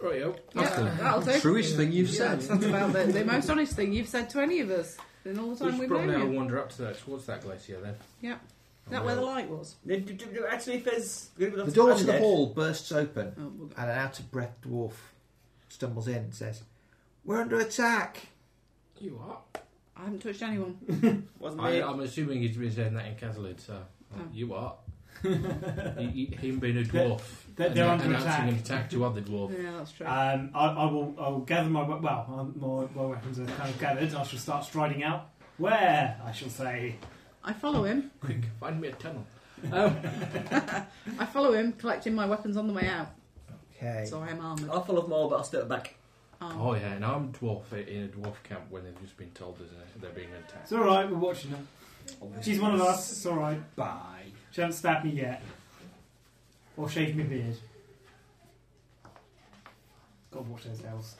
S5: Rightio.
S4: That's
S3: yeah,
S4: the
S3: that'll do.
S4: truest thing you've
S3: Yeah,
S4: said.
S3: That's about the, the most honest thing you've said to any of us in all the
S5: We
S3: time
S5: should
S3: we've
S5: probably
S3: known
S5: now
S3: you.
S5: wander up to that towards that glacier then.
S3: Yeah.
S5: And
S3: That where the
S5: we'll-
S3: light was.
S1: No, do- do- do- Actually, if there's gonna be lots
S6: The
S1: of
S6: door to the
S1: undead-
S6: hall bursts open,
S3: Oh, well,
S6: and an out of breath dwarf stumbles in and says, We're under attack!
S5: You are.
S3: I haven't touched anyone.
S1: Wasn't
S5: I,
S1: it?
S2: um,
S5: I'm assuming he's been saying that in Catalan, so uh,
S3: Oh.
S5: you
S2: <laughs>
S5: are. He- he- him being a dwarf.
S2: They're-
S5: and
S2: they're
S5: a-
S2: under
S5: announcing
S2: attack.
S5: an attack to other
S3: <laughs>
S5: dwarf.
S3: Yeah, that's true.
S2: Um, I, I will. I will gather my we- well. um, My, my weapons are kind of gathered. I shall start striding out. Where, I shall say.
S3: I follow him.
S5: Quick, find me a tunnel.
S3: I follow him, collecting my weapons on the way out.
S6: Okay.
S3: So I am armoured.
S4: Oh.
S1: I'll follow more, but I'll step back.
S3: Armed.
S5: Oh yeah, an armed dwarf in a dwarf camp when they've just been told there's a, they're being attacked.
S2: It's alright, we're watching her. She's one of us, it's alright.
S1: Bye.
S2: She hasn't stabbed me yet. Or shaved my beard. God, watch those elves.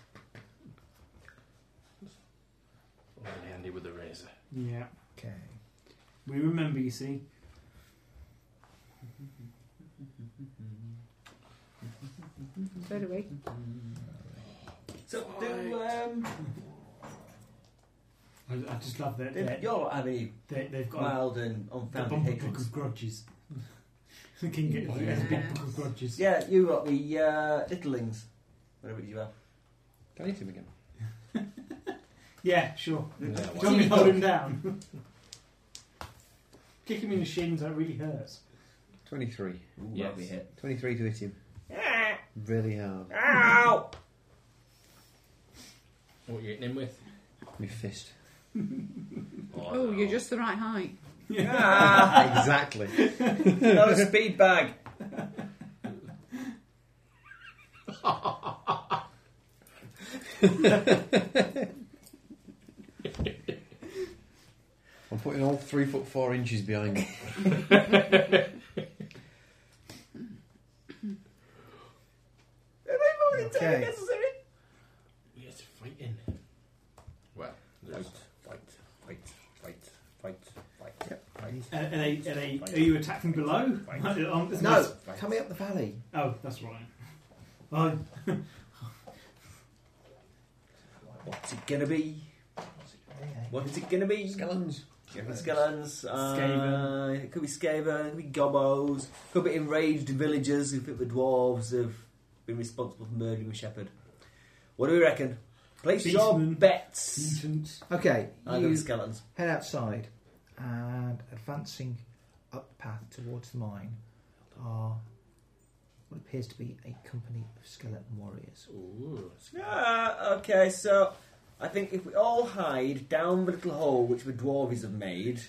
S5: Only handy with a razor.
S2: Yeah.
S6: Okay.
S2: We remember, you see.
S3: So do we.
S1: So, do, um,
S2: I, I just love that
S1: do
S2: they,
S1: you all have any
S2: they, they've got
S1: wild and
S2: a
S1: unfounded
S2: bumper book
S1: hatreds?
S2: of grudges. <laughs> the king gets has a big book of grudges.
S1: Yeah, you got the uh, littlings, whatever it is you have.
S4: Can I hit him again?
S2: Yeah, sure.
S5: No,
S2: Do you
S5: why
S2: want me to
S5: not?
S2: hold him down? <laughs> Kick him in the shins, that really hurts.
S4: 23.
S1: Ooh,
S5: Yes.
S1: that'll be
S4: <laughs>
S1: hit.
S4: 23 to hit him. Really hard.
S1: Ow!
S5: What are you hitting him with?
S4: My fist.
S3: Oh, you're just the right height.
S2: <laughs>
S1: Ah,
S4: exactly.
S1: not a speed bag.
S4: I'm putting all three foot four inches behind me.
S6: Okay.
S5: Yes, fighting. Well,
S1: Fight,
S5: just-
S1: fight, fight, fight, fight, fight, fight.
S2: Are, are, they, are, they, are you attacking below? Um, isn't
S6: No,
S2: this-
S6: coming up the valley.
S2: Oh, that's right. Oh,
S1: What's it gonna be?
S6: Yeah.
S1: What's it gonna be?
S4: Skeletons.
S1: Skelans, uh,
S2: Skaven.
S1: it could be Skaven, it could be Gobbos, could be enraged villagers who think the dwarves have been responsible for murdering the shepherd. What do we reckon? Place your
S2: Beastmen.
S1: bets.
S2: mutants.
S6: Okay,
S1: I
S6: you
S1: got skeletons.
S6: head outside and advancing up the path towards the mine are what appears to be a company of skeleton warriors.
S5: Ooh,
S1: Yeah, okay, so I think if we all hide down the little hole which the dwarves have made,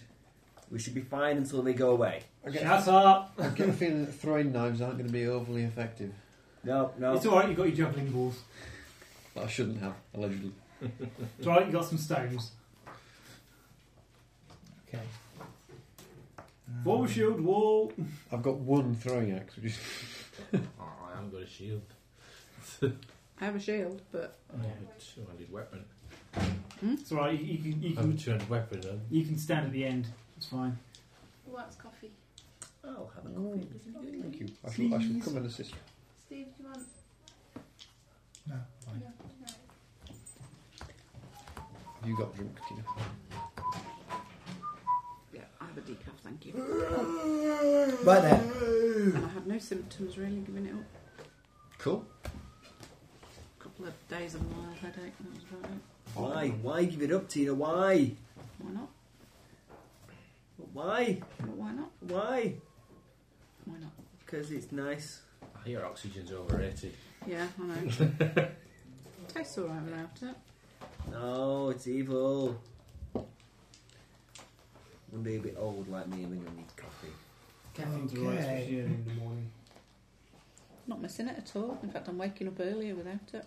S1: we should be fine until they go away.
S4: I get,
S2: Shut up!
S4: I get a feeling that throwing knives aren't going to be overly effective.
S1: No, no.
S2: It's alright, you got your juggling balls.
S4: But I shouldn't have, allegedly.
S2: It's alright, you got some stones.
S6: Okay. Um,
S2: Form shield, wall.
S4: I've got one throwing axe, which is
S5: oh, I haven't got a shield. <laughs>
S3: I have a shield, but
S2: Oh,
S5: I have a two-handed weapon.
S2: It's alright, you, you, can, you,
S5: I have a
S2: can,
S5: two-handed weapon. Huh?
S2: you can stand at the end. It's fine.
S7: Who wants coffee?
S1: I'll have a
S4: Oh,
S1: coffee.
S4: Thank you. I shall, I shall come and assist.
S7: Steve, do you want?
S6: No, fine.
S7: No, right.
S4: Have you got drink, Tina?
S3: yeah, I have a decaf, thank
S4: <gasps>
S3: you.
S6: Right then.
S3: And I had no symptoms really giving it up.
S4: Cool.
S3: A couple of days of mild headache, that was about it.
S1: Why? Why give it up, Tina? Why?
S3: Why not?
S1: Why?
S3: Well, why not?
S1: Why?
S3: Why not?
S1: Because it's nice.
S5: I hear oxygen's over <laughs> 80.
S3: Yeah, I know. <laughs> Tastes alright without it.
S1: No, it's evil. One day you'll be old like me and then you'll need coffee.
S2: Caffeine's alright,
S6: Okay.
S2: especially early in the morning.
S3: Not missing it at all. In fact, I'm waking up earlier without it.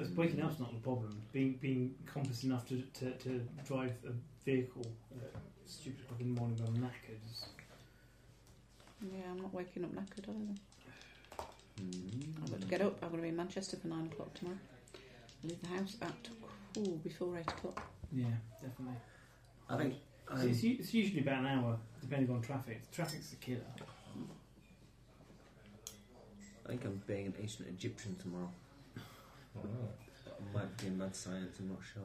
S2: It's waking up's not the problem. Being being compass enough to, to, to drive a vehicle at stupid o'clock in the morning when I'm knackered. is-
S3: Yeah, I'm not waking up knackered either.
S1: Mm.
S3: I've got to get up. I'm going to be in Manchester for nine o'clock tomorrow. Leave the house at ooh, before eight o'clock.
S2: Yeah, definitely.
S1: I think.
S2: It's,
S1: I'm,
S2: it's, u- it's usually about an hour, depending on traffic. Traffic's the killer.
S1: I think I'm being an ancient Egyptian tomorrow. I might be in mad science, I'm not sure.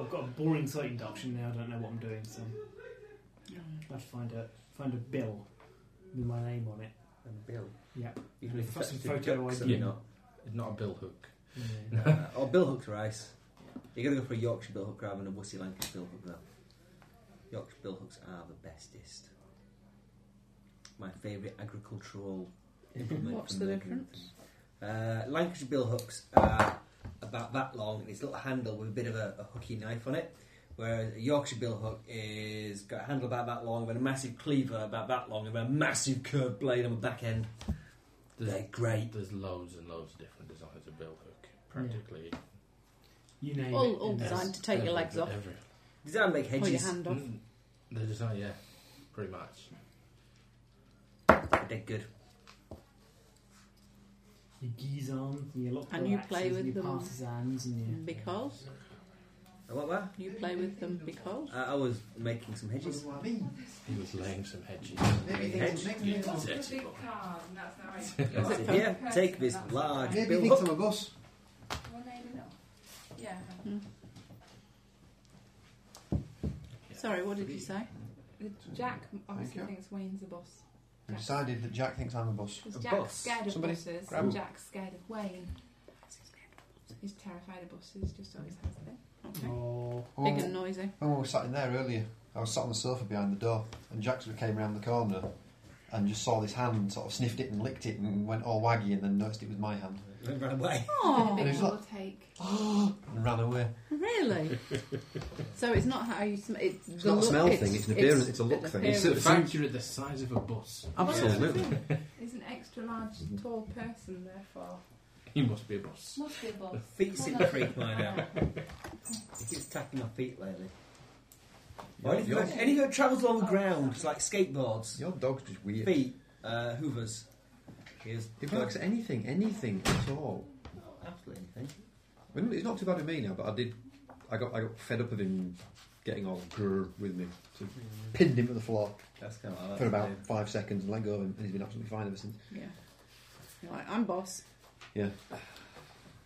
S2: I've got a boring sight induction now. I don't know what I'm doing, so I have to find a find a bill with my name on it.
S1: And Bill.
S2: Yeah.
S1: Even if
S2: Fuck
S1: it's
S2: some
S1: photo
S2: photo
S1: ducks
S2: ID.
S1: or not.
S5: Not a bill hook.
S1: Uh, <laughs> or Bill Hook's rice. You're going to go for a Yorkshire Bill Hook rather than a Wussy Lancashire Bill Hook, though. Yorkshire Bill Hooks are the bestest. My favourite agricultural implement.
S3: What's
S1: from
S3: the
S1: Lincoln.
S3: difference?
S1: Uh, Lancashire Bill Hooks are about that long, and it's a little handle with a bit of a, a hooky knife on it. Whereas a Yorkshire Bill hook is got a handle about that long, with a massive cleaver about that long, and a massive curved blade on the back end. They're great.
S5: There's loads and loads of different designs of bill hook. Practically,
S2: You name
S3: All,
S2: it.
S3: all
S2: in there.
S3: designed to take your
S5: every-
S3: legs off
S5: Every,
S1: Does that make
S3: or your
S1: hedges?
S3: hand off.
S5: Mm, the design, yeah, pretty much.
S1: They're good.
S10: Your geese on, your lock
S3: And you play with
S10: your
S3: them.
S10: partisans,
S2: Mm.
S10: and your
S3: Because
S1: Uh, What that?
S3: you play with them because.
S1: Uh, I was making some hedges.
S5: He was laying some hedges.
S1: Hedge?
S5: You
S7: It's a
S5: dirty
S7: big
S5: boy.
S7: card, and that's not right.
S1: I
S3: Was it
S1: said,
S3: fun?
S1: Here, take this
S7: That's
S1: large
S7: fine.
S1: bill
S9: Maybe
S1: hook.
S9: some of us.
S7: Well, maybe not. Yeah.
S3: Sorry, what did you say?
S7: Jack obviously
S9: you.
S7: thinks Wayne's a boss.
S9: We decided that Jack thinks I'm a boss.
S7: Because
S1: A
S7: Jack's
S1: boss?
S7: scared of
S9: Somebody
S7: buses,
S9: grab
S7: and
S9: him.
S7: Jack's scared of Wayne. He's terrified of buses, just always has been.
S3: Okay.
S2: Oh,
S9: When,
S3: Big and noisy.
S9: when we were sat in there earlier, I was sat on the sofa behind the door, and Jack sort of came round the corner and just saw this hand, and sort of sniffed it and licked it, and went all waggy, and then noticed it was my hand
S1: Then ran away.
S3: Oh,
S7: Big
S9: he's not-
S7: will take.
S9: and ran away.
S4: <laughs>
S3: really? so it's not how you sm- it's,
S4: It's
S3: the
S4: not a
S3: look-
S4: smell thing, it's an appearance, it's a look
S3: an
S4: thing.
S5: It's a
S3: appearance.
S5: factory the size of a bus.
S4: Absolutely.
S7: He's an extra large, tall person, therefore.
S5: He must be a bus.
S7: Must be a boss.
S1: The feet seem to freak mine out. It keeps tapping my feet lately. Or anything,
S9: Your-
S1: that, anything that travels along the ground, it's like skateboards,
S4: Your dog's just weird.
S1: feet, uh, hoovers. Here's
S4: He barks at anything, anything at all.
S1: absolutely anything.
S4: I mean, it's not too bad with me now, but I did. I got I got fed up of him getting all grr with me. So pinned him to the floor
S1: That's kind of like
S4: for about five seconds and let go of him, and he's been absolutely fine ever since.
S3: Yeah. You're like, I'm boss.
S4: Yeah.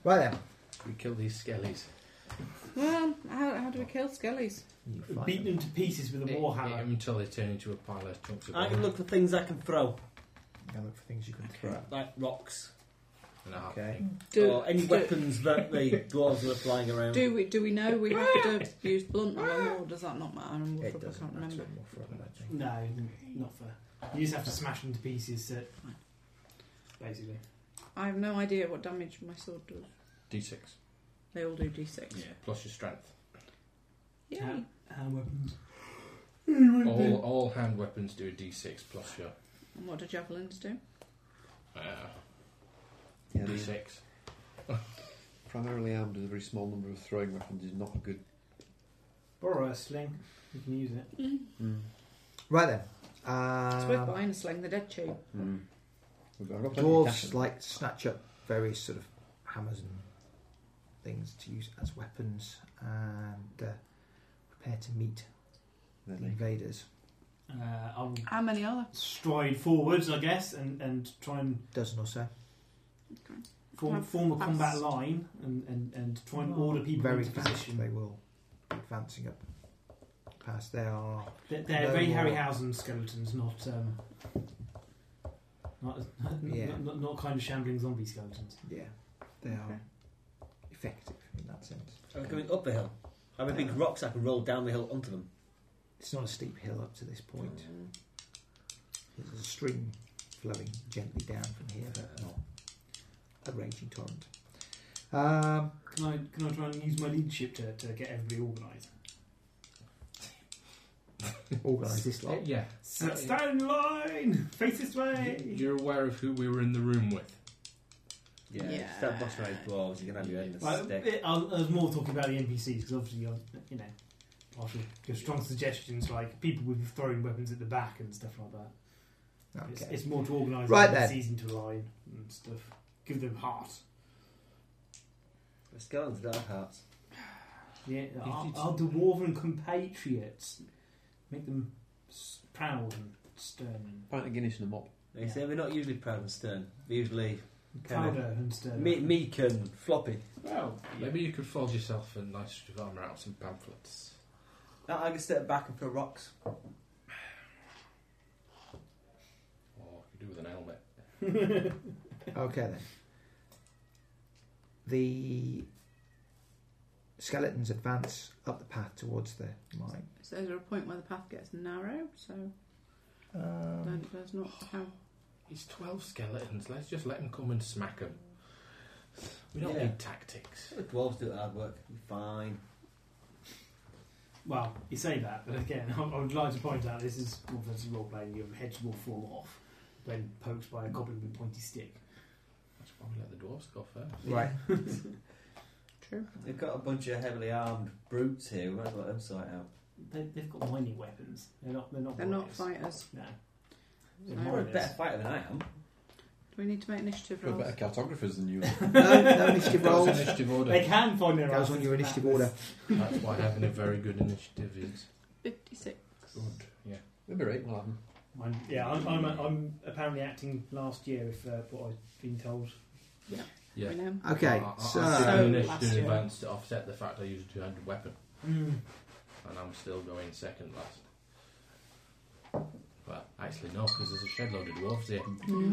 S6: Right then.
S5: We kill these skellies.
S3: Well, how, how do we kill skellies?
S6: You fight
S2: beat
S6: them.
S2: them to pieces with a
S5: Hit-
S2: war
S5: hit
S2: hammer.
S5: 'em until they turn into a pile of chunks of
S1: I can
S5: iron
S1: look for things I can throw,
S6: You gotta look for things you can throw.
S1: like rocks
S5: and a half
S6: Okay.
S5: thing.
S1: or any weapons that the <laughs> dwarves are flying around.
S3: Do we do we know we have
S4: <laughs>
S3: to use blunt or long, or does that not matter? I'm
S6: It
S3: I can't
S6: doesn't matter.
S3: remember.
S6: more for them, I think.
S2: No, not for. You just have to smash them to pieces. To, basically,
S3: I have no idea what damage my sword does.
S5: D6.
S3: They all do d6.
S5: Yeah. Plus your strength.
S3: Yeah.
S2: Yeah. hand weapons.
S5: All, all hand weapons do a D6 plus your
S3: And what do javelins do?
S5: uh,
S4: Yeah, the-
S5: D6.
S4: primarily armed with a very small number of throwing weapons is not good.
S2: Borrow a sling. You can use it.
S6: Right then.
S4: Uh,
S3: It's
S6: Um,
S3: worth buying a sling, the dead cheap.
S4: We've got, I've got plenty of
S6: Dwarves
S4: dash-
S6: like snatch up various sort of hammers and things to use as weapons and uh, prepare to meet
S4: they're
S6: the
S4: like-
S6: invaders.
S2: Uh, I'll
S3: How many are there?
S2: stride forwards, I guess, and, and try and
S6: Dozen or so.
S2: form,
S3: Have
S2: form a
S3: passed.
S2: combat line and, and, and try and order people
S6: Very
S2: into
S6: fast they
S2: position.
S6: will be advancing up past their
S2: They're, they're
S6: No
S2: very
S6: more.
S2: Harryhausen skeletons, not um, not, <laughs> not,
S6: Yeah.
S2: not not kind of shambling zombie skeletons.
S6: yeah. They are
S3: Okay.
S6: effective in that sense.
S1: I'm going up the hill. I have a big rocks I can roll down the hill onto them.
S6: It's not a steep hill up to this point. There's a stream flowing gently down from here, but not a raging torrent. Um,
S2: Can I can I try and use my leadership to, to get everybody organised?
S6: organise
S5: <laughs>
S6: this lot.
S5: yeah.
S2: So stand in line, face this way.
S5: You're aware of who we were in the room with.
S1: Yeah,
S3: Yeah.
S1: just have boss raid dwarves. You're gonna have your end of
S2: Well,
S1: stick.
S2: it, I, I was more talking about the NPCs because obviously I, you know I should give strong suggestions like people with throwing weapons at the back and stuff like that. It's,
S6: Okay.
S2: it's more to organise
S6: Right
S2: the
S6: then.
S2: NPCs into line and stuff. Give them heart.
S1: The skeletons don't have hearts.
S2: Yeah, our,
S5: it's-
S2: our dwarven compatriots. Make them s- proud and stern.
S4: pint of Guinness and a mop.
S1: They say we're not usually proud and stern. We're usually
S2: and
S1: Kind of-
S2: Prouder and stern.
S1: me- meek and floppy.
S2: Well,
S5: Maybe you could fold yourself a nice suit of armour out of some pamphlets.
S1: I I can step back and throw rocks.
S5: Or you could do with an helmet.
S2: <laughs>
S6: Okay then. The skeletons advance up the path towards the mine.
S3: So is there a point where the path gets narrow? So
S6: Um,
S3: then there's not how.
S5: It's 12 skeletons. Let's just let them come and smack them. We don't
S1: Yeah.
S5: need tactics.
S1: The dwarves do the hard work. You're fine.
S2: Well, you say that, but again, <laughs> I, I would like to point out this is more versus role playing. Your heads will fall off when poked by a goblin with a pointy stick.
S5: I should probably let the dwarves go first.
S6: Right.
S3: True.
S8: They've got a bunch of heavily armed brutes here. We might as well let them sort it out.
S2: They, they've got mining weapons. They're not. They're not.
S3: They're not
S2: warriors.
S3: fighters.
S2: No.
S3: So-
S2: They're
S3: You're
S8: You're a
S2: warriors.
S8: better fighter than I am.
S3: Do we need to make initiative
S9: You're
S3: rolls?
S9: better cartographers than you are.
S6: No,
S2: <laughs>
S6: no initiative
S5: That was
S6: rolls.
S5: initiative order.
S2: They can find their.
S6: That was
S2: asses
S6: on your
S2: in
S6: initiative
S2: that.
S6: order.
S5: That's why having a very good initiative is
S3: 56.
S5: good. Yeah.
S9: Number eight will happen.
S2: Mine, yeah, I'm, I'm, I'm apparently acting last year, if uh, what I've been told.
S5: Yeah.
S3: We know.
S6: Okay,
S5: I- I- Ah, I
S6: so-
S5: did
S3: So,
S5: an initiative
S3: last year.
S5: advance to offset the fact I used a 200 weapon,
S2: Mm.
S5: and I'm still going second last. Well, actually, no, because there's a shed load of dwarves here.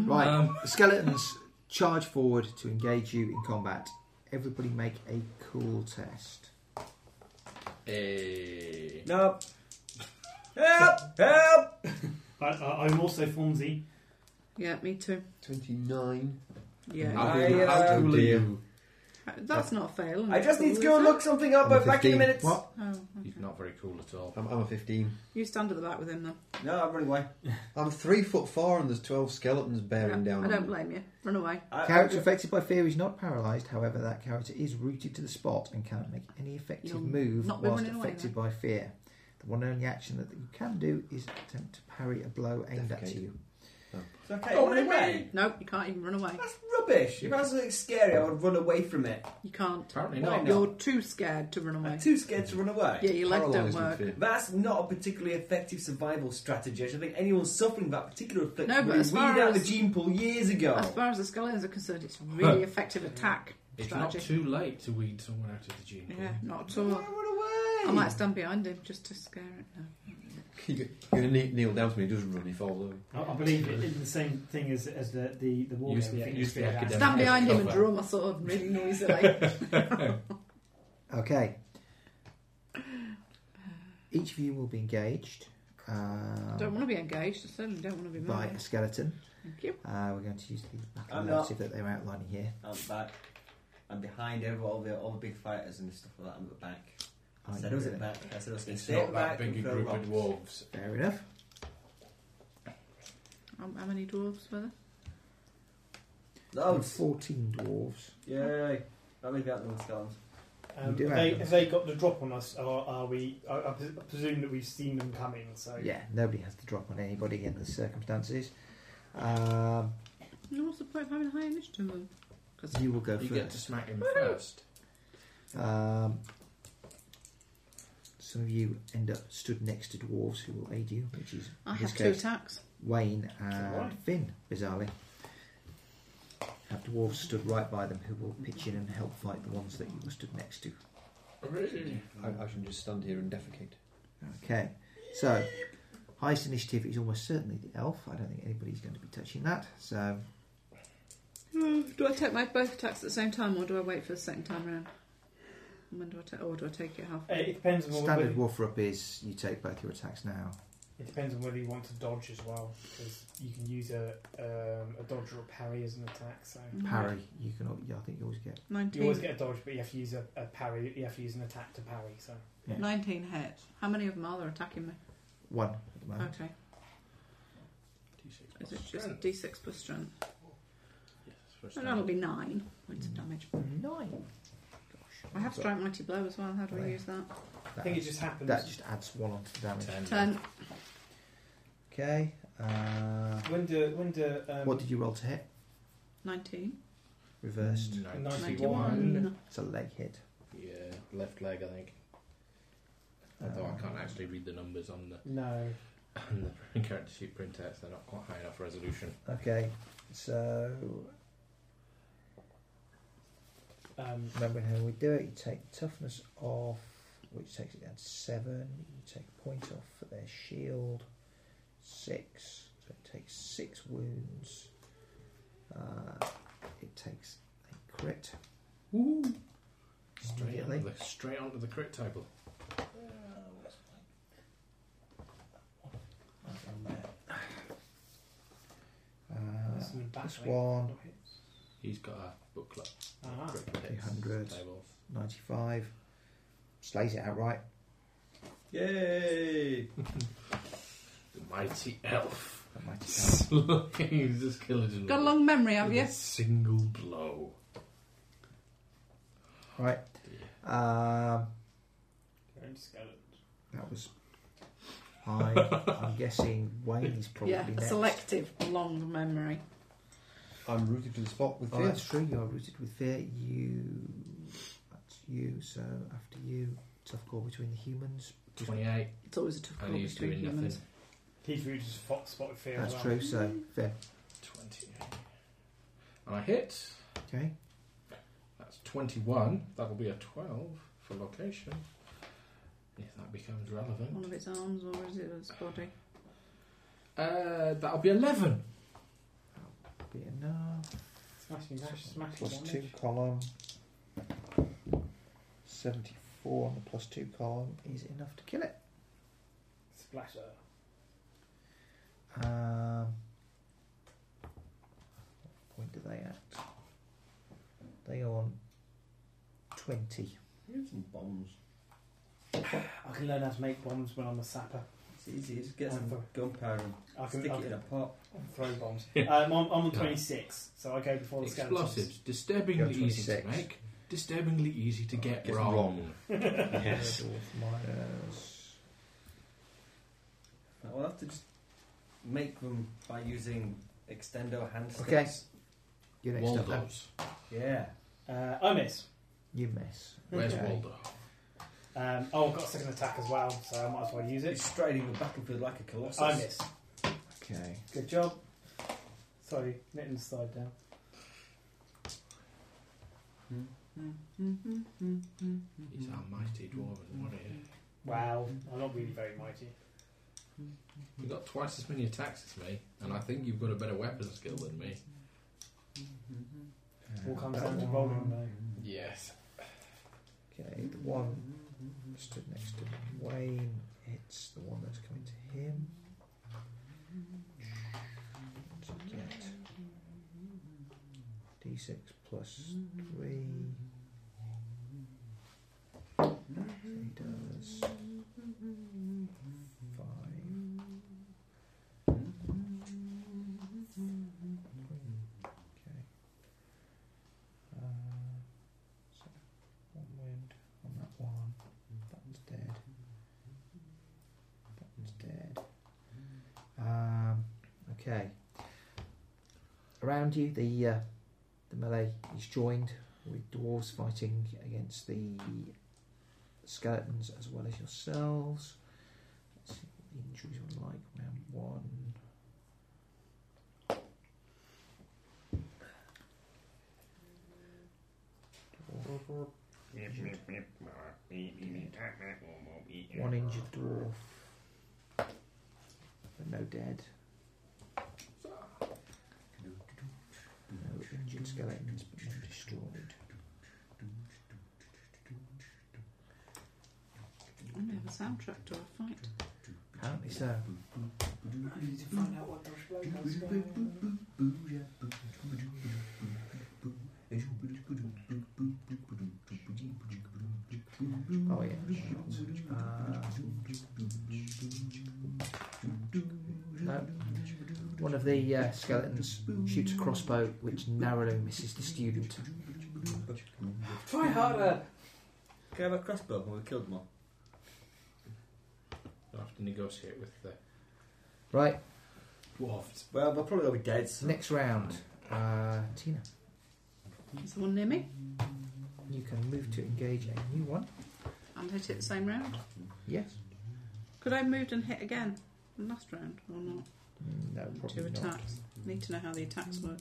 S6: Right,
S5: Um,
S6: skeletons charge forward to engage you in combat. Everybody make a cool test.
S5: Eh,
S1: No. Help! Help!
S2: I, I, I'm also Fonzie.
S3: Yeah, me too.
S9: 29.
S3: Yeah. Uh,
S5: How
S1: I,
S5: do you- how
S1: uh,
S5: do
S9: Oh,
S5: you-
S9: dear.
S3: That's not a fail.
S1: I just need to
S3: Is
S1: go and
S3: it?
S1: look something up. I'll be back in
S9: 15.
S1: a minute.
S6: What?
S3: Oh,
S5: He's
S3: okay.
S5: not very cool at all.
S9: I'm, I'm a 15.
S3: You stand at the back with him then.
S1: No, I'm running away.
S9: I'm three foot four and there's 12 skeletons bearing
S3: Yeah,
S9: down
S3: I
S9: on
S3: don't
S4: <laughs>
S9: me.
S3: blame you. Run away.
S1: I-
S6: Character affected by fear is not paralysed, however, that character is rooted to the spot and cannot make any effective
S3: You'll
S6: move
S3: not be
S6: whilst
S3: running away
S6: affected by fear. The one and only action that you can do is attempt to parry a blow aimed at
S9: Defecate.
S6: you.
S1: It's okay. Run away.
S3: No, you can't even run away.
S1: That's rubbish. If I was something scary, I would run away from it.
S3: You can't.
S5: Apparently
S1: Why
S5: not.
S1: not?
S3: You're too scared to run
S1: I'm
S3: away.
S1: too scared to run away.
S3: Yeah, your legs don't
S9: Paralysed with
S3: work.
S9: fear.
S1: That's not a particularly effective survival strategy. I should think anyone suffering that particular affliction
S3: No, but
S1: would
S3: as
S1: have weeded
S3: far
S1: out the
S3: as-
S1: gene pool years ago.
S3: As far as the skeletons are concerned, it's really effective attack
S5: It's not
S3: strategy.
S5: too late to weed someone out of the gene pool.
S3: yeah, not at
S1: Run
S3: all.
S1: away.
S3: I might stand behind him just to scare it. No.
S9: You're going to kneel down to me, he doesn't run, he falls over.
S2: I, I believe it is the same thing as, as the, the, the warrior.
S5: Use the-
S2: thing.
S5: use the academic-
S2: That-
S3: Stand behind him and
S5: Cover.
S3: draw my sword really noisily.
S6: Okay. Each of you will be engaged um,
S3: don't want to be engaged. I certainly don't want to be
S6: by
S3: mine.
S6: a skeleton.
S3: Thank you.
S6: Uh, we're going to use the back
S1: I'm
S6: narrative that they're outlining here.
S8: I'm back. I'm behind every, all the all the big fighters and stuff like that. I'm at the back. I
S6: Are
S8: said
S6: you
S8: I was at
S6: really?
S8: the back. I said I was going to
S5: It's
S8: stay at
S5: not
S8: the
S5: that
S8: back.
S5: big a
S8: and throw
S5: group of
S8: rocks.
S5: dwarves.
S6: Fair enough.
S3: Um, how many dwarves were there?
S6: And
S1: Loads.
S6: 14 dwarves.
S1: Yay. That leaves out the other skeletons.
S2: Um,
S6: You do
S2: have
S6: have
S2: they,
S6: them.
S2: have they got the drop on us, or are we? I, I pres- presume that we've seen them coming.
S8: Oh.
S2: So
S6: Yeah, nobody has to drop on anybody in the circumstances. Um,
S3: No, what's the point of having high initiative then? Because
S6: you will go
S5: You get to
S6: first.
S5: smack him first.
S6: Um, some of you end up stood next to dwarves who will aid you, which is
S3: I
S6: in this
S3: have two
S6: case
S3: attacks.
S6: Wayne and
S2: Alright.
S6: Finn, bizarrely. Have dwarves stood right by them who will pitch in and help fight the ones that you were stood next to.
S9: I, I should just stand here and defecate.
S6: Okay, so highest initiative is almost certainly the elf. I don't think anybody's going to be touching that. So
S3: Mm, Do I take my both attacks at the same time, or do I wait for the second time round? And when do I take? Or do I take it half?
S2: Uh, it depends on whether,
S6: standard wolf up is you take both your attacks now.
S2: it depends on whether you want to dodge as well, because you can use a um, a dodge or a parry as an attack. So
S6: Parry, you can. al- yeah, I think you always get.
S2: you always
S3: Nineteen.
S2: get a dodge, but you have to use a, a parry. You have to use an attack to parry. So
S6: Yeah.
S3: Nineteen hits. How many of them are there attacking me?
S6: One at the moment.
S3: Okay.
S5: D6
S3: Is
S5: plus
S3: it just
S5: strength.
S3: D6 plus strength?
S5: Yes, for
S3: So that'll
S5: strength.
S3: be nine points of damage.
S6: Nine. Gosh,
S3: I have
S6: that's-
S3: strike mighty blow as well. How do I
S6: Right.
S3: use that?
S2: I
S6: That,
S2: think it
S6: adds,
S2: just happens.
S6: that just adds one onto the damage.
S5: Ten.
S3: Ten.
S6: Okay. Uh,
S2: When do when do um,
S6: what did you roll to hit?
S3: Nineteen.
S6: Reversed.
S3: Ninety-one.
S6: It's a leg hit.
S5: Yeah, left leg, I think. Although I can't actually read the numbers on the
S2: no
S5: on the <laughs> character sheet printouts; they're not quite high enough resolution.
S6: Okay. So
S2: um,
S6: Remembering how we do it, you take toughness off, which takes it down to seven. You take a point off for their shield, six. So it takes six wounds. Uh, it takes a crit.
S5: Straight
S6: Immediately.
S5: onto the, straight onto the crit table.
S6: Uh,
S2: some back
S6: this
S2: leg.
S6: one,
S2: Not hits.
S5: He's got a booklet.
S2: Ah,
S5: Crit hits
S6: 200.
S5: Table.
S6: 95. Slays it outright.
S5: Yay! <laughs> the mighty elf. <laughs> The mighty elf. He's just killed him.
S3: Got a long memory, have
S5: With
S3: you?
S5: A single blow.
S6: Right. Um,
S2: Going to skeleton.
S6: that was. I, I'm guessing Wayne is probably
S3: yeah,
S6: next.
S3: selective long memory.
S4: I'm rooted to the spot with
S6: Oh,
S4: fear.
S6: that's true. You are rooted with fear. You. That's you. So after you, tough call between the humans.
S5: 28.
S3: It's always a tough
S5: And
S3: call
S5: he's
S3: between
S5: doing
S3: humans.
S2: He's really just fox spotted fear.
S6: That's
S2: as well.
S6: true. So fear.
S5: 28. And I hit.
S6: Okay.
S5: That's 21. That'll be a 12 for location. If that becomes relevant.
S3: One of its arms, or is it its body?
S5: Uh, that'll be 11.
S6: Be enough.
S2: Smashing, smash, smashing.
S6: Plus
S2: damage.
S6: two column. 74 on the plus two column is enough to kill it.
S2: Splatter.
S6: Um, what point do they at? They are on 20.
S1: We have some bombs.
S2: I can learn how to make bombs when I'm a sapper.
S1: It's easy. Just get some
S2: Wonderful.
S1: gunpowder
S2: I
S1: and
S2: can,
S1: stick
S2: I
S1: it in
S2: can
S1: a pot.
S2: throw
S1: <laughs>
S2: bombs. um, I'm, I'm on 26, so I go before the skeletons.
S5: Explosives. Disturbingly
S6: You're
S5: easy to
S6: 26.
S5: make. Disturbingly easy to get
S11: gets
S5: wrong.
S11: wrong. yes.
S6: Dwarf minus.
S1: Right, We'll have to just make them by using extendo hand sticks.
S6: Okay. You're next up. then.
S5: Waldo's.
S1: Yeah.
S2: <laughs> Uh, I miss.
S6: You miss.
S5: Where's
S6: Okay.
S5: Waldo?
S2: Um, oh, I've got a second attack as well, so I might as well use
S1: He's
S2: it.
S1: striding the battlefield like a colossus.
S2: I miss.
S6: Okay.
S2: Good job. Sorry, knitting's side down.
S5: He's our mighty dwarven warrior.
S2: Wow, I'm not really very mighty.
S5: You've got twice as many attacks as me, and I think you've got a better weapon skill than me.
S2: All comes
S6: Uh, that
S2: down to
S6: one.
S2: rolling though.
S5: Yes.
S6: Okay, the one stood next to Wayne, it's the one that's coming to him. To get d6 plus 3. So he does 5. Okay. Uh, so one wound on that one. That one's dead. That one's dead. Um, okay. Around you, the uh, the melee is joined with dwarves fighting against the skeletons as well as yourselves. Let's see what the injuries were like round one. One injured dwarf. But no dead. No injured skeletons, but no destroyed.
S3: I'm going to have a soundtrack to a fight.
S6: Apparently so.
S2: I need to find out what those blowguns go. Mm.
S6: Oh yeah. Uh,
S2: Uh,
S6: no. One of the uh, skeletons shoots a crossbow, which narrowly misses the student.
S2: Try harder.
S1: Can I have a crossbow when we killed them all?
S5: You'll have to negotiate with the
S6: Right,
S3: <laughs>
S5: dwarves.
S1: Well, they'll probably all be dead. So.
S6: next round. Uh, Tina,
S3: Is the one near me?
S6: you can move to engage a new one.
S3: And hit it the same round.
S6: Yes.
S3: Could I have moved and hit again in the last round or not?
S6: No,
S3: Two
S6: Uh, probably not.
S3: attacks. Need to know how the attacks work.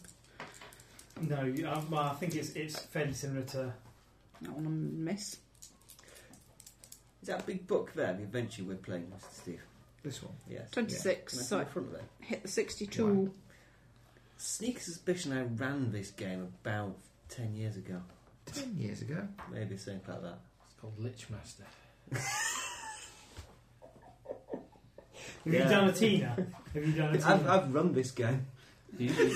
S2: No, you- um, I think it's it's fairly similar to.
S3: Not want to miss.
S1: Is that big book there, the adventure we're playing, Mr. Steve?
S6: This one.
S1: Yes. Can
S3: 26,
S1: I
S3: so
S1: sit in front of it?
S3: hit the 62.
S1: Sneak suspicion I ran this game about 10 years ago.
S6: Ten years ago.
S1: Maybe something like that.
S5: It's called Lichmaster.
S2: Have you
S1: Yeah.
S2: done a Tina? Have you done a Tina?
S1: I've, I've run this game.
S6: There you go.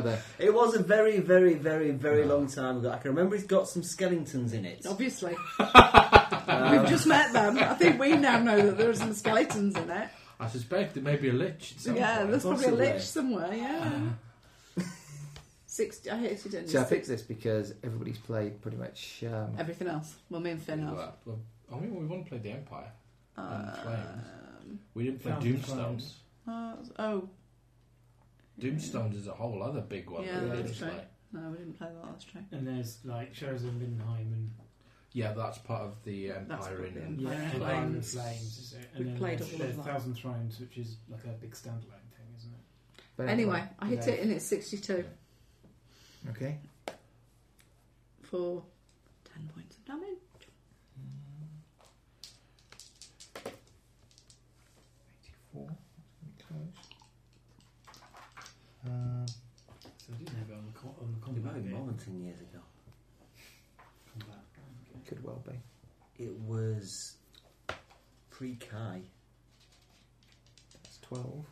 S6: There.
S1: It was a very, very, very, very long time ago. I can remember it's got some skeletons in it.
S3: Obviously.
S1: Uh,
S12: Um,
S3: We've just met them. I think we now know that there are some skeletons in it.
S5: I suspect there may be a lich.
S3: So yeah, there's probably a
S5: Possibly.
S3: lich somewhere. Yeah. Six. I hate you didn't.
S13: So I
S3: six,
S13: picked this because everybody's played pretty much. Um,
S3: everything else. Well, me and Finn uh, have.
S5: Well, well, I mean, we want to play the Empire. and Flames.
S3: Um,
S5: We didn't play
S2: Fountain
S5: Doomstones.
S2: Flames.
S3: uh, oh,
S5: Doomstones is a whole other big one.
S3: yeah,
S5: that we
S3: that's
S5: didn't
S3: true.
S5: play.
S3: No, we didn't play that. That's true.
S2: And there's like Shadows of Mindenheim and
S5: Yeah, that's part of the Empire
S3: probably
S5: in
S3: Yeah,
S2: yeah,
S3: Flames.
S2: and then Flames. is it? And
S3: We've
S2: then
S3: played
S2: there's
S3: all of
S2: the
S3: that.
S2: Thousand Thrones, which is like a big standalone thing, isn't it?
S13: but
S3: Anyway, I hit
S2: Yeah.
S3: it and it's 62
S6: Okay.
S3: for 10 points
S2: <laughs>
S3: of damage.
S6: Four. That's gonna be close. Um,
S2: So I didn't have it on the, co- on the
S12: It might
S2: combat.
S12: have been
S2: bit.
S12: more than 10 years ago.
S2: Combat.
S6: could well be.
S12: It was pre Kai.
S6: That's twelve.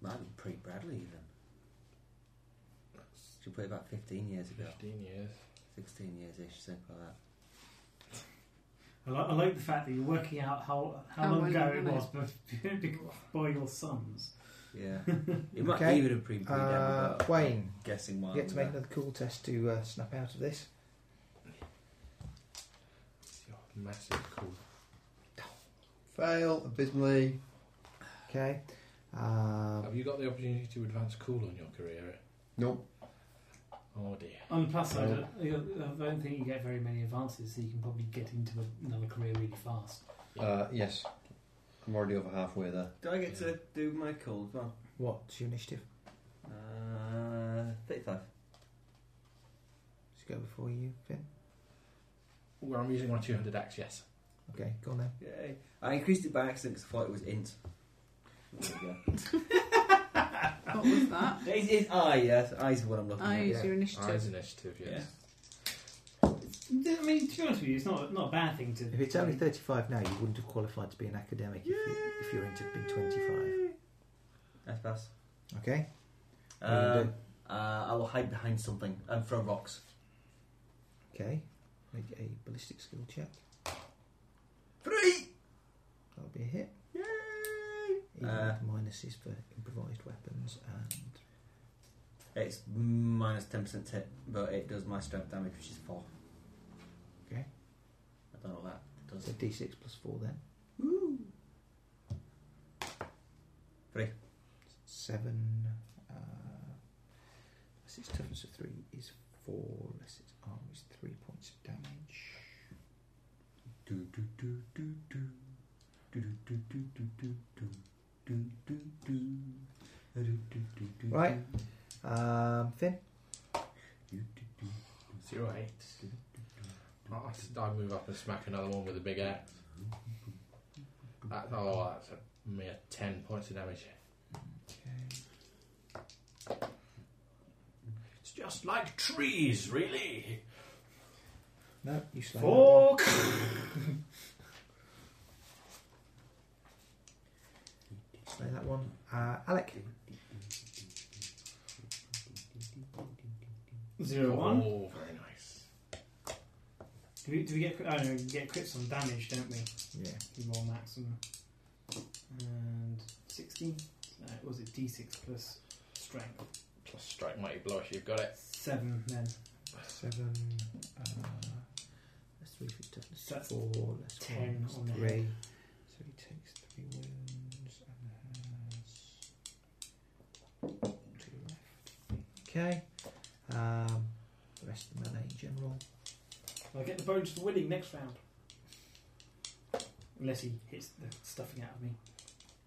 S12: Might have been pre Bradley even. Should we put it about 15 years ago?
S5: 15 years.
S12: 16 years ish, something like that.
S2: I, like, I like the fact that you're working out how how,
S3: How
S2: long
S3: well
S2: ago
S3: you
S2: it
S3: know.
S2: was <laughs> be- by your sons.
S5: <laughs>
S12: Yeah. It might
S6: Okay.
S12: be even pre pre
S6: Uh, Wayne,
S12: guessing why.
S6: you get to
S12: I'm
S6: make another cool test to uh, snap out of this.
S5: Your massive cool.
S4: Fail abysmally.
S6: Okay. Um,
S5: Have you got the opportunity to advance cool on your career?
S4: Nope.
S5: Oh dear.
S2: On the plus side, I don't- I don't think you get very many advances, so you can probably get into another career really fast.
S4: Uh, yes. I'm already over halfway there.
S1: Do I get to do my cold as well?
S6: What's your initiative?
S1: Uh, 35.
S6: Let's go before you, Finn.
S5: Well, I'm using my 200 axe, yes.
S6: Okay, go on then.
S1: Yay. I increased it by accident because I thought it was int. There we go.
S3: What was that?
S1: It's, it's I, yes. I's the one I'm looking
S3: I use
S6: yeah.
S3: your
S5: Eyes
S3: initiative.
S5: initiative, yes.
S2: I mean, to be honest with you, it's not not a bad thing to.
S6: If it's only 35 now, you wouldn't have qualified to be an academic if, you, if you're into being 25.
S1: at. I pass.
S6: Okay. What do you
S1: Um,
S6: do?
S1: uh, I will hide behind something and throw rocks.
S6: Okay. Make a ballistic skill check.
S1: Three!
S6: That'll be a hit.
S1: Yay!
S6: Even
S1: Uh,
S6: with E, minuses for improvised weapons and
S1: It's minus 10% hit, but it does my strength damage, which is 4.
S6: Okay.
S1: I don't know what that does.
S6: so d6 plus 4 then.
S1: Three.
S6: 7. Uh, less its toughness of 3 is 4, less its arm is 3 points of damage.
S5: Do, do, do, do, do. Do, do, do, do, do, do, do. Do, do, do. Do, do, do, do,
S6: Right. Um, Finn?
S5: do, do, do. Zero eight. Oh, I s- I move up and smack another one with a big axe. That, oh, that's a mere 10 points of damage.
S6: Okay.
S5: It's just like trees, really.
S6: No, you slay that one.
S2: Four.
S6: Play that one. Uh, Alec,
S2: Zero one.
S5: Oh, very nice.
S2: Do we, do we get? Oh no, we get crits on damage, don't we?
S6: yeah,
S2: Do more maximum. And sixteen. No, what was it D six plus strength?
S5: Plus strike mighty blush, you've got it.
S2: Seven then.
S6: seven. Uh, that's three for toughness.
S2: So that's
S6: four. That's
S2: ten
S6: one, that's
S2: on the
S6: three.
S2: head.
S6: So he takes three wounds and has two left. Okay. Um, the rest of the melee in general.
S2: I get the bonus for winning next round. Unless he hits the stuffing out of me.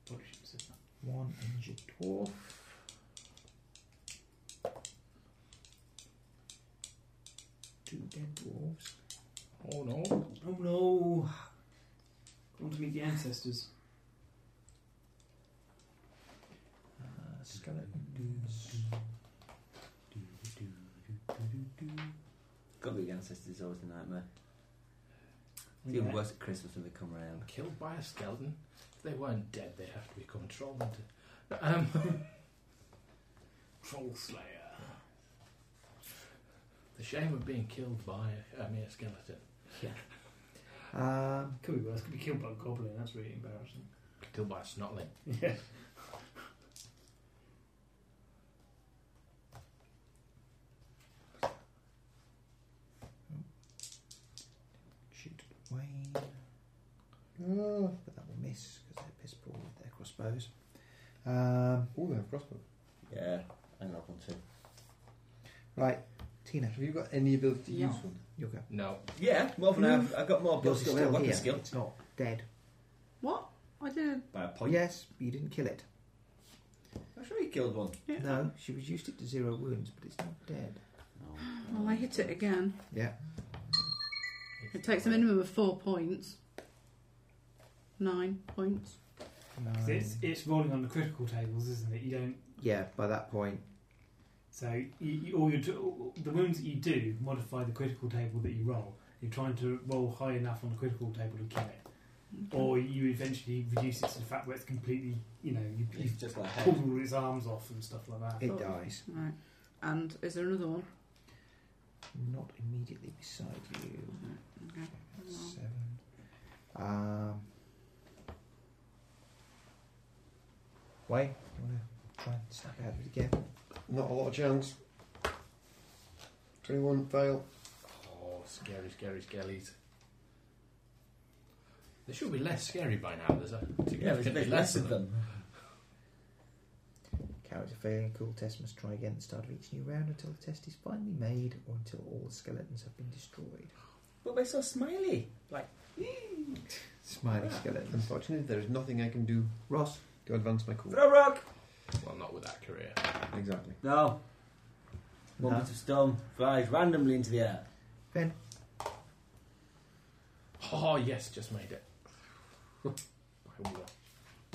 S2: Probably shouldn't have said that.
S6: One injured dwarf. Two dead dwarves.
S5: Oh no.
S2: Oh no! I want to meet the ancestors.
S6: Uh,
S2: Mm.
S6: skeletons.
S12: Got the ancestors is always a nightmare. It's
S2: Yeah.
S12: even worse at Christmas when they come round.
S5: Killed by a skeleton. If they weren't dead, they'd have to be controlled. Um,
S2: Troll Slayer.
S5: the shame of being killed by a, a mere skeleton.
S6: Um,
S2: could be worse. Could be killed by a goblin. That's really embarrassing.
S5: Killed by a snotling.
S2: Yeah.
S6: Shoot Wayne. Oh, but that will miss because they're piss poor with their crossbows. Um,
S4: oh, they have crossbows.
S14: Yeah, I love one too.
S6: Right, Tina.
S4: Have you got any ability to
S6: Yeah.
S4: use one?
S6: You'll go.
S5: No.
S1: Yeah, well,
S6: Mm.
S1: now I've, I've got more
S6: Yours
S1: blood
S6: is
S1: skill than weapon
S6: here.
S1: skill.
S6: It's not dead.
S3: What? I did.
S1: By a point.
S6: Yes, but you didn't kill it.
S1: I'm sure he killed one.
S3: Yeah.
S6: No, she reduced it to zero wounds, but it's not dead.
S3: Well, Oh. I hit it again.
S6: Yeah.
S3: It takes a minimum of four points. Nine points.
S2: 'Cause It's
S6: Nine.
S2: it's rolling on the critical tables, isn't it? You don't.
S6: Yeah, by that point.
S2: So you, you, all your the wounds that you do modify the critical table that you roll. You're trying to roll high enough on the critical table to kill it, or you eventually reduce it to the fact where it's completely. You know, you, you
S14: It's just like
S2: pull all its arms off and stuff like that.
S6: It
S3: Thought-
S6: dies.
S3: Right. And is there another one?
S6: Not immediately beside you.
S3: Okay.
S6: Seven. Um, Wayne, you want to try and snap out of it again?
S4: Not a lot of chance. 21 fail.
S5: Oh, scary, scary skellies. They should be less scary by now. There's a
S1: Yeah, there's a
S5: significantly
S1: bit
S5: less of them.
S6: Character failing a cool test must try again at the start of each new round until the test is finally made or until all the skeletons have been destroyed.
S1: But we're so smiley. Like,
S6: Smiley
S5: Ah,
S6: skeletons.
S4: Unfortunately, there is nothing I can do
S6: Ross,
S4: to advance my call.
S1: throw rock!
S5: Well, not with that career.
S4: Exactly.
S1: No. One
S6: No.
S1: bit of stone flies randomly into the air.
S6: Ben,
S5: Oh, yes, just made it. <laughs> By one.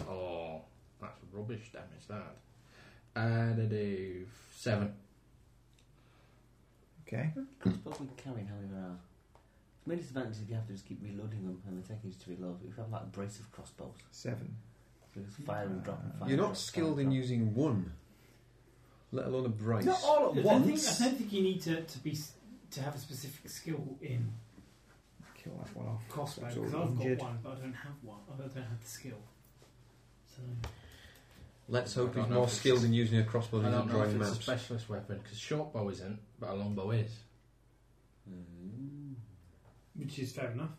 S5: oh, that's rubbish damage, that. And I do seven.
S6: okay.
S2: Hmm.
S14: I suppose we carry how many there are. The main disadvantage is you have to just keep reloading them and they're taking you to reload. If you have like a brace of crossbows,
S6: Seven.
S14: so just fire and drop and fire. and
S4: You're not
S14: drop,
S4: skilled
S14: fire
S4: in
S14: and
S4: using one, let alone a brace.
S1: Not
S5: oh!
S1: all
S2: I
S1: at
S2: don't, think,
S1: once.
S2: I don't think you need to, to be s- to have a specific skill in
S6: Kill that one off.
S2: crossbow
S6: That's
S2: because
S6: all
S2: I've
S6: injured.
S2: got one, but I don't have one. I don't have the skill. So
S4: Let's
S5: I
S4: hope
S5: don't
S4: he's
S5: know
S4: more
S5: if it's-
S4: skilled in using a crossbow
S5: I
S4: than
S5: don't know if
S4: drawing
S5: it's a
S4: maps.
S5: specialist weapon, because short bow isn't, but a long bow is.
S14: drop. Mm.
S2: which is fair enough.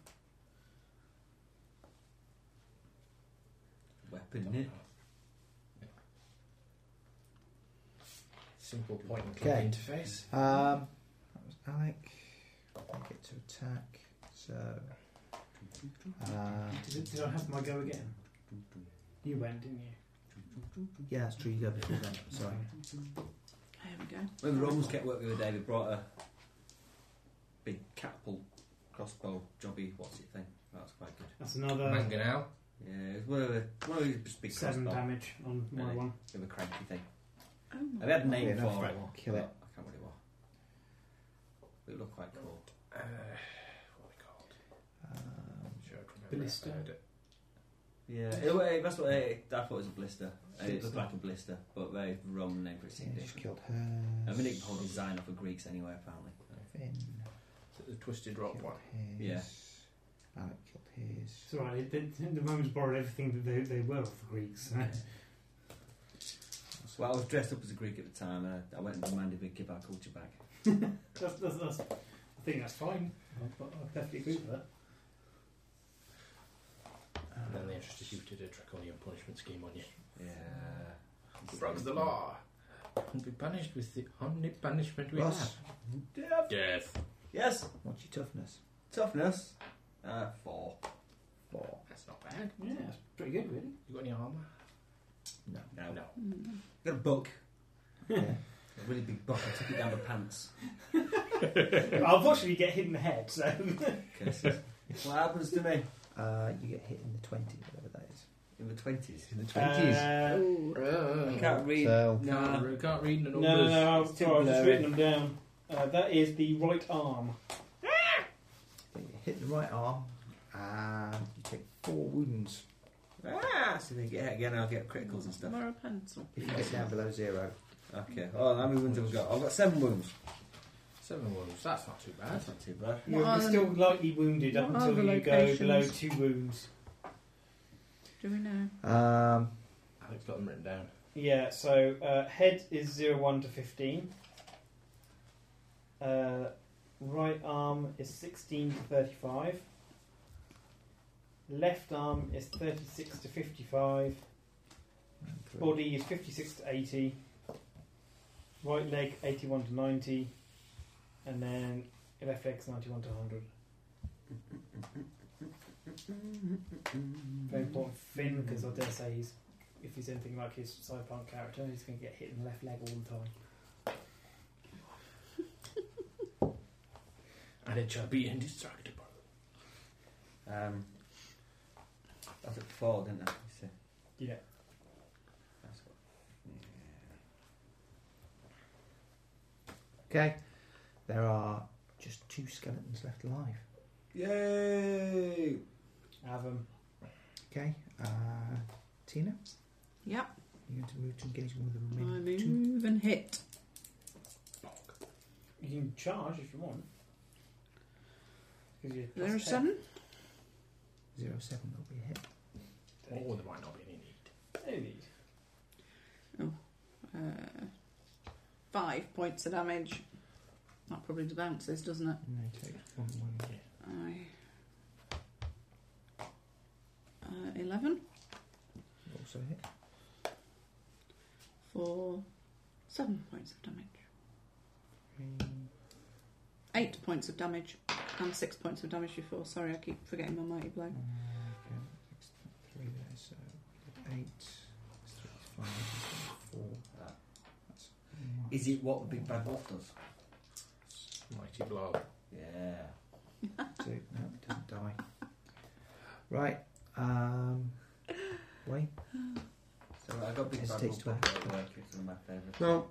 S14: Weapon, innit?
S5: Simple point and click
S6: Okay.
S5: interface.
S6: Um, that was Alec. I get to attack. So. Uh,
S2: Did, did I have my go again?
S1: Mm-hmm.
S2: You went, didn't you?
S6: yeah, that's true. You go before then. Sorry.
S3: Here we go.
S1: When the Romans kept work the other day, they brought a big catapult crossbow jobby, what's it thing? That was quite good.
S2: That's another
S5: Mangan out.
S1: Yeah, it was one of the one of these just big
S2: seven
S1: crossbow.
S2: damage on my
S1: Really?
S2: one.
S1: It was a cranky thing.
S3: Oh
S1: And they had a
S6: Probably
S1: name
S6: enough
S1: for
S6: to
S1: it.
S6: kill it.
S1: I can't remember what it was. It looked quite cool.
S5: Uh, what are they called?
S6: Um,
S5: Sure, I can remember if I
S2: Ballista.
S5: heard it.
S1: Yeah, it, it, that's what it, I thought it was a blister. And it looked
S2: Blister.
S1: like a blister, but they Roman name for it
S6: yeah,
S1: seemed
S6: just
S1: different.
S6: killed her.
S1: I mean, it whole design off of Greeks anyway, apparently.
S6: Finn
S5: Is it the twisted rock
S6: killed
S5: one.
S6: his.
S1: Yeah.
S6: Alec killed his.
S2: It's alright, the, the Romans borrowed everything that they, they were off the Greeks.
S1: Yeah. Well, I was dressed up as a Greek at the time, and I, I went and demanded we give our culture back.
S2: That's, that's, that's, I think that's fine. I, I perfectly agree with that.
S5: And then they instituted a draconian punishment scheme on you.
S1: Yeah.
S5: Who broke the law? Won't be punished with the only punishment we
S6: Ross,
S1: Death.
S5: have. Death.
S1: Yes,
S6: what's your toughness?
S1: toughness. Uh, four.
S6: Four.
S5: That's not bad.
S2: Yeah, that's pretty good, really.
S5: You got any armour?
S6: No.
S1: No.
S5: No.
S3: Mm.
S1: Got a book.
S6: Yeah.
S1: A really big book. I took it down my pants.
S2: I'll unfortunately get hit in the head, so.
S1: Curses. <laughs> what happens to me?
S6: Uh, you get hit in the 20, whatever that is.
S1: In the 20s.
S4: In the 20s.
S2: Uh,
S3: Ooh.
S1: I can't read.
S4: Fail.
S1: Nah.
S5: Can't, can't read the
S2: no,
S5: numbers.
S2: no, no, I've,
S1: It's too
S2: sorry, I've just
S1: blurry.
S2: written them down. Uh, that is the right arm.
S6: You get hit in the right arm, and you take four wounds
S1: Ah, so then get, again, I'll get criticals and stuff.
S3: Where a pencil?
S6: if you get down below zero.
S1: Okay. Oh, how many wounds have I got? I've got seven wounds.
S5: Seven wounds. That's not too bad. That's
S1: not too bad.
S2: You're
S3: What
S2: still
S3: are-
S2: lightly wounded up
S3: what are
S2: until
S3: the
S2: you go below
S3: locations?
S2: two wounds.
S3: Do we know?
S5: Uh,
S6: Um,
S5: Alex got them written down.
S2: Yeah, so uh, head is 01 to 15. Uh, right arm is 16 to 35. Left arm is 36 to 55. Body is 56 to 80. Right leg 81 to 90. And then left leg's 91 to 100. Very important for Finn because I dare say he's, if he's anything like his cyberpunk character, he's going to get hit in the left leg all the time.
S5: And it shall be indestructible.
S1: Um, I was at four, didn't I? So
S2: Yeah.
S1: that's what.
S6: Okay. There are just two skeletons left alive.
S1: Yay!
S2: Have um, 'em.
S6: Okay. Uh, Tina,
S3: Yep.
S6: you're going to move to engage one of the
S3: I
S6: remaining two.
S3: move and hit.
S2: You can charge if you want. 'Cause you're plus
S3: There are
S2: 10.
S3: seven.
S6: Zero seven, that'll be a hit.
S5: Oh, there might not be any need.
S2: No need.
S3: Uh, five points of damage. That probably bounces, doesn't it?
S6: And they take one, one.
S3: I. Uh, 11
S6: Also a hit.
S3: for 7 points of damage. 8 points of damage and 6 points of damage before. Sorry, I keep forgetting my mighty blow.
S6: Uh, okay. Six, Three there, so eight. That's three, that's five, that's four. That's one.
S1: Is it what the Big Bad Wolf does?
S5: Mighty blow.
S1: Yeah.
S6: Two. No, it doesn't die. Right. Um, wait.
S1: So I got Big
S6: It
S1: Bad
S6: takes
S1: Wolf back at work. It's one of my favourites.
S4: No.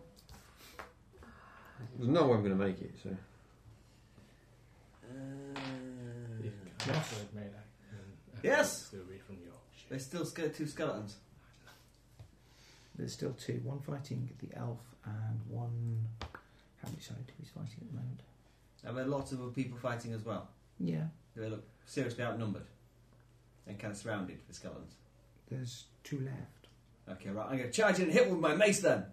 S4: There's no way I'm going to make it, so.
S5: You can't
S1: Uh,
S6: Yes.
S5: have made that. Mm,
S1: Yes.
S5: Still read from Yorkshire.
S1: There's still ske- two skeletons.
S6: There's still two. One fighting the elf, and one. Haven't decided who he's fighting at the moment.
S1: There were lots of other people fighting as well.
S6: Yeah.
S1: They look seriously outnumbered and kind of surrounded with skeletons.
S6: There's two left.
S1: Okay, right. I'm going to charge in and hit with my mace then.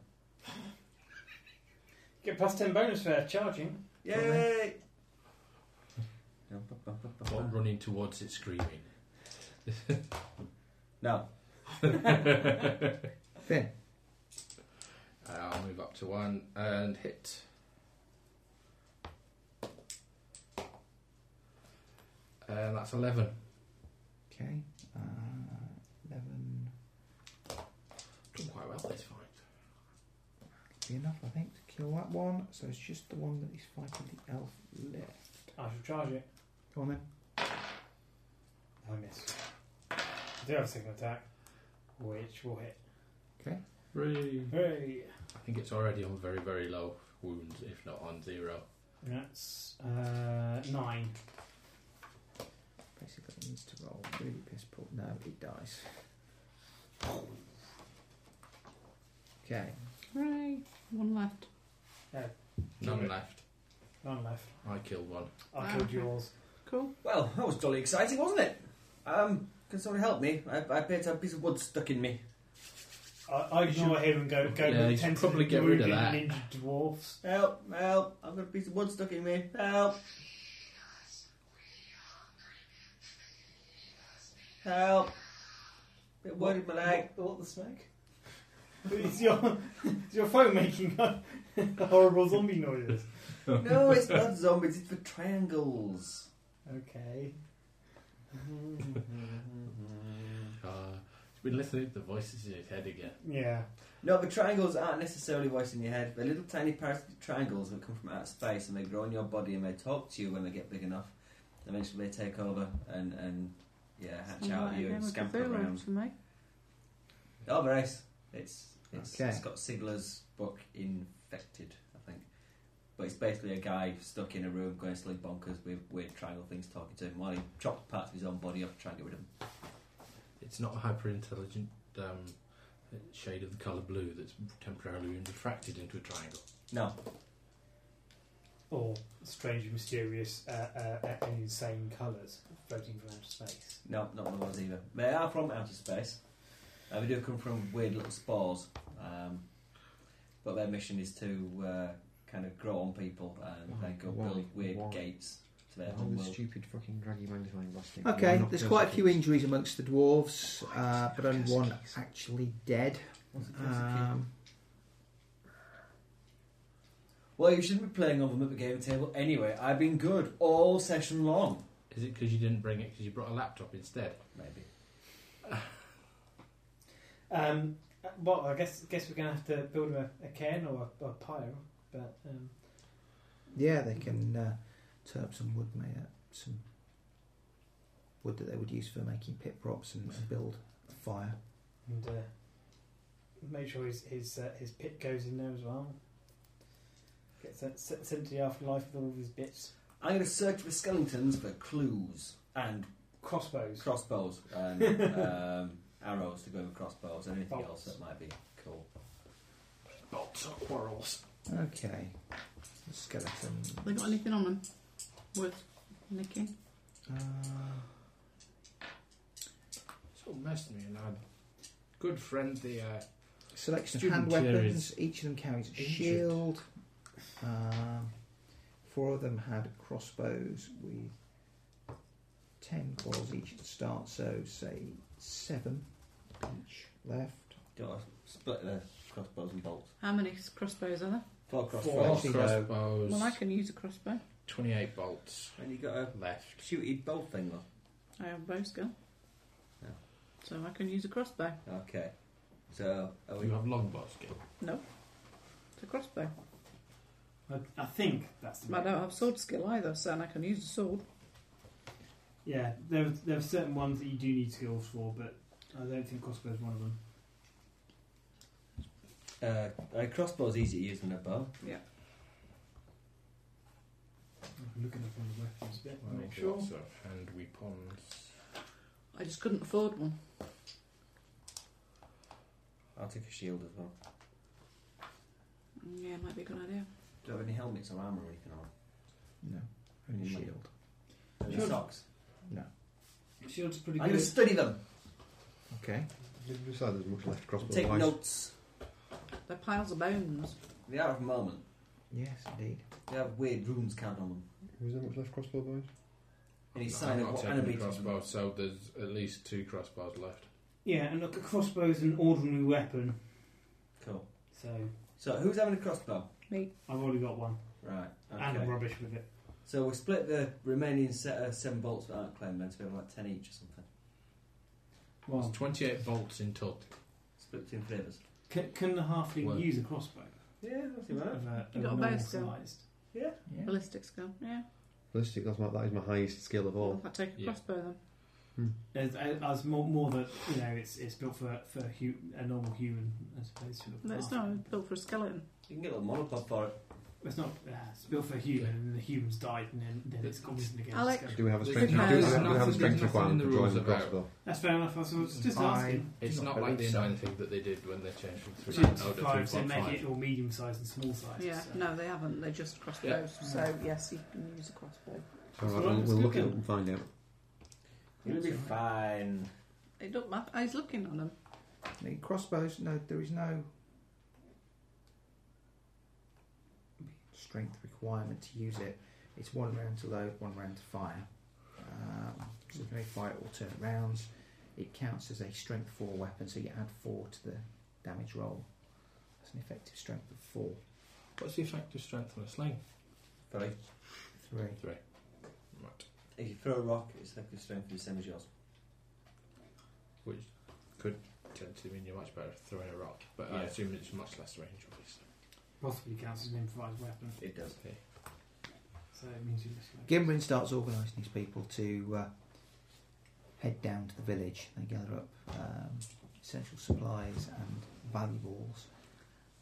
S2: Get plus 10 bonus for charging.
S1: Yay!
S5: Not running towards it screaming.
S1: No.
S6: Finn.
S5: Uh, I'll move up to one and hit. And that's 11.
S6: Okay. Uh, Eleven.
S5: Done quite well this fight.
S6: Be enough, I think, to kill that one. So it's just the one that he's fighting the elf left.
S2: I shall charge it.
S6: Go on then.
S2: I miss. I do have a second attack, which will hit.
S5: Three.
S2: Hey.
S5: I think it's already on very, very low wounds, if not on zero.
S2: That's uh, 9.
S6: Basically, it needs to roll really piss poor. No, it dies. Okay.
S3: Hooray! One left.
S5: None
S2: Okay.
S5: left.
S2: 9 left.
S5: I killed one.
S2: I
S3: Ah,
S2: killed
S3: okay.
S2: yours.
S3: Cool.
S1: Well, that was jolly exciting, wasn't it? Um, can someone help me? I, I appear to have a piece of wood stuck in me.
S2: I, I ignore him and go, go
S5: Yeah, you
S2: to the
S5: should
S2: tent
S5: probably
S2: of
S5: get rid of
S2: wounded
S5: that.
S2: and injured dwarfs.
S1: Help, help. I've got a piece of wood stuck in me. Help. Help. Bit of wood in my leg.
S2: What, what the <laughs> snake? is, your, is your phone making <laughs> horrible zombie noises?
S1: No, it's not zombies, it's for <laughs> triangles.
S2: Okay.
S5: Uh, he's been listening to the voices in his head again.
S2: Yeah.
S1: No, but triangles aren't necessarily voice in your head. They're little tiny parasitic triangles that come from outer space and they grow in your body and they talk to you when they get big enough. Eventually they take over and, and yeah, hatch out at you and scamper around.
S3: for me.
S1: Oh, very nice. It's, it's
S6: Okay.
S1: Scott Sigler's book, Infected, I think. But it's basically a guy stuck in a room going slightly bonkers with weird triangle things talking to him while he chops parts of his own body off to try and get rid of them.
S5: It's not a hyper intelligent um, shade of the colour blue that's temporarily refracted into a triangle.
S1: No.
S2: or strange, mysterious, uh, uh, and insane colours floating from outer space.
S1: No, not one of those either. They are from outer space. Uh, they do come from weird little spores. Um, but their mission is to uh, kind of grow on people and
S15: Why?
S1: they go
S15: Why?
S1: build weird
S15: Why?
S1: gates to their
S15: All
S1: whole
S15: the
S1: world.
S15: stupid fucking draggy magnifying glass thing.
S6: Okay,
S15: Knocked
S6: there's
S15: us
S6: quite a
S15: off
S6: few
S15: it.
S6: injuries amongst the dwarves, uh, but only one actually dead. Um,
S1: Well, you shouldn't be playing over them at the game table anyway. I've been good all session long.
S5: Is it because you didn't bring it because you brought a laptop instead?
S1: Maybe.
S2: Um, uh, well, I guess guess we're going to have to build a, a cairn or a, a pyre, but um,
S6: yeah, they can uh, turn up some wood, made up some wood that they would use for making pit props and, and build a fire.
S2: and uh, make sure his his, uh, his pit goes in there as well. Get sent, sent sent to the afterlife with all of his bits.
S1: I'm going to search for skeletons for clues and
S2: Crossbows.
S1: crossbows
S15: <laughs>
S1: and um, arrows to go with crossbows and anything
S2: Bolts.
S1: else that might be cool.
S5: Bolts or quarrels.
S6: Okay, the skeleton.
S3: They got anything on them worth nicking?
S6: Uh,
S5: It's all messed me, and our good friend, the uh,
S6: selection of
S5: Student
S6: hand
S5: here
S6: weapons.
S5: is
S6: Each of them carries a
S5: injured.
S6: shield. Um, four of them had crossbows with ten claws each at the start, so say seven each left.
S1: Do I split the crossbows and bolts?
S3: How many s- crossbows are there?
S1: Four
S5: four
S1: crossbows.
S6: Actually, no.
S5: crossbows,
S3: Well, I can use a crossbow.
S5: 28 bolts
S1: And you got a
S5: left.
S1: shooty bolt thing though.
S3: I have a bow skill.
S1: Yeah.
S3: So I can use a crossbow.
S1: Okay. So are we
S5: You have longbow skill.
S3: It's a crossbow.
S2: I, I think that's the
S3: But I don't have sword skill either, so and I can use a sword.
S2: Yeah, there, are- there are certain ones that you do need skills for, but I don't think crossbow is one of them.
S1: Uh, a crossbow's easier to use than a bow.
S2: I'm looking up on the weapons a bit. I'm
S5: Make
S2: not Oh, sure.
S5: Lots of hand weapons.
S3: I just couldn't afford one.
S1: I'll take a shield as well.
S3: Mm, Yeah, might be a good idea.
S1: Do you have any helmets or armour or anything on?
S6: No, only a
S1: Shield.
S6: shield.
S1: Any
S2: Shield.
S1: socks.
S2: Shield's pretty
S1: I'm
S2: good.
S1: going to study them.
S6: Okay.
S4: Did we decide there's much left crossbow
S1: Take
S4: wise?
S1: notes.
S3: They're piles of bones.
S1: They are at the moment.
S6: Yes, indeed.
S1: They have weird runes carved on them.
S4: Was there much left crossbow wise?
S1: Any
S5: I'm
S1: sign of
S5: not
S1: what
S5: taking
S1: animated
S5: crossbow, so there's at least two crossbows left.
S2: Yeah, and look, a crossbow is an ordinary weapon,
S1: Cool.
S2: so
S1: So who's having a crossbow?
S2: I've already got one.
S1: Right.
S2: And I'm
S1: Okay.
S2: rubbish with it.
S1: So we split the remaining set of seven bolts that aren't claimed then, so we have like ten each or something.
S2: Well,
S5: There's 28 bolts in total.
S1: Split between three of us.
S2: can, can the halfling
S5: Well-
S2: use a crossbow?
S1: Yeah, nothing
S2: Of a,
S3: You
S2: of
S3: got a bow
S2: normal
S3: still.
S2: sized?
S6: Yeah.
S3: Ballistic skill. Yeah.
S4: Ballistic, that's my, that is my highest skill of
S1: Oh.
S4: all.
S3: I'll take a
S5: Yeah.
S3: crossbow then.
S2: As, as more, more that you know, it's it's built for for hu- a normal human as opposed to a
S3: No, it's
S1: Ah.
S2: halfling.
S3: not built for a skeleton.
S1: You can get a little monopod for it.
S2: It's not. Uh, it's built for a human, and the humans died, and then, then it's gone against.
S3: Alec-
S2: the
S4: Do we have a
S5: There's
S4: strength? Do we
S3: nothing-
S4: have, do we have a
S5: nothing-
S4: strength
S5: there's nothing in
S4: requirement
S5: the
S4: for drawing
S5: rules
S4: the
S5: about-
S4: crossbow?
S2: That's fair enough. I was I was just
S6: I-
S2: asking.
S5: It's
S6: Do
S5: not,
S6: not
S5: like the
S6: believe so.
S5: annoying thing that they did when they changed from
S2: Two
S5: 3
S2: to
S5: out to
S2: five, so make
S5: 3.5.
S2: it all medium sized and small sized.
S3: Yeah,
S2: so.
S3: no, they haven't. They're just crossbows. So, yes, you can use a crossbow.
S4: All right,
S2: Well,
S4: we'll,
S2: it's
S4: we'll
S2: good
S4: look it
S2: then.
S4: up and find out.
S1: You'll be fine.
S3: It don't matter. He's looking on them.
S6: The crossbows. No, there is no strength requirement to use it. It's one round to load, one round to fire. Um, so if they fire alternate rounds, it counts as a strength four weapon. So you add four to the damage roll. That's an effective strength of four,
S5: What's the effective strength on a sling?
S1: Three.
S6: three.
S5: Three. Right.
S1: If you throw a rock, it's like your strength is the same as yours.
S5: Which could tend to mean you're much better at throwing a rock, but I
S1: Yeah.
S5: assume it's much less range, obviously.
S2: Possibly counts as an improvised weapon,
S1: It does.
S2: so it means you just. Like, <laughs>
S6: Gimrin starts organising these people to uh, head down to the village. They gather up um, essential supplies and valuables,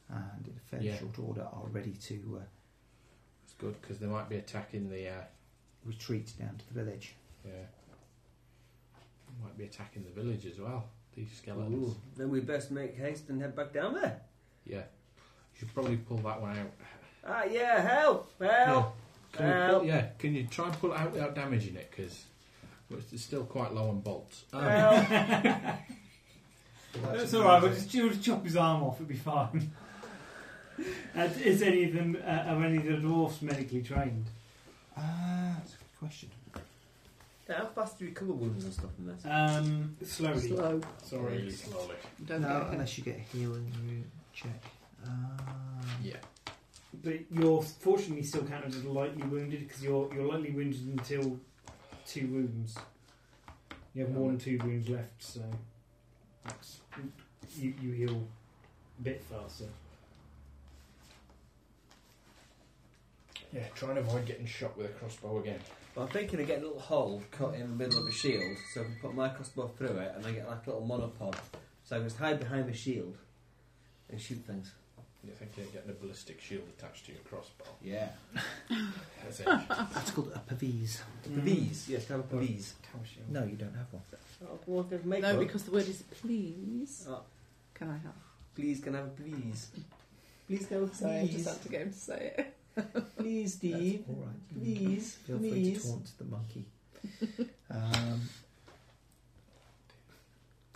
S6: and in a fairly
S5: Yeah.
S6: short order are ready to uh,
S5: It's good because they might be attacking the. Uh,
S6: retreat down to the village.
S5: yeah. They might be attacking the village as well, these skeletons.
S1: Ooh, Then we best make haste and head back down there.
S5: Yeah. You should probably pull that one out.
S1: Ah, yeah, help,
S2: Oh.
S1: help,
S5: Can we
S1: help.
S5: pull, yeah, can you try and pull it out without damaging it? Because it's still quite low on bolts. Um,
S2: Well. That's all right. We'll just we'll just chop his arm off. It'll be fine. <laughs> Uh, is any of them uh, are any of the dwarfs medically trained?
S9: Ah, that's a good question.
S1: Yeah, How fast do you cover wounds and stuff in this?
S2: Um, slowly.
S1: Slow.
S2: Sorry.
S5: Really slowly.
S1: Don't
S6: no,
S1: get it.
S6: unless you get a healing root check. Um,
S5: yeah.
S2: But you're fortunately still counted as lightly wounded because you're you're lightly wounded until two wounds. You have more than two wounds left, so that's- you you heal a bit faster.
S5: Yeah, try and avoid getting shot with a crossbow again.
S1: Well, I'm thinking of getting a little hole cut in the middle of a shield, so if I put my crossbow through it, and I get like a little monopod, so I can just hide behind the shield and shoot things.
S5: You're thinking of getting a ballistic shield attached to your crossbow.
S1: Yeah.
S5: That's <laughs> it.
S6: That's called a pavise.
S1: The
S3: Mm.
S1: bees, Mm. yes, to have a bees.
S6: No, you don't have one.
S1: Oh, well, I can make
S3: No,
S1: one.
S3: because the word is please.
S1: Oh.
S3: Can I have?
S1: Please, can I have a please? Please, can I have a
S3: Sorry, I
S1: please?
S3: just had to get him to say it.
S1: Please, Steve.
S6: All right.
S1: <laughs> Please,
S6: Feel free to
S1: please.
S6: taunt
S1: <laughs>
S6: the monkey. Um,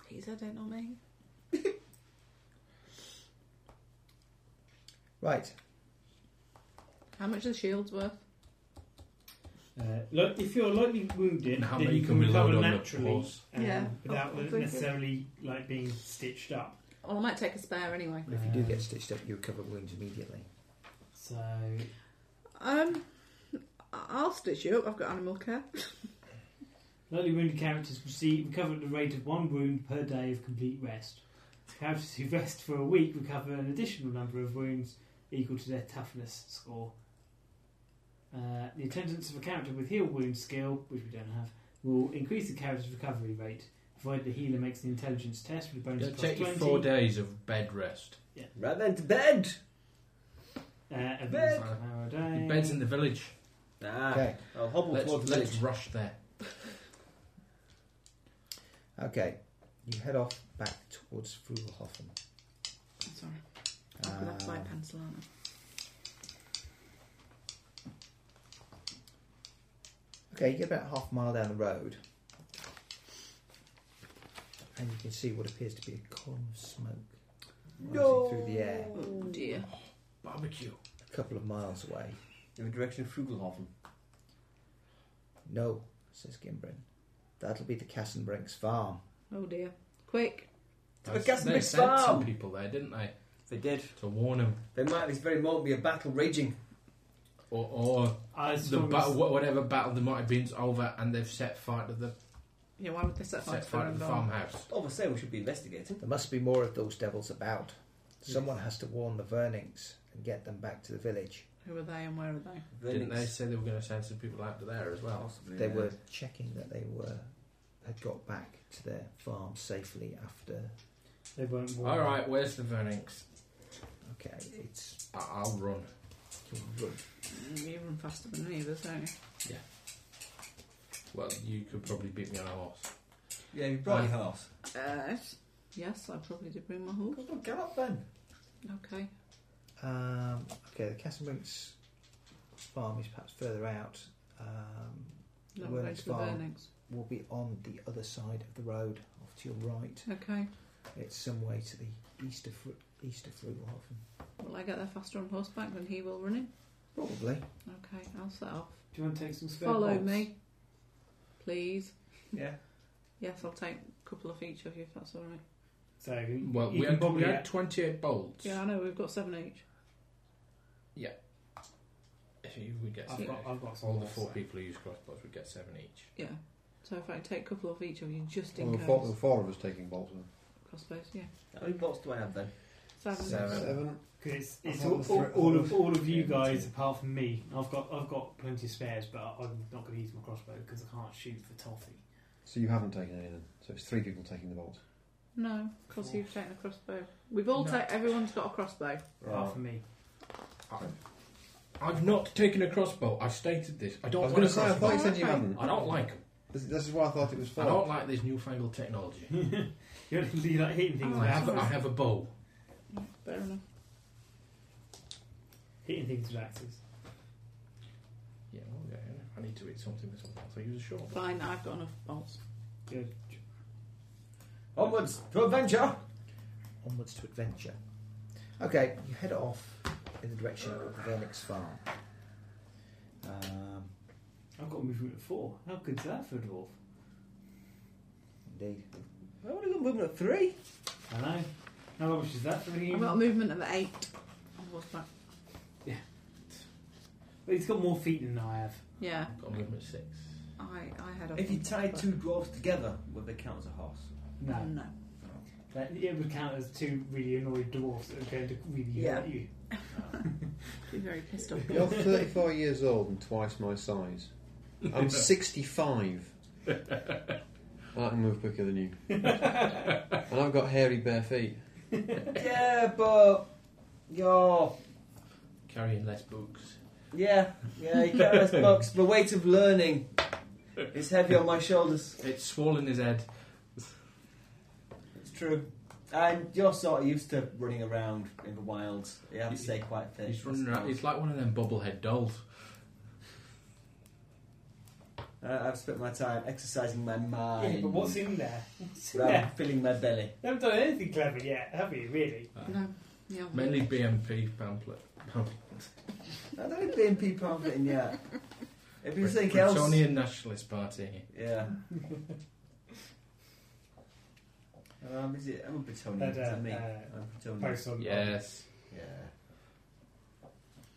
S3: Please, I don't know me.
S6: right.
S3: How much are the shields worth?
S2: Uh, look, if you're lightly wounded,
S5: And how
S2: then
S5: many
S2: you
S5: can
S2: can
S5: we
S2: recover
S5: load on the
S2: naturally
S5: horse?
S2: um,
S3: Yeah.
S2: without
S3: Oh,
S2: necessarily like being stitched up.
S3: Well, I might take a spare anyway.
S6: But if you do
S2: Um,
S6: get stitched up, you recover wounds immediately.
S2: So
S3: Um, I- I'll stitch you up. I've got animal care.
S2: lightly wounded characters receive recover at the rate of one wound per day of complete rest. Characters who rest for a week recover an additional number of wounds equal to their toughness score. Uh, the attendance of a character with heal wound skill, which we don't have, will increase the character's recovery rate, provided the healer makes an intelligence test with a bonus
S5: It'll
S2: plus
S5: take you
S2: twenty.
S5: four days of bed rest.
S1: Right then, to bed!
S2: Uh, every
S1: Bed.
S2: hour a
S5: Your
S2: day.
S5: bed's in the village.
S1: Nah,
S6: Okay.
S1: Ah, I'll hobble
S5: Let's,
S1: towards the
S5: let's
S1: village.
S5: rush there.
S6: Okay. You head off back towards Frugelhofen.
S3: I'm sorry, I've left my
S6: Um,
S3: pencil on. it.
S6: okay, you get about half a mile down the road. And you can see what appears to be a column of smoke rising through the air
S3: Oh dear.
S5: Barbecue.
S6: a couple of miles away.
S1: In the direction of Frugelhofen.
S6: No, says Gimbrin. That'll be the Cassenbrinks farm.
S3: Oh dear. Quick.
S1: To
S5: I-
S1: the Gasmix
S5: they sent some
S1: farm.
S5: people there, didn't they?
S1: They did.
S5: To warn them.
S1: There might at this very moment be a battle raging.
S5: Or, or
S2: I
S5: the ba- wha- whatever battle there might have been's over and they've set fire to the,
S3: Yeah, why would they set fire
S5: set
S3: to their
S5: fire to
S3: own
S5: the
S3: barn?
S5: farmhouse.
S1: All the same, Oh, we should be investigating.
S6: There must be more of those devils about. Someone has to warn the Vernings and get them back to the village.
S3: Who are they and where are they?
S5: Didn't they
S1: Vernix.
S5: say they were going to send some people out to there as well?
S1: Possibly,
S6: They
S1: yeah.
S6: were checking that they were had got back to their farm safely after.
S2: They weren't warm.
S5: All right, where's the Vernix?
S6: Okay, it's
S5: I- I'll run.
S3: Mm, You run faster than me, there's don't you?
S5: Well, you could probably beat me on a horse.
S1: Yeah, you brought
S5: Uh,
S1: your horse.
S3: Uh, yes, I probably did bring my horse.
S1: Well, get up then.
S3: Okay.
S6: um, okay. The Castlebrink's farm is perhaps further out. Um,
S3: No,
S6: The
S3: we're going
S6: Vernix
S3: to the
S6: farm.
S3: Vernings.
S6: will be on the other side of the road, off to your right.
S3: Okay.
S6: It's some way to the east of Fru- east of Frugelhofen.
S3: Will I get there faster on horseback than he will running?
S6: Probably.
S3: Okay, I'll set off.
S2: Do you want to take some spare
S3: Follow
S2: bolts?
S3: me, please.
S1: Yeah.
S3: Yes, I'll take a couple of each of you if that's all right.
S2: So
S5: Well, we
S2: you
S5: had,
S2: can
S5: we
S2: probably
S5: had 28 bolts.
S3: Yeah, I know we've got seven each.
S5: If you would get
S2: I've
S5: seven,
S2: got, I've got some
S5: all the
S2: bolts.
S5: four people who use crossbows would get seven each.
S3: Yeah. So if I take a couple of each of you, just
S9: Well,
S3: in
S9: there were four,
S3: case.
S9: there were four of us taking bolts. weren't
S3: Crossbows, yeah.
S1: How many bolts do I have then?
S3: Seven.
S9: there?
S5: Seven.
S9: Seven.
S2: 'Cause it's, it's
S9: I've
S2: all,
S9: got
S2: all,
S9: three-
S2: all of all of you
S9: Yeah, me
S2: guys
S9: too.
S2: apart from me. I've got I've got plenty of spares, but I- I'm not going to use my crossbow because I can't shoot for toffee.
S9: So you haven't taken any then. So it's three people taking the bolts.
S3: No, because you've taken a crossbow. We've all
S2: No.
S3: taken. Everyone's got a crossbow.
S2: Apart from me, <laughs>
S5: I've not taken a crossbow. I've stated this. I
S9: I
S5: don't
S9: was going
S5: want a
S9: to say, I
S5: crossbow.
S9: thought you said you
S3: Okay.
S9: hadn't.
S5: I don't like 'em.
S9: This, this is why I thought it was
S5: I don't
S9: four.
S5: like this newfangled technology.
S2: you're only like hitting things.
S3: Oh,
S5: I
S2: with
S5: have,
S2: apples.
S5: I have a bow.
S3: Fair enough.
S2: hitting things with axes.
S5: Yeah, okay. I need to eat something with something else. I use a short. one.
S3: Fine, I've got enough bolts.
S2: Good.
S1: Onwards to adventure.
S6: Onwards to adventure. Okay, you head off in the direction of the Vernix farm. Um,
S2: I've got movement at four. How good's that for a dwarf?
S6: indeed.
S1: I would have got movement at three.
S2: I know. How much is that for the
S3: I've got a movement of eight. on horseback.
S2: Yeah. Well, he's got more feet than I have.
S3: Yeah,
S5: Got movement six.
S3: I, I had a.
S1: If you tied two dwarves together, would they count as a horse?
S2: No.
S3: No.
S2: That, it would count as two really annoyed dwarfs that are going to really
S3: Yeah.
S2: hurt you. <laughs>
S3: Be very pissed off.
S4: You're 34 years old and twice my size.
S9: <laughs>
S4: I'm 65. And I can move quicker than you. and I've got hairy bare feet.
S1: yeah, but you're
S5: Carrying less books.
S1: yeah, yeah. You can't rest books. The weight of learning is heavy on my shoulders.
S5: It's swollen his head.
S1: It's true. And you're sort of used to running around in the wilds. You have to stay quite fit.
S5: He's running around. He's like one of them bobblehead dolls.
S1: Uh, I've spent my time exercising my mind.
S2: Yeah, but what's in there? What's in
S1: rather than
S5: <laughs>
S2: there?
S1: filling my belly.
S2: You haven't done anything clever yet, have you, really?
S3: No. Yeah.
S5: Uh, Mainly BMP pamphlet. pamphlet.
S1: I don't have BNP pumping yet. If you think else,
S5: Bretonian Nationalist Party.
S1: yeah. <laughs> Um, is it, I'm a Bretonian,
S2: That,
S1: is
S2: uh,
S1: that me?
S2: uh,
S1: I'm Bretonian.
S2: Post on
S5: Yes.
S1: Yeah.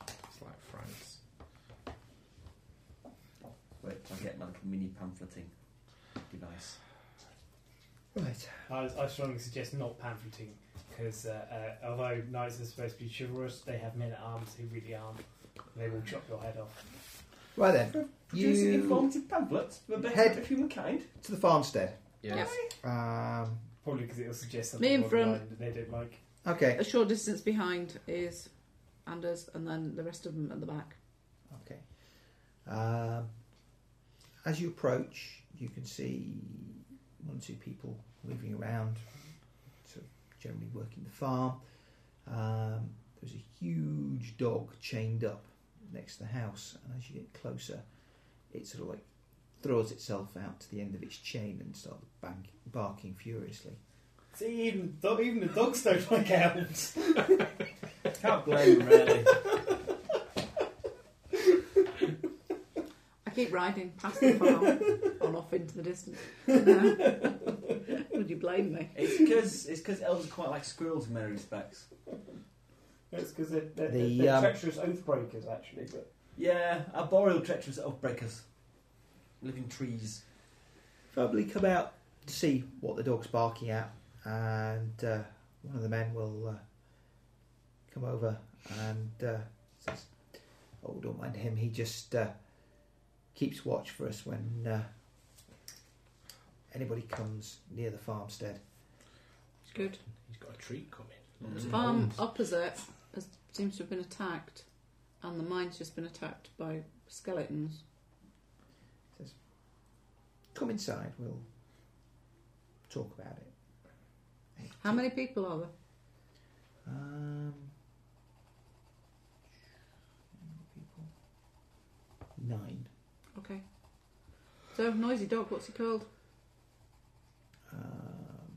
S5: It's like France.
S1: Wait, I'll get my little mini pamphleting device.
S6: Right.
S2: I, I strongly suggest not pamphleting because uh, uh, although knights are supposed to be chivalrous, they have men at arms who really aren't. They will chop your head off.
S6: Right then,
S1: Producing
S6: You-
S1: informative pamphlets for the benefit
S6: Head-
S1: of humankind.
S6: to the farmstead.
S5: Yes.
S6: Um,
S2: Probably because it'll suggest
S3: Me
S2: something
S3: in
S2: more
S3: front.
S2: that they don't like.
S6: okay.
S3: A short distance behind is Anders, and then the rest of them at the back.
S6: Okay. Um, as you approach, you can see one or two people moving around, sort of generally working the farm. Um, there's a huge dog chained up next to the house, and as you get closer, it sort of like throws itself out to the end of its chain and starts bank- barking furiously.
S2: See, even do- even the dogs don't like elves.
S1: <laughs> Can't blame them, really.
S3: I keep riding past the <laughs> farm on off into the distance. No. Would you blame me?
S1: It's because it's because elves are quite like squirrels in many respects.
S2: That's because they're, they're,
S6: The,
S2: they're
S6: um,
S2: treacherous oath breakers, actually. But
S1: Yeah, arboreal treacherous oathbreakers. Live in trees.
S6: probably come out to see what the dog's barking at, and uh, one of the men will uh, come over and uh, says, "Oh, don't mind him. He just uh, keeps watch for us when uh, anybody comes near the farmstead."
S5: He's
S3: Good.
S5: Got, he's got a treat coming.
S1: Mm.
S3: Farm opposite has, seems to have been attacked, and the mine's just been attacked by skeletons.
S6: Come inside. We'll talk about it.
S3: How many people are there?
S6: Um, people. Nine.
S3: Okay. So noisy dog. What's he called?
S6: Um,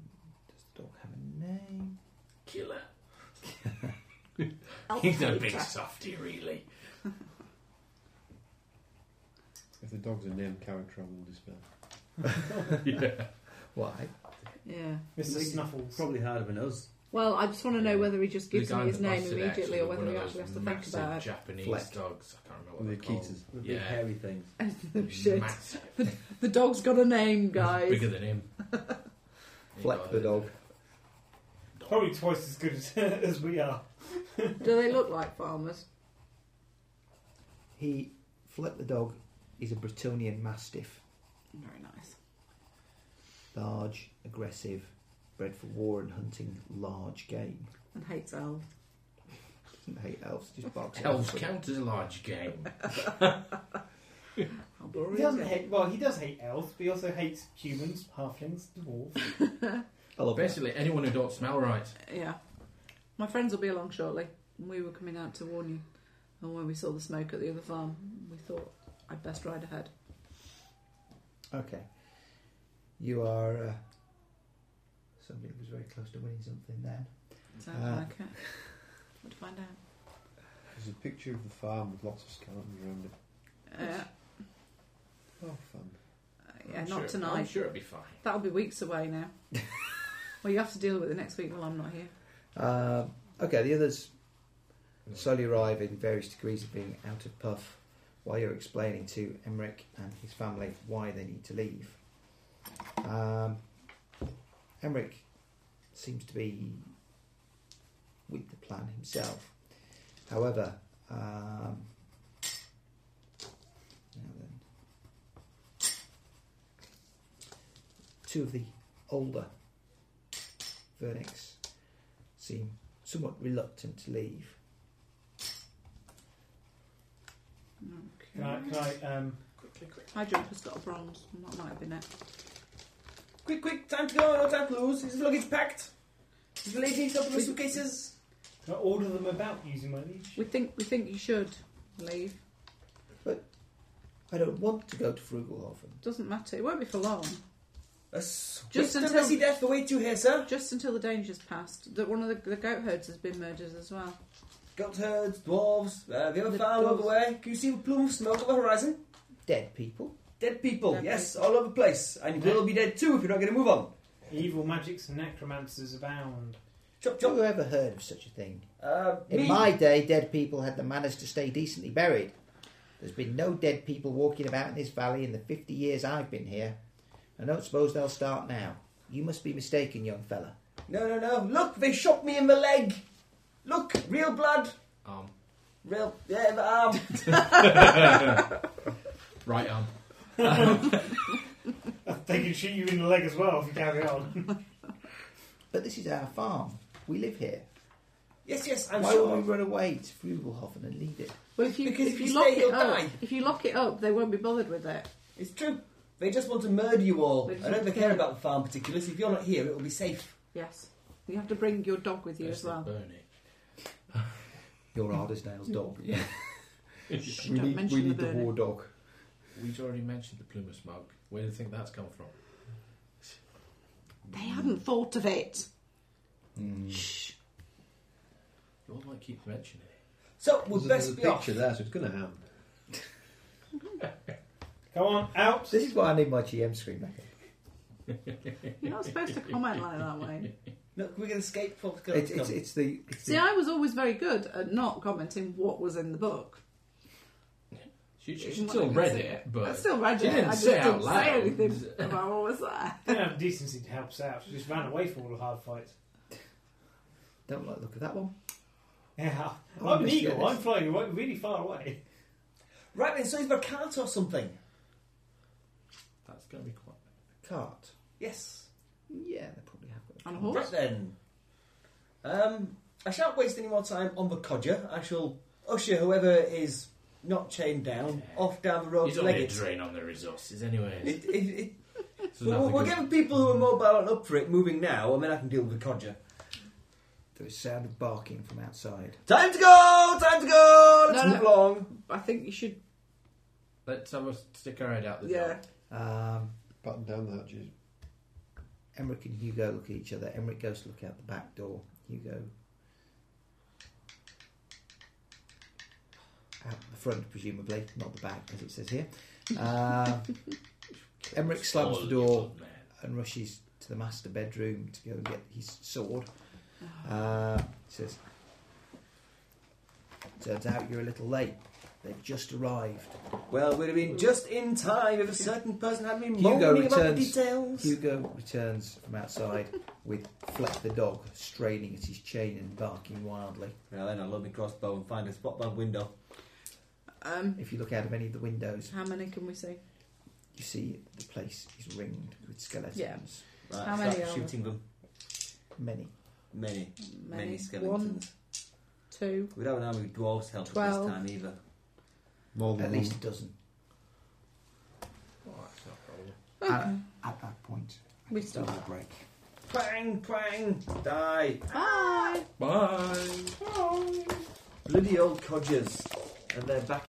S6: does the dog have a name?
S5: Killer. He's a big <laughs> softy, really.
S4: If the dog's a named character, I will despair.
S5: yeah.
S6: Why?
S3: Yeah.
S2: Mr.
S1: It's
S2: Snuffles.
S1: Probably harder than us.
S3: Well, I just want to know whether he just gives
S5: The guy
S3: me his
S5: that
S3: name
S5: busted
S3: immediately,
S5: actually
S3: or whether
S5: one
S3: he
S5: of
S3: actually has
S5: those
S3: to think
S5: massive
S3: about it.
S5: Japanese
S6: Fleck.
S5: dogs. I can't remember
S4: The
S5: what they're
S4: Akitas.
S5: called.
S1: The big
S5: Yeah.
S1: hairy things.
S3: <laughs> Oh,
S5: <laughs>
S3: shit.
S5: Massive.
S3: The dog's got a name, guys.
S5: Bigger than him. He
S6: Fleck
S5: got
S6: the
S5: a-
S6: dog.
S2: Probably twice as good as, <laughs> as we are.
S3: Do they look like farmers?
S6: He, Flick the dog, is a Bretonian Mastiff.
S3: Very nice.
S6: Large, aggressive, bred for war and hunting large game.
S3: And hates elves.
S6: Doesn't hate elves, just barks
S5: <laughs>
S6: at
S5: Elves
S6: everybody.
S5: count as a large game.
S3: How
S2: He doesn't
S3: boring.
S2: hate. Well, he does hate elves, but he also hates humans, halflings, dwarves.
S3: <laughs>
S6: I love that.
S5: Basically, anyone who don't smell right.
S3: Yeah. My friends will be along shortly. and We were coming out to warn you. And when we saw the smoke at the other farm, we thought I'd best ride ahead.
S6: Okay. You are uh, somebody who was very close to winning something then.
S3: Sounds
S9: Uh,
S3: like it. What to find out?
S9: There's a picture of the farm with lots of skeletons around it.
S3: Uh,
S9: Oh, fun.
S3: yeah,
S5: I'm
S3: not
S5: sure-
S3: tonight.
S5: I'm sure it'll be fine.
S3: That'll be weeks away <laughs> now. well, you have to deal with it next week while I'm not here.
S6: Um, okay, the others slowly arrive in various degrees of being out of puff while you're explaining to Emmerich and his family why they need to leave. Um, Emmerich seems to be with the plan himself. However, um, now then, two of the older Vernix seem somewhat reluctant to leave.
S10: Can I, can I, um,
S3: High jumper's got a bronze, and that might have been it.
S1: Quick, quick, time to go, no time to lose. Is the luggage packed? Is the lady got the
S3: We-
S1: suitcases?
S10: can I order them about using my leash?
S3: We think we think you should leave.
S6: I don't want to go to Frugalhofen.
S3: Doesn't matter. It won't be for long.
S1: Just until I see death, the way to here, sir.
S3: Just until the danger's passed. That one of the, the goat herds has been murdered as well.
S1: Goat herds, dwarves, uh, the other
S3: The
S1: farm over
S3: dwarves.
S1: way. Can you see a plume of smoke on the horizon?
S6: Dead people.
S1: Dead people,
S3: Dead
S1: yes, all over the place. And you'll be dead too if you're not going to move on.
S10: Evil magics and necromancers abound.
S1: Chop, chop.
S6: Who ever heard of such a thing?
S1: Uh,
S6: In
S1: me.
S6: my day, dead people had the manners to stay decently buried. There's been no dead people walking about in this valley in the 50 years I've been here. I don't suppose they'll start now. You must be mistaken, young fella.
S1: No, no, no. Look, they shot me in the leg. Look, real blood.
S5: Arm.
S1: Real, yeah, the arm.
S5: Right um, arm.
S10: They can shoot you in the leg as well if you carry <laughs> on.
S6: But this is our farm. We live here.
S1: yes, yes, I'm
S6: Why
S1: sure.
S6: would we run away to Frugelhofen and leave it?
S3: Well, if you
S1: Because
S3: if
S1: if
S3: you
S1: you
S3: lock
S1: stay,
S3: it
S1: you'll
S3: up,
S1: die.
S3: if you lock it up, they won't be bothered with it.
S1: It's true. They just want to murder you all.
S3: They just
S1: I don't
S3: want to
S1: care
S3: kill
S1: about the farm particulars. If you're not here, it will be safe.
S3: Yes, you have to bring your dog with you
S5: That's
S3: as
S5: the
S3: well.
S5: Bernie.
S6: You're hard as nails, dog. Yeah.
S3: Shh, don't mention the burning.
S6: dog.
S5: We've already mentioned the plume of smoke. Where do you think that's come from?
S3: They hadn't thought of it.
S6: Mm.
S3: Shh.
S5: You all might keep mentioning it.
S1: So we'd
S9: there's a,
S1: best be
S9: there's a
S1: off.
S9: picture there, so it's going to happen.
S10: Come on, out.
S6: This is why I need my GM screen back.
S3: You're not supposed to comment like that, Wayne.
S1: No, we're going to escape. From the
S6: It's, it's, it's the. It's
S3: See,
S6: the
S3: I was always very good at not commenting what was in the book.
S5: She, she,
S3: It's
S5: she
S3: not
S5: still
S3: like
S5: read
S3: it's-
S5: it, but
S3: I still read
S5: she
S3: it.
S5: didn't
S3: I just
S5: say
S3: didn't
S5: out loud.
S3: say anything about what was there.
S10: Didn't have decency to help us out. She just ran away from all the hard fights.
S6: Don't like the look of that one.
S10: Yeah.
S6: Oh,
S10: I'm an
S6: yes,
S10: eagle.
S6: yes.
S10: I'm flying away, really far away.
S1: Right then, so is there a cart or something?
S5: that's going to be quite.
S6: Cart.
S1: Yes.
S6: Yeah, they probably have got. a
S3: On a
S6: cart.
S3: horse?
S1: Right then. Um, I shan't waste any more time on the codger. I shall usher whoever is not chained down off down the road
S5: It's
S1: to
S5: only a
S1: Oh, Leggett.
S5: drain on the resources, anyway.
S1: <laughs> It, it, it,
S5: So
S1: we'll
S5: nothing
S1: we'll
S5: good.
S1: get the people who are mobile and up for it moving now, and then I can deal with the codger.
S6: There is sound of barking from outside.
S1: Time to go! Time to go! Let's
S3: No, no.
S1: move along.
S3: I think you should.
S5: Let's have a stick our head out the
S3: Yeah.
S5: door.
S6: Um,
S9: Button down the hatches.
S6: Emmerich and Hugo look at each other. Emmerich goes to look out the back door. Hugo out the front, presumably, not the back, as it says
S3: <laughs>
S6: here. Um Emmerich slams the
S5: Poor
S6: door
S5: little man.
S6: and rushes to the master bedroom to go and get his sword.
S3: Oh.
S6: Uh, says, "Turns out you're a little late. They've just arrived."
S1: Well, we'd have been just in time if a certain person had been
S6: Hugo
S1: moaning about the
S6: returns.
S1: details.
S6: Hugo returns
S3: <laughs>
S6: from outside with Fleck the dog straining at his chain and barking wildly.
S1: Well, then I'll load my crossbow and find a spot by the window.
S3: Um,
S6: If you look out of any of the windows,
S3: how many can we see?
S6: you see the place is ringed with skeletons.
S3: Yeah.
S1: Right,
S3: How
S1: start
S3: many are
S1: shooting them.
S6: Many.
S1: Many, many, skeletons.
S3: One, two.
S1: We don't know how many dwarves help us
S3: Twelve.
S1: this time either.
S9: More
S6: At
S9: than
S6: least
S9: one.
S6: a dozen
S5: Oh, that's not a problem.
S3: Okay.
S6: Uh, at that point.
S3: we stop.
S6: Double break.
S1: Twang, twang, die.
S3: Bye.
S5: Bye.
S1: Bloody old codgers. and they're back